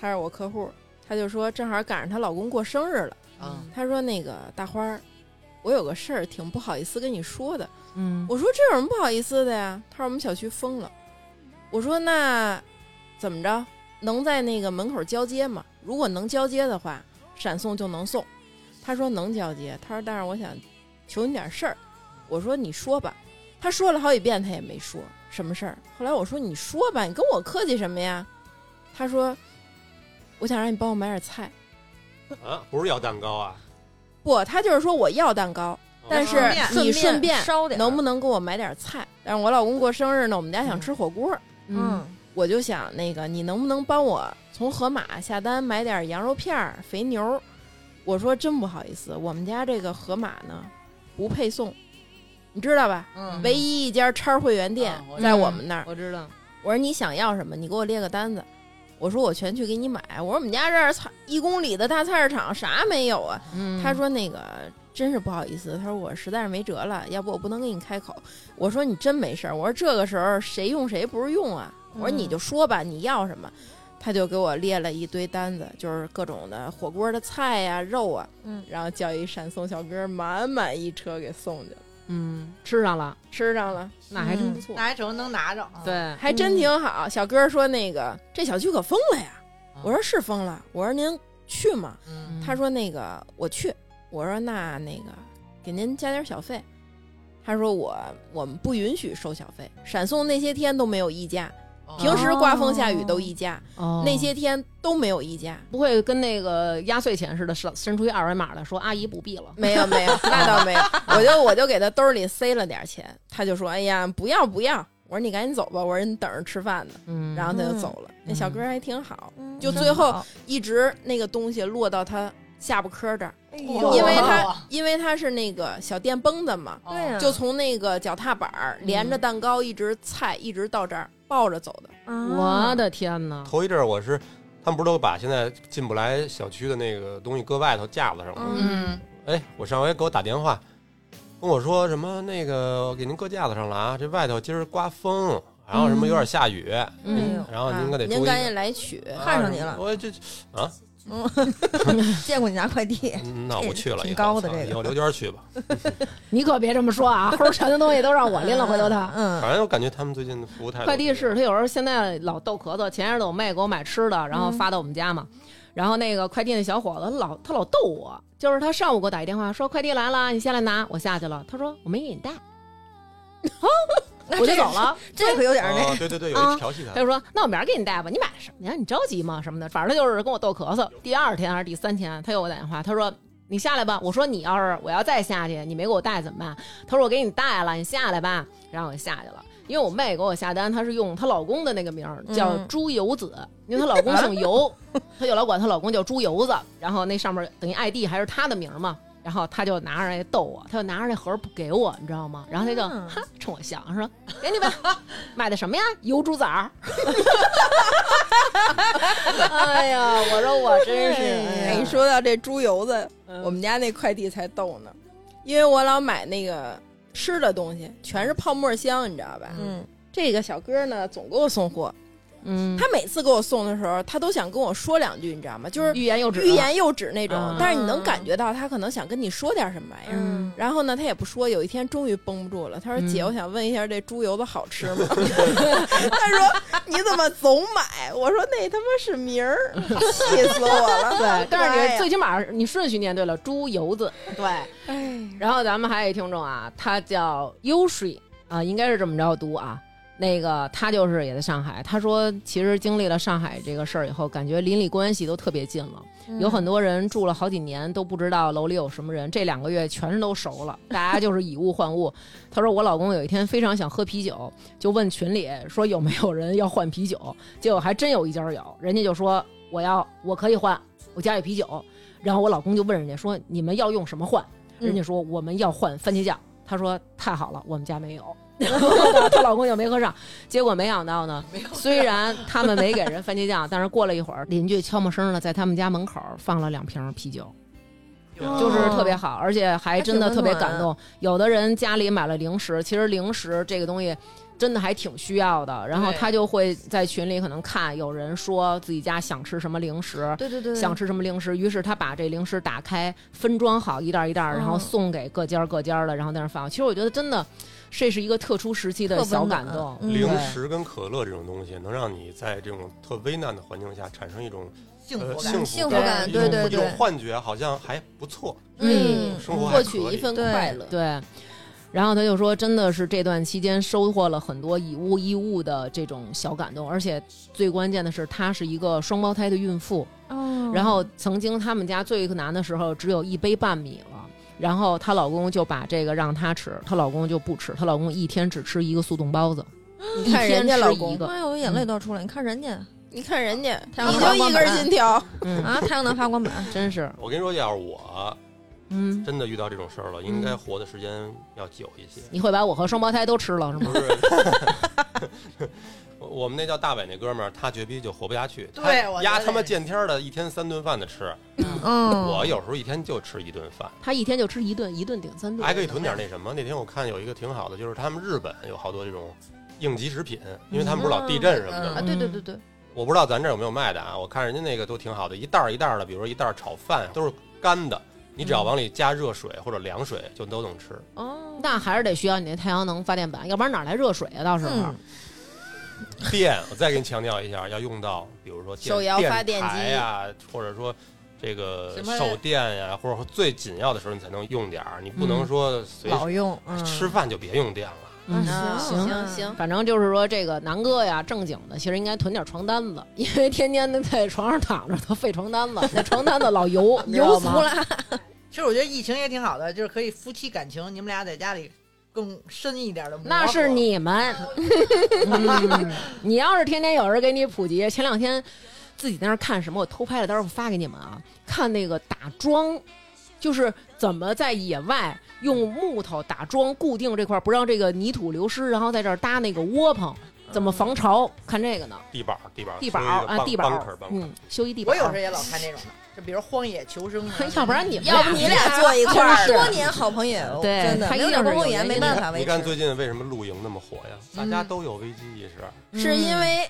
Speaker 4: 他是我客户，他就说正好赶上她老公过生日了，
Speaker 7: 啊，
Speaker 6: 嗯
Speaker 4: 他说那个大花儿，我有个事儿挺不好意思跟你说的。
Speaker 2: 嗯，
Speaker 4: 我说这有什么不好意思的呀？他说我们小区封了。我说那怎么着？能在那个门口交接吗？如果能交接的话，闪送就能送。他说能交接。他说但是我想求你点事儿。我说你说吧。他说了好几遍，他也没说什么事儿。后来我说你说吧，你跟我客气什么呀？他说我想让你帮我买点菜。
Speaker 3: 啊，不是要蛋糕啊，
Speaker 4: 不，他就是说我要蛋糕，但是
Speaker 3: 哦
Speaker 4: 你
Speaker 5: 顺
Speaker 4: 顺便
Speaker 5: 烧点儿，
Speaker 4: 能不能给我买点菜？但是我老公过生日呢，我们家想吃火锅，
Speaker 5: 嗯
Speaker 4: 我就想那个你能不能帮我从盒马下单买点羊肉片儿、肥牛儿？我说真不好意思，我们家这个盒马呢不配送，你知道吧？
Speaker 6: 嗯
Speaker 4: 唯一一家叉会员店
Speaker 6: 啊我
Speaker 4: 在我们那儿。
Speaker 2: 我知道，
Speaker 4: 我说你想要什么，你给我列个单子。我说我全去给你买。我说我们家这儿菜一公里的大菜市场啥没有啊？
Speaker 2: 嗯，
Speaker 4: 他说那个真是不好意思，他说我实在是没辙了，要不我不能给你开口。我说你真没事儿，我说这个时候谁用谁不是用啊？我说你就说吧，你要什么？他就给我列了一堆单子，就是各种的火锅的菜呀、肉啊，
Speaker 5: 嗯
Speaker 4: 然后叫一闪送小哥满满一车给送去了，
Speaker 2: 嗯，吃上了，
Speaker 4: 吃上了，
Speaker 2: 那还真不错，
Speaker 6: 那还成能拿着啊。
Speaker 2: 嗯对，
Speaker 4: 还真挺好。小哥说那个这小区可封了呀，我说是封了，我说您去吗？
Speaker 6: 嗯，
Speaker 4: 他说那个我去，我说那那个给您加点小费。他说我我们不允许收小费，闪送那些天都没有溢价，平时刮风下雨都溢价，
Speaker 2: 哦
Speaker 4: 那些天都没有溢价。
Speaker 2: 不会跟那个压岁钱似的，伸伸出一二维码来说阿姨不必了，
Speaker 4: 没有没有， 那倒没有，我就我就给他兜里塞了点钱，他就说哎呀不要不要，我说你赶紧走吧，我说你等着吃饭呢，
Speaker 2: 嗯，
Speaker 4: 然后他就
Speaker 5: 嗯
Speaker 4: 走了。那小哥还挺好，
Speaker 5: 嗯
Speaker 4: 就最后一直那个东西落到他下巴颏儿这儿，
Speaker 5: 嗯
Speaker 6: 哦
Speaker 4: 因为他
Speaker 6: 哦
Speaker 4: 因为他是那个小电蹦子嘛，
Speaker 5: 对
Speaker 2: 嗯
Speaker 5: 呀，
Speaker 4: 就从那个脚踏板儿连着蛋糕一直菜一直到这儿抱着走的。
Speaker 5: 啊
Speaker 2: 我的天哪，
Speaker 3: 头一阵儿我是，他们不是都把现在进不来小区的那个东西搁外头架子上吗？
Speaker 6: 嗯，
Speaker 3: 哎，我上回给我打电话，跟我说什么那个我给您搁架子上了啊，这外头今儿刮风，然后什么有点下雨，
Speaker 5: 哎
Speaker 2: 嗯，
Speaker 3: 然后哦您可得注
Speaker 4: 啊您
Speaker 3: 意。
Speaker 4: 赶紧来取，
Speaker 3: 啊
Speaker 5: 看上你了
Speaker 3: 我这
Speaker 5: 见过你拿 快递，
Speaker 3: 嗯那我去了以后，
Speaker 5: 挺高的
Speaker 3: 操
Speaker 5: 这个
Speaker 3: 以后刘娟去吧。
Speaker 2: 你可别这么说啊， 齁馋的东西都让我拎了，回头他。
Speaker 5: 嗯，
Speaker 3: 反正我感觉他们最近的服务态度。
Speaker 2: 快递是，他有时候现在老逗咳嗽。前一阵子我妹给我买吃的，然后发到我们家嘛，然后那个快递那小伙子老他老逗我，就是他上午给我打一电话说快递来了，你下来拿，我下去了，他说我没给你带，我就走了。
Speaker 5: 这可有点儿那
Speaker 3: 哦， 对对对，有
Speaker 2: 啊
Speaker 3: 一调戏他
Speaker 2: 他就说那我明儿给你带吧，你买什么呀？你着急吗？什么的，反正他就是跟我逗咳嗽。第二天啊还是第三天，他又给我打电话，他说。你下来吧，我说你要是我要再下去，你没给我带怎么办？他说我给你带了，你下来吧。然后我下去了，因为我妹给我下单，她是用她老公的那个名儿叫
Speaker 5: 嗯
Speaker 2: 猪油子，因为她老公姓油，她就老管她老公叫猪油子。然后那上 面等于 ID 还是她的名儿嘛，然后她就拿着来逗我，她就拿着那 盒儿不给我，你知道吗？然后她就、
Speaker 5: 嗯
Speaker 2: 哈冲我笑说：“给你吧，买的什么呀？油猪崽儿。”哎呀，我说我真是，哎
Speaker 4: 哎，
Speaker 2: 呀
Speaker 4: 你说到这猪油子，
Speaker 2: 嗯
Speaker 4: 我们家那快递才逗呢，因为我老买那个吃的东西，全是泡沫箱，你知道吧？
Speaker 5: 嗯，
Speaker 4: 这个小哥呢，总给我送货，
Speaker 2: 嗯，
Speaker 4: 他每次给我送的时候，他都想跟我说两句，你知道吗？就是
Speaker 2: 欲言又止，
Speaker 4: 欲言又止那
Speaker 2: 嗯
Speaker 4: 种，但是你能感觉到他可能想跟你说点什么玩意儿。
Speaker 2: 嗯
Speaker 4: 然后呢，他也不说。有一天终于绷不住了，他说：“
Speaker 2: 嗯
Speaker 4: 姐，我想问一下，这猪油子好吃吗？” 他说：“你怎么总买？”我说：“那他妈是名儿，气死我了。”
Speaker 2: 对，但是你
Speaker 4: 最
Speaker 2: 最起码你顺序念对了，猪油子。
Speaker 6: 对，
Speaker 2: 然后咱们还有一听众啊，他叫 Ushi 啊、应该是这么着读啊。那个他就是也在上海，他说其实经历了上海这个事儿以后，感觉邻里关系都特别近了。有很多人住了好几年都不知道楼里有什么人，这两个月全都熟了，大家就是以物换物。 他说我老公有一天非常想喝啤酒，就问群里说有没有人要换啤酒，结果还真有一家有，人家就说我要我可以换，我家有啤酒。然后我老公就问人家说你们要用什么换？人家说我们要换番茄酱，他说太好了，我们家没 有。然后呢，她老公就没喝上，结果没想到呢，虽然他们没给人番茄酱，但是过了一会儿，邻居悄没声的在他们家门口放了两瓶啤酒。就是特别好，而且哦还真的特别感动。有的人家里买了零食，其实零食这个东西真的还挺需要的。然后
Speaker 5: 对
Speaker 2: 他就会在群里可能看有人说自己家想吃什么零食，
Speaker 5: 对对对，
Speaker 2: 想吃什么零食，于是他把这零食打开，分装好一袋儿一袋儿，然后
Speaker 5: 嗯
Speaker 2: 送给各家儿各家儿的，然后在那儿放。其实我觉得真的，这是一个特殊时期的
Speaker 5: 特
Speaker 2: 小
Speaker 5: 温
Speaker 2: 感
Speaker 5: 暖
Speaker 2: 动。
Speaker 5: 嗯
Speaker 3: 零食跟可乐这种东西，能让你在这种特危难的环境下产生一种
Speaker 6: 幸
Speaker 3: 呃
Speaker 6: 福感
Speaker 3: 幸。
Speaker 5: 幸
Speaker 3: 福
Speaker 5: 福
Speaker 3: 感，
Speaker 5: 感
Speaker 3: 一
Speaker 5: 对
Speaker 3: 种
Speaker 5: 对
Speaker 3: 一种
Speaker 5: 对
Speaker 3: 幻觉，好像还不错，
Speaker 2: 嗯
Speaker 5: 嗯，
Speaker 3: 生活还
Speaker 4: 获
Speaker 3: 可
Speaker 4: 取一
Speaker 3: 以
Speaker 4: 份
Speaker 5: 对
Speaker 4: 快乐。
Speaker 2: 对。然后他就说，真的是这段期间收获了很多以物易物的这种小感动，而且最关键的是，她是一个双胞胎的孕妇。
Speaker 8: 嗯
Speaker 5: 哦
Speaker 2: 然后曾经他们家最难的时候只有一杯半米了，然后她老公就把这个让她吃，她老公就不吃，她老公一天只吃一个速冻包子，
Speaker 4: 你看人家老
Speaker 2: 一天吃一
Speaker 4: 公，
Speaker 2: 个
Speaker 5: 妈呀，我眼泪都要出来！你看人家
Speaker 4: 你看人家，
Speaker 5: 太阳能
Speaker 4: 你就
Speaker 5: 光板
Speaker 4: 一根金条，
Speaker 2: 嗯，
Speaker 5: 啊，太阳能发光板，
Speaker 2: 真是，
Speaker 3: 我跟你说，要是我
Speaker 2: 嗯，
Speaker 3: 真的遇到这种事儿了，应该活的时间要久一些。
Speaker 5: 嗯
Speaker 2: 你会把我和双胞胎都吃了是吗
Speaker 3: 不？是，我 我们那叫大伟那哥们儿，他绝逼就活不下去。他
Speaker 6: 对我觉
Speaker 3: 丫
Speaker 6: 得
Speaker 3: 他妈
Speaker 6: 也
Speaker 3: 见天儿的，一天三顿饭的吃。
Speaker 5: 嗯，
Speaker 3: 我有时候一天就吃一顿饭，
Speaker 2: 她一天就吃一顿，一顿顶三顿，
Speaker 3: 还可以囤点那什么。那天我看有一个挺好的，就是他们日本有好多这种应急食品，因为他们不是老地震什么的
Speaker 5: 啊，
Speaker 3: 嘛。
Speaker 5: 对对对对，
Speaker 3: 我不知道咱这儿有没有卖的啊？我看人家那个都挺好的，一袋儿一袋儿的，比如说一袋儿炒饭都是干的，你只要往里加热水或者凉水就都能吃。
Speaker 5: 哦，
Speaker 2: 那还是得需要你那太阳能发电板，要不然哪来热水啊？到时候。
Speaker 5: 嗯
Speaker 3: 电，我再给你强调一 下，要用到，比如说电
Speaker 4: 手摇发电机
Speaker 3: 台呀，或者说这个
Speaker 6: 什么
Speaker 3: 手电呀，或者说最紧要的时候你才能用点儿，你不能说随时、
Speaker 5: 老用，嗯，
Speaker 3: 吃饭就别用电了。
Speaker 2: 嗯
Speaker 5: 啊
Speaker 2: 行
Speaker 4: 行行，
Speaker 2: 反正就是说，这个南哥呀，正经的其实应该囤点床单子，因为天天都在床上躺着都废床单子，那床单子老 油，你知道
Speaker 5: 油
Speaker 2: 吗
Speaker 5: 服了，
Speaker 6: 其实我觉得疫情也挺好的，就是可以夫妻感情，你们俩在家里更深一点的磨合。
Speaker 2: 那是你们，嗯 你要是天天有人给你普及，前两天自己在那儿看什么，我偷拍了，到时候我发给你们啊。看那个打桩，就是怎么在野外用木头打桩固定这块儿，不让这个泥土流失，然后在这儿搭那个窝棚，怎么防潮？看这个呢，
Speaker 3: 地板儿，地板儿，
Speaker 2: 地板儿啊，地板
Speaker 3: 帮
Speaker 2: 儿，嗯，修一地板
Speaker 6: 我
Speaker 2: 儿。，
Speaker 6: 有时候也老看这种的，就比如《荒野求生》啊
Speaker 2: 要不然你们
Speaker 5: 要不你俩坐一块儿，多年好朋友，
Speaker 2: 对
Speaker 5: 真的，
Speaker 2: 他
Speaker 5: 没
Speaker 2: 一
Speaker 5: 有
Speaker 2: 定
Speaker 5: 点
Speaker 2: 是
Speaker 5: 公共
Speaker 2: 有
Speaker 5: 缘
Speaker 2: 原
Speaker 5: 没
Speaker 2: 因
Speaker 5: 办
Speaker 2: 的
Speaker 5: 法维
Speaker 4: 嗯
Speaker 3: 你
Speaker 5: 持
Speaker 3: 看。最近为什么露营那么火呀？大家都有危机意识。
Speaker 5: 是因为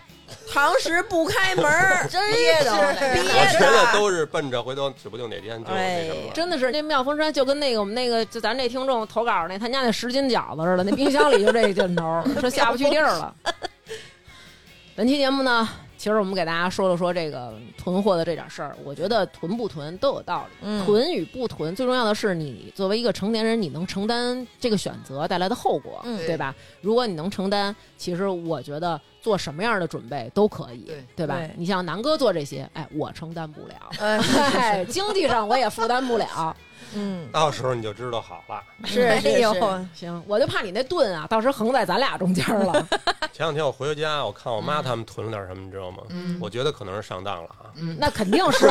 Speaker 5: 堂食不开门儿，真
Speaker 6: 憋着
Speaker 4: 嗯
Speaker 5: 憋
Speaker 6: 呢
Speaker 3: 我觉得
Speaker 5: 着。
Speaker 3: 都是奔着回头，指不定哪天就那什么了。
Speaker 2: 真的是那妙峰山就跟那个我们那个就咱这听众投稿那他家那十斤饺子似的，那冰箱里就这劲头，说 下不去地儿了。 本期节目呢，其实我们给大家说了说这个囤货的这点事儿，我觉得囤不囤都有道理，
Speaker 5: 嗯
Speaker 2: 囤与不囤，最重要的是你作为一个成年人，你能承担这个选择带来的后果，
Speaker 5: 嗯
Speaker 2: 对吧？如果你能承担，其实我觉得做什么样的准备都可以，
Speaker 6: 对
Speaker 2: 吧？
Speaker 5: 对
Speaker 2: 你像南哥做这些，哎，我承担不了，
Speaker 5: 哎，
Speaker 2: 哎，经济上我也负担不了。
Speaker 5: 嗯，
Speaker 3: 到时候你就知道好 了。
Speaker 4: 是
Speaker 5: 哎
Speaker 4: 是
Speaker 5: 呦
Speaker 4: 是，
Speaker 2: 行，我就怕你那盾啊，到时候横在咱俩中间 了。
Speaker 3: 前两天我回家，我看我妈他们囤了点什么，你知道吗？
Speaker 6: 嗯
Speaker 3: 我觉得可能是上当了 啊。
Speaker 2: 那肯定是，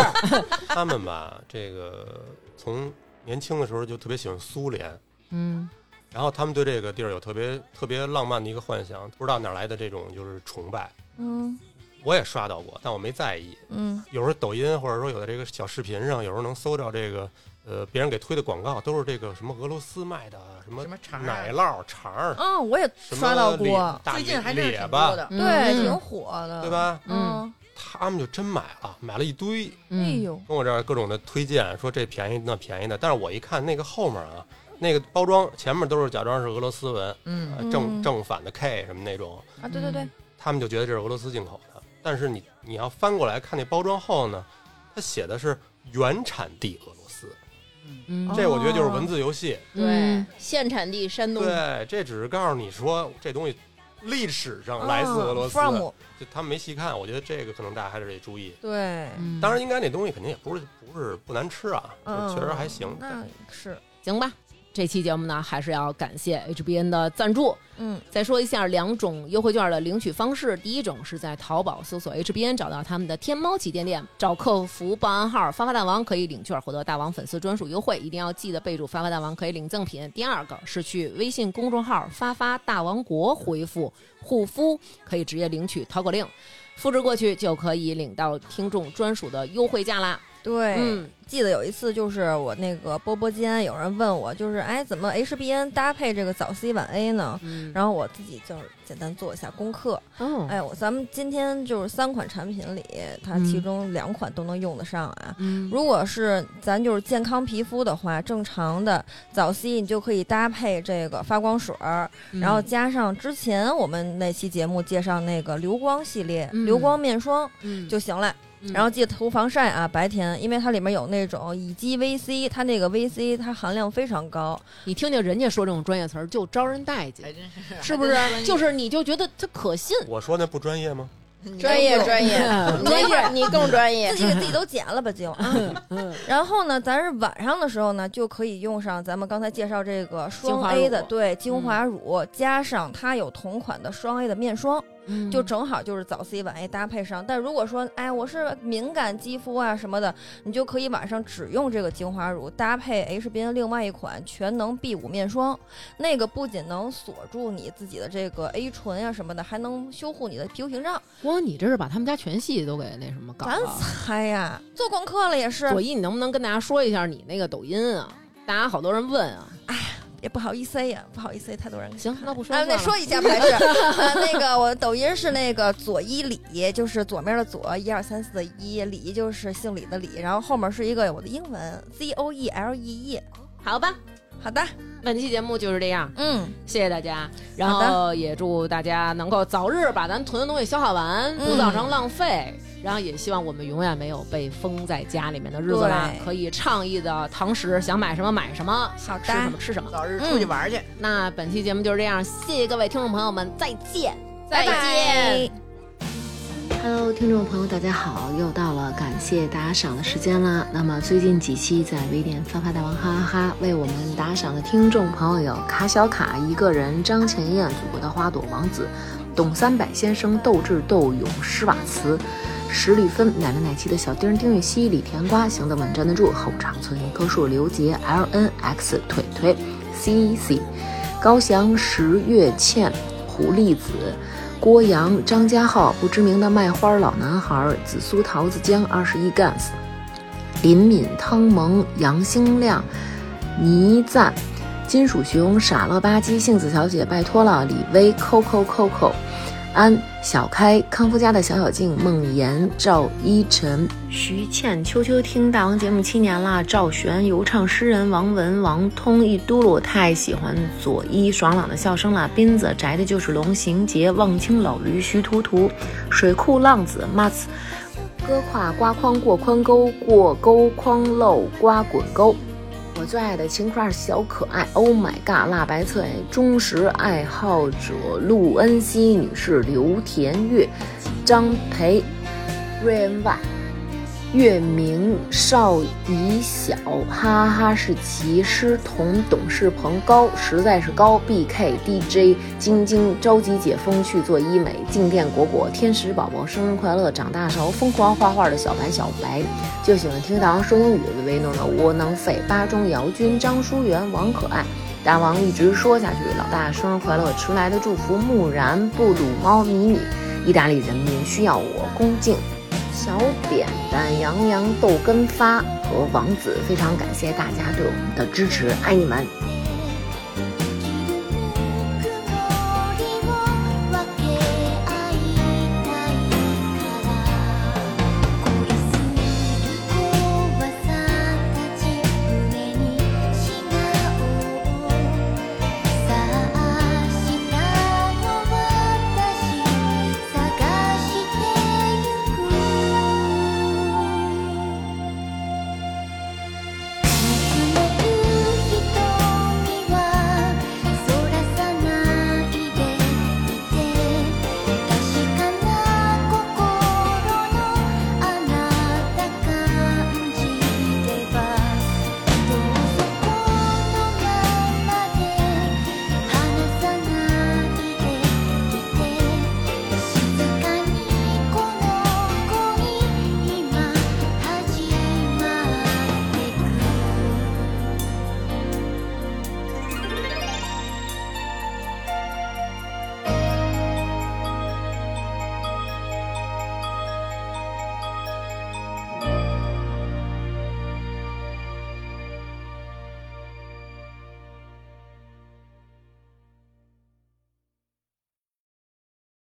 Speaker 3: 他们吧，这个从年轻的时候就特别喜欢苏联，
Speaker 2: 嗯
Speaker 3: 然后他们对这个地儿有特别特别浪漫的一个幻想，不知道哪来的这种就是崇拜。
Speaker 5: 嗯
Speaker 3: 我也刷到过，但我没在意。
Speaker 5: 嗯，
Speaker 3: 有时候抖音或者说有的这个小视频上，有时候能搜到这个呃别人给推的广告，都是这个什么俄罗斯卖的什么
Speaker 6: 什么肠儿啊
Speaker 3: 奶酪肠儿，
Speaker 5: 啊，我也
Speaker 3: 什么
Speaker 5: 刷到
Speaker 3: 列
Speaker 5: 过，
Speaker 3: 大
Speaker 6: 最近还真是
Speaker 3: 列
Speaker 6: 挺多
Speaker 3: 巴，
Speaker 6: 的。
Speaker 5: 对，挺火的，
Speaker 3: 对？吧？
Speaker 5: 嗯，
Speaker 3: 他们就真买了，买了一堆，
Speaker 5: 哎
Speaker 7: 嗯
Speaker 5: 呦，
Speaker 3: 跟我这儿各种的推荐，说这便宜那便宜的。但是我一看那个后面啊，那个包装前面都是假装是俄罗斯文，
Speaker 6: 嗯，
Speaker 3: 呃
Speaker 5: 嗯
Speaker 3: 正正反的 K 什么那种，
Speaker 5: 啊，对对对，
Speaker 3: 他们就觉得这是俄罗斯进口的。但是你你要翻过来看那包装后呢，它写的是原产地俄罗斯，
Speaker 5: 哦
Speaker 2: 嗯
Speaker 3: 这我觉得就是文字游戏。
Speaker 7: 嗯
Speaker 4: 对，现产地山东，
Speaker 3: 对，这只是告诉你说这东西历史上来自俄罗斯，
Speaker 5: 啊 from
Speaker 3: 就他们没细看。我觉得这个可能大家还是得注意。
Speaker 5: 对，
Speaker 3: 当然，应该那东西肯定也不是不是不难吃啊，
Speaker 5: 嗯
Speaker 3: 就确实还行。
Speaker 5: 那是，
Speaker 2: 行吧。这期节目呢，还是要感谢 HBN 的赞助。
Speaker 5: 嗯
Speaker 2: 再说一下两种优惠券的领取方式，第一种是在淘宝搜索 HBN 找到他们的天猫旗舰店，找客服报暗号“发发大王”可以领券，获得大王粉丝专属优惠，一定要记得备注“发发大王”可以领赠品。第二个是去微信公众号“发发大王国”回复“护肤”，可以直接领取淘口令，复制过去就可以领到听众专属的优惠价啦。
Speaker 5: 对，
Speaker 2: 嗯
Speaker 5: 记得有一次就是我那个波波间有人问我，就是哎怎么 HBN 搭配这个早 C 晚 A 呢？
Speaker 2: 嗯，
Speaker 5: 然后我自己就是简单做一下功课，
Speaker 2: 哦，
Speaker 5: 哎，我咱们今天就是三款产品里，它其中两款都能用得上啊。
Speaker 2: 嗯，
Speaker 5: 如果是咱就是健康皮肤的话，正常的早 C 你就可以搭配这个发光水儿，然
Speaker 2: 嗯
Speaker 5: 后加上之前我们那期节目介绍那个流光系列、
Speaker 2: 嗯
Speaker 5: 流光面霜
Speaker 2: 嗯
Speaker 5: 就行了。
Speaker 2: 嗯
Speaker 5: 然后记得涂防晒啊，白天，因为它里面有那种乙基 VC，它那个 VC 它含量非常高，
Speaker 2: 你听听人家说这种专业词儿就招人待见，
Speaker 6: 还真是
Speaker 2: 是不是？就是你就觉得他可信，
Speaker 3: 我说那不专业吗？
Speaker 1: 专业专 业，
Speaker 2: 嗯
Speaker 1: 专业你更专业
Speaker 5: 自。己给自己都减了吧就啊。
Speaker 2: 嗯
Speaker 5: 然后呢，咱是晚上的时候呢，就可以用上咱们刚才介绍这个
Speaker 2: 精
Speaker 5: 双
Speaker 2: 华
Speaker 5: A
Speaker 2: 乳
Speaker 5: 的对精华乳，加上它有同款的双 A 的面霜，
Speaker 2: 嗯，
Speaker 5: 就正好就是早 C 晚 A 搭配上。但如果说哎我是敏感肌肤啊什么的，你就可以晚上只用这个精华乳搭配 HBN 另外一款全能 B 五面霜，那个不仅能锁住你自己的这个 A 醇呀、什么的，还能修护你的皮肤屏障。
Speaker 2: 哇，你这是把他们家全系都给那什么搞
Speaker 5: 咱
Speaker 2: 了。
Speaker 5: 猜呀，做功课了也是，
Speaker 2: 左一，你能不能跟大家说一下你那个抖音啊？大家好多人问啊。
Speaker 5: 也不好意思哎呀，不好意思，太多人看
Speaker 2: 哎行，那不说
Speaker 5: 啊，
Speaker 2: 了。
Speaker 5: 那说一下吧， 还是啊，那个我抖音是那个左一李，就是左面的左，一二三四的一，李就是姓李的李，然后后面是一个我的英文 Z O E L E E。
Speaker 2: 好吧，
Speaker 5: 好的，
Speaker 2: 本期节目就是这样，
Speaker 5: 嗯，
Speaker 2: 谢谢大家。然后也祝大家能够早日把咱囤的东西消化完，不造成浪费。然后也希望我们永远没有被封在家里面的日子啦，
Speaker 5: 对
Speaker 2: 可以倡议的堂食，想买什么买什么，想吃
Speaker 5: 好的
Speaker 2: 什么吃什么。
Speaker 6: 早日出去玩去。
Speaker 2: 那本期节目就是这样，谢谢各位听众朋友们，再见，
Speaker 5: 拜拜。
Speaker 7: Hello，听众朋友，大家好，又到了感谢打赏的时间啦。那么最近几期在微店发发大王哈哈哈为我们打赏的听众朋友有卡小卡、一个人、张前燕、祖国的花朵、王子、董三百先生、斗智斗勇、施瓦茨、石立芬、奶了奶气的小丁、丁禹兮、李甜瓜、行得稳站得住、后场村一棵树、刘杰、L N X、腿腿、C C、高翔、石月倩、胡栗子。郭阳、张家浩、不知名的卖花老男孩、紫苏桃子江、二十一 Gans、林敏、汤萌、杨兴亮、倪赞、金属熊、傻乐吧唧、杏子小姐，拜托了，李薇、Coco Coco、安、小开、康夫家的小小静、梦妍、赵一晨、徐倩、秋秋听大王节目七年啦，赵璇、游唱诗人王文、王通、一嘟噜，太喜欢左一爽朗的笑声啦，斌子宅的就是龙，行杰、望清老驴、徐图图、水库浪子、m a s 割胯、刮筐、过宽沟、过沟筐漏、刮滚沟。我最爱的情块小可爱，Oh my god，辣白菜，忠实爱好者陆恩熙女士、刘田月、张培、瑞恩 Y、月明、邵怡晓、哈哈士奇、师彤、董事鹏、高，实在是高，BK、DJ、晶晶、着急解封去做医美、静电果果、天使宝宝生日快乐、长大勺、疯狂画画的小白小白、就喜欢听大王说英语，唯唯诺诺，窝囊废。巴中姚军、张淑媛、王可爱，大王一直说下去。老大生日快乐，迟来的祝福。木然、布鲁猫、米米，意大利人民需要我恭敬。小扁担、羊羊豆根发和王子，非常感谢大家对我们的支持，爱你们。